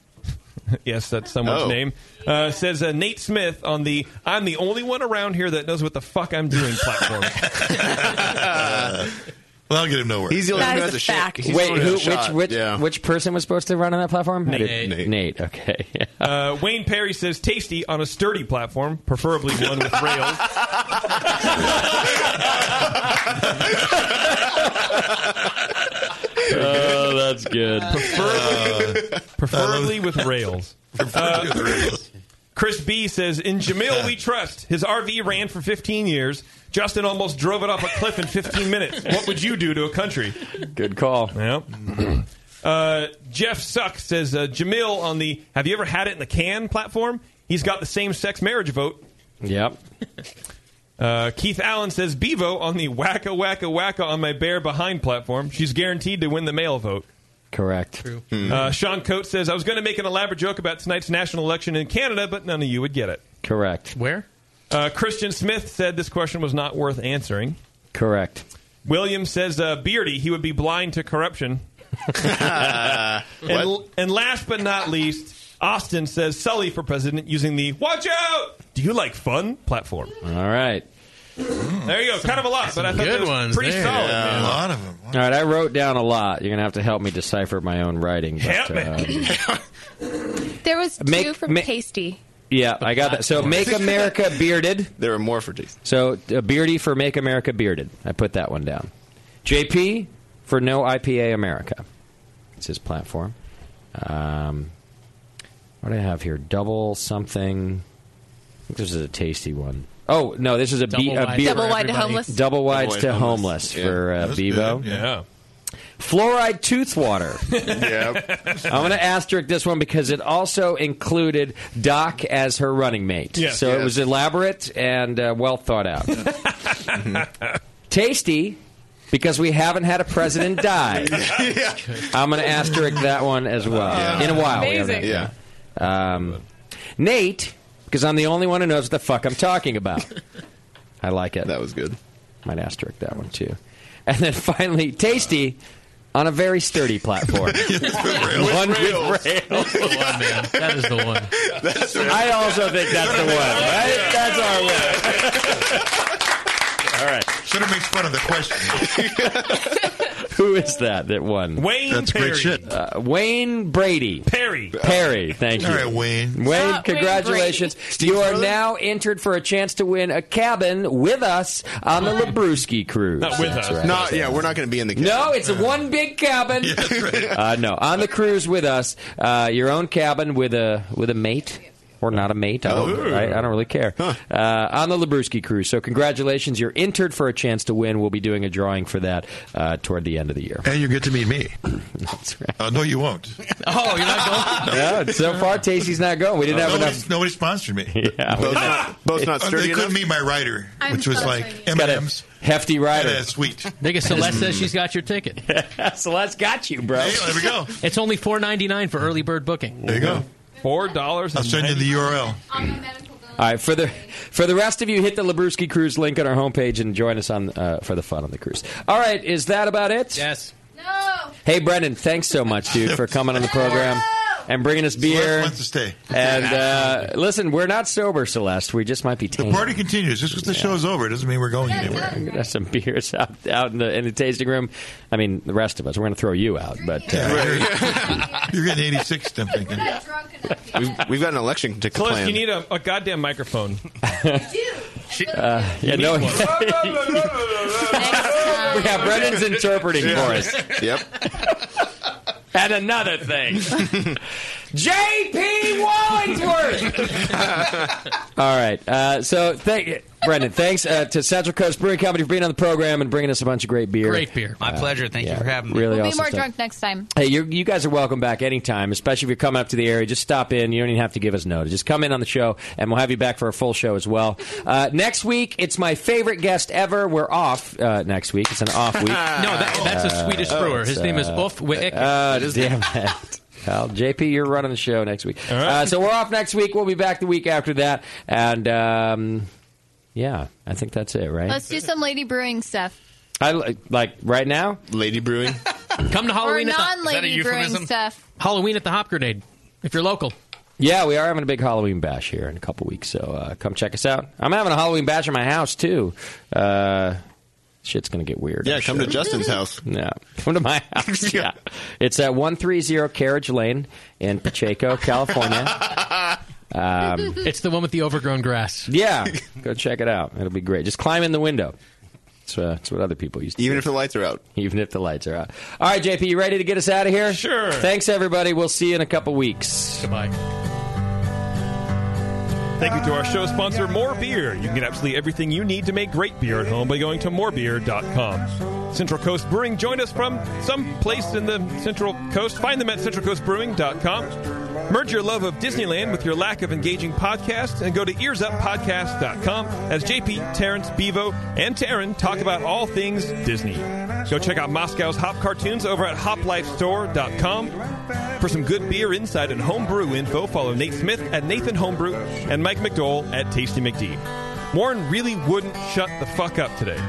yes, that's someone's
Oh.
name. Uh, says uh, Nate Smith on the "I'm the only one around here that knows what the fuck I'm doing" platform.
well, I'll get him nowhere.
He's the only one who has a shot. He's the
Wait,
only one who
who, which
has a shot,
which,
yeah.
which person was supposed to run on that platform? I
Nate.
didn't-
Nate.
Nate. Okay. Yeah.
Uh, Wayne Perry says tasty on a sturdy platform, preferably one with rails.
oh, that's good. Uh,
Preferably, preferably with rails. Uh, Chris B says in Jamil we trust. His RV ran for 15 years. Justin almost drove it off a cliff in 15 minutes. What would you do to a country?
Good call.
Yep. Uh, Jeff Suck says uh, Jamil on the Have you ever had it in the can platform? He's got the same sex marriage vote.
Yep.
Uh, Keith Allen says Bevo on the wacka wacka wacka on my bear behind platform. She's guaranteed to win the male vote.
Correct.
Uh, Sean Coates says I was going to make an elaborate joke about tonight's national election in Canada, but none of you would get it.
Correct.
Where? Uh, Christian Smith said this question was not worth answering.
Correct.
William says uh, Beardy, he would be blind to corruption. and, and last but not least, Austin says Sully for president using the "Watch out! Do you like fun?" platform.
All right.
There you go, kind of a lot, but I thought
Mm. good
that was
ones
pretty
there.
solid.
Yeah.
man.
A lot of
All right, I wrote down a lot. You're going to have to help me decipher my own writing. but,
Help me.
um,
There was
Make-
two from
make-
Tasty.
yeah, I got that. So, Make America Bearded.
There are more for Jason.
So, uh, Beardy for Make America Bearded. I put that one down. JP for No IPA America. It's his platform. Um, what do I have here? Double something. I think this is a tasty one. Oh no, this is a, be-
Double
a
wide
beer.
for Double wide to everybody. homeless?
Double wides
Double
to
wide homeless.
homeless, for
Yeah.
uh,
That's
Bevo.
good, yeah.
Fluoride tooth water.
yep.
I'm going to asterisk this one because it also included Doc as her running mate.
Yes.
so it
Yes.
was elaborate and uh, well thought out. Tasty because we haven't had a president die. I'm going to asterisk that one as well.
Yeah.
In a while. we
Amazing.
haven't had that. Um, Nate, because I'm the only one who knows what the fuck I'm talking about. I like it. That
was good.
Might asterisk that one too. And then finally, Tasty on a very sturdy platform. One with rails.
That is the one.
I also think that's the one, right? That's our one. All right.
Should have made fun of the question.
Who is that that won?
Wayne That's great Perry. shit.
Uh, Wayne Brady.
Perry.
Perry. Thank you.
All right, Wayne.
Wayne,
Not Wayne
congratulations. you are now entered for a chance to win a cabin with us on the Labruski cruise.
Not with
That's
us.
right.
Not- yeah, we're not going to be in the cabin.
No,
Uh-huh.
it's a one big cabin. uh, no, on the cruise with us, uh, your own cabin with a with a mate or not a mate. I don't,
Ooh.
Oh.
I, I don't really care. Uh, on the Labruski cruise. So congratulations, you're entered for a chance to win. We'll be doing a drawing for that uh, toward the end of the year.
And you get to meet me.
That's right.
Uh, no, you won't.
Oh, you're not
going?
No, so far Tasty's not going. We didn't have
nobody's,
enough.
Nobody sponsored me.
Yeah, we- Ah!
Uh, They couldn't meet my rider,
I'm
which was
so
like
sorry.
M and M's.
Hefty rider.
Yeah, sweet.
Nigga, Celeste says she's got your ticket.
Celeste got you, bro.
Hey, there we go.
It's only four ninety nine for early bird booking.
There you go.
Four dollars.
I'll send you the URL.
All right, for the for the rest of you, hit the Labruski Cruise link on our homepage and join us on uh, for the fun on the cruise. All right, is that about it?
Yes.
No. Hey, Brendan, thanks so much, dude, for coming on the program and bringing us beer.
wants to stay.
And uh, listen, we're not sober, Celeste. We just might be. Tamed.
Party continues. Just because the show's over doesn't mean we're going anywhere.
We're gonna have some beers out, out in the in the tasting room. I mean, the rest of us. We're gonna throw you out, but uh,
You're getting 86, I'm thinking.
We've, we've got an election to
Plus,
plan.
you need a, a goddamn microphone.
She-
uh, yeah,
You
no.
need
yeah, Brendan's interpreting for us.
Yep.
And another thing, J.P. Wallingworth. All right. Uh, so thank Brendan, thanks uh, to Central Coast Brewing Company for being on the program and bringing us a bunch of great beer.
Great beer.
My
Uh,
pleasure. Thank
yeah,
you for having me.
Really
we'll be
awesome
more
stuff.
drunk next time.
Hey, you you guys are welcome back anytime, especially if you're coming up to the area. Just stop in. You don't even have to give us notice. Just come in on the show, and we'll have you back for a full show as well. Uh, next week, it's my favorite guest ever. We're off uh, next week. It's an off week. no,
that- that's a Swedish brewer. His name is Ulf Wick.
Uh, damn it. Well, JP, you're running the show next week. Uh, so we're off next week. We'll be back the week after that. And um, yeah, I think that's it, right?
Let's do some lady brewing stuff.
I li- like right now,
lady brewing.
Come to Halloween.
or
at the-
non-lady brewing stuff.
Halloween at the Hop Grenade, if you're local.
Yeah, we are having a big Halloween bash here in a couple weeks, so uh, come check us out. I'm having a Halloween bash in my house too. Uh, shit's gonna get weird.
Yeah,
I'm
come to Justin's house.
No, come to my house. Yeah, it's at one three zero Carriage Lane in Pacheco, California. Um,
It's the one with the overgrown grass.
yeah, go check it out. It'll be great. Just climb in the window. That's, uh, that's what other people used to Even
if the lights are out.
Even if the lights are out. All right, JP, you ready to get us out of here? Sure. Thanks, everybody. We'll see you in a couple weeks.
Goodbye.
Thank you to our show sponsor, More Beer. You can get absolutely everything you need to make great beer at home by going to morebeer.com. Central Coast Brewing, join us from some place in the Central Coast. Find them at centralcoastbrewing.com. Merge your love of Disneyland with your lack of engaging podcasts and go to earsuppodcast.com as JP, Terrence, Bevo, and Taryn talk about all things Disney. Go check out Moscow's Hop Cartoons over at hoplifestore.com. For some good beer insight and homebrew info, follow Nate Smith at Nathan Homebrew and Mike McDowell at Tasty McD. Warren really wouldn't shut the fuck up today.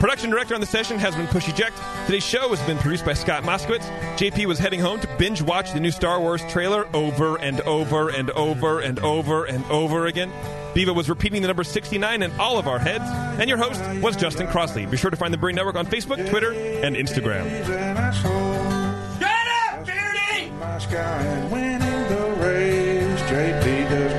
Production director on the session has been Pushy Ject. Today's show has been produced by Scott Moskowitz. JP was heading home to binge watch the new Star Wars trailer over and over and over and over and over again. Beaver was repeating the number 69 in all of our heads. And your host was Justin Crossley. Be sure to find the Brewing Network on Facebook, Twitter, and Instagram.
Shut up, Beardy! Moscow and winning the race. JP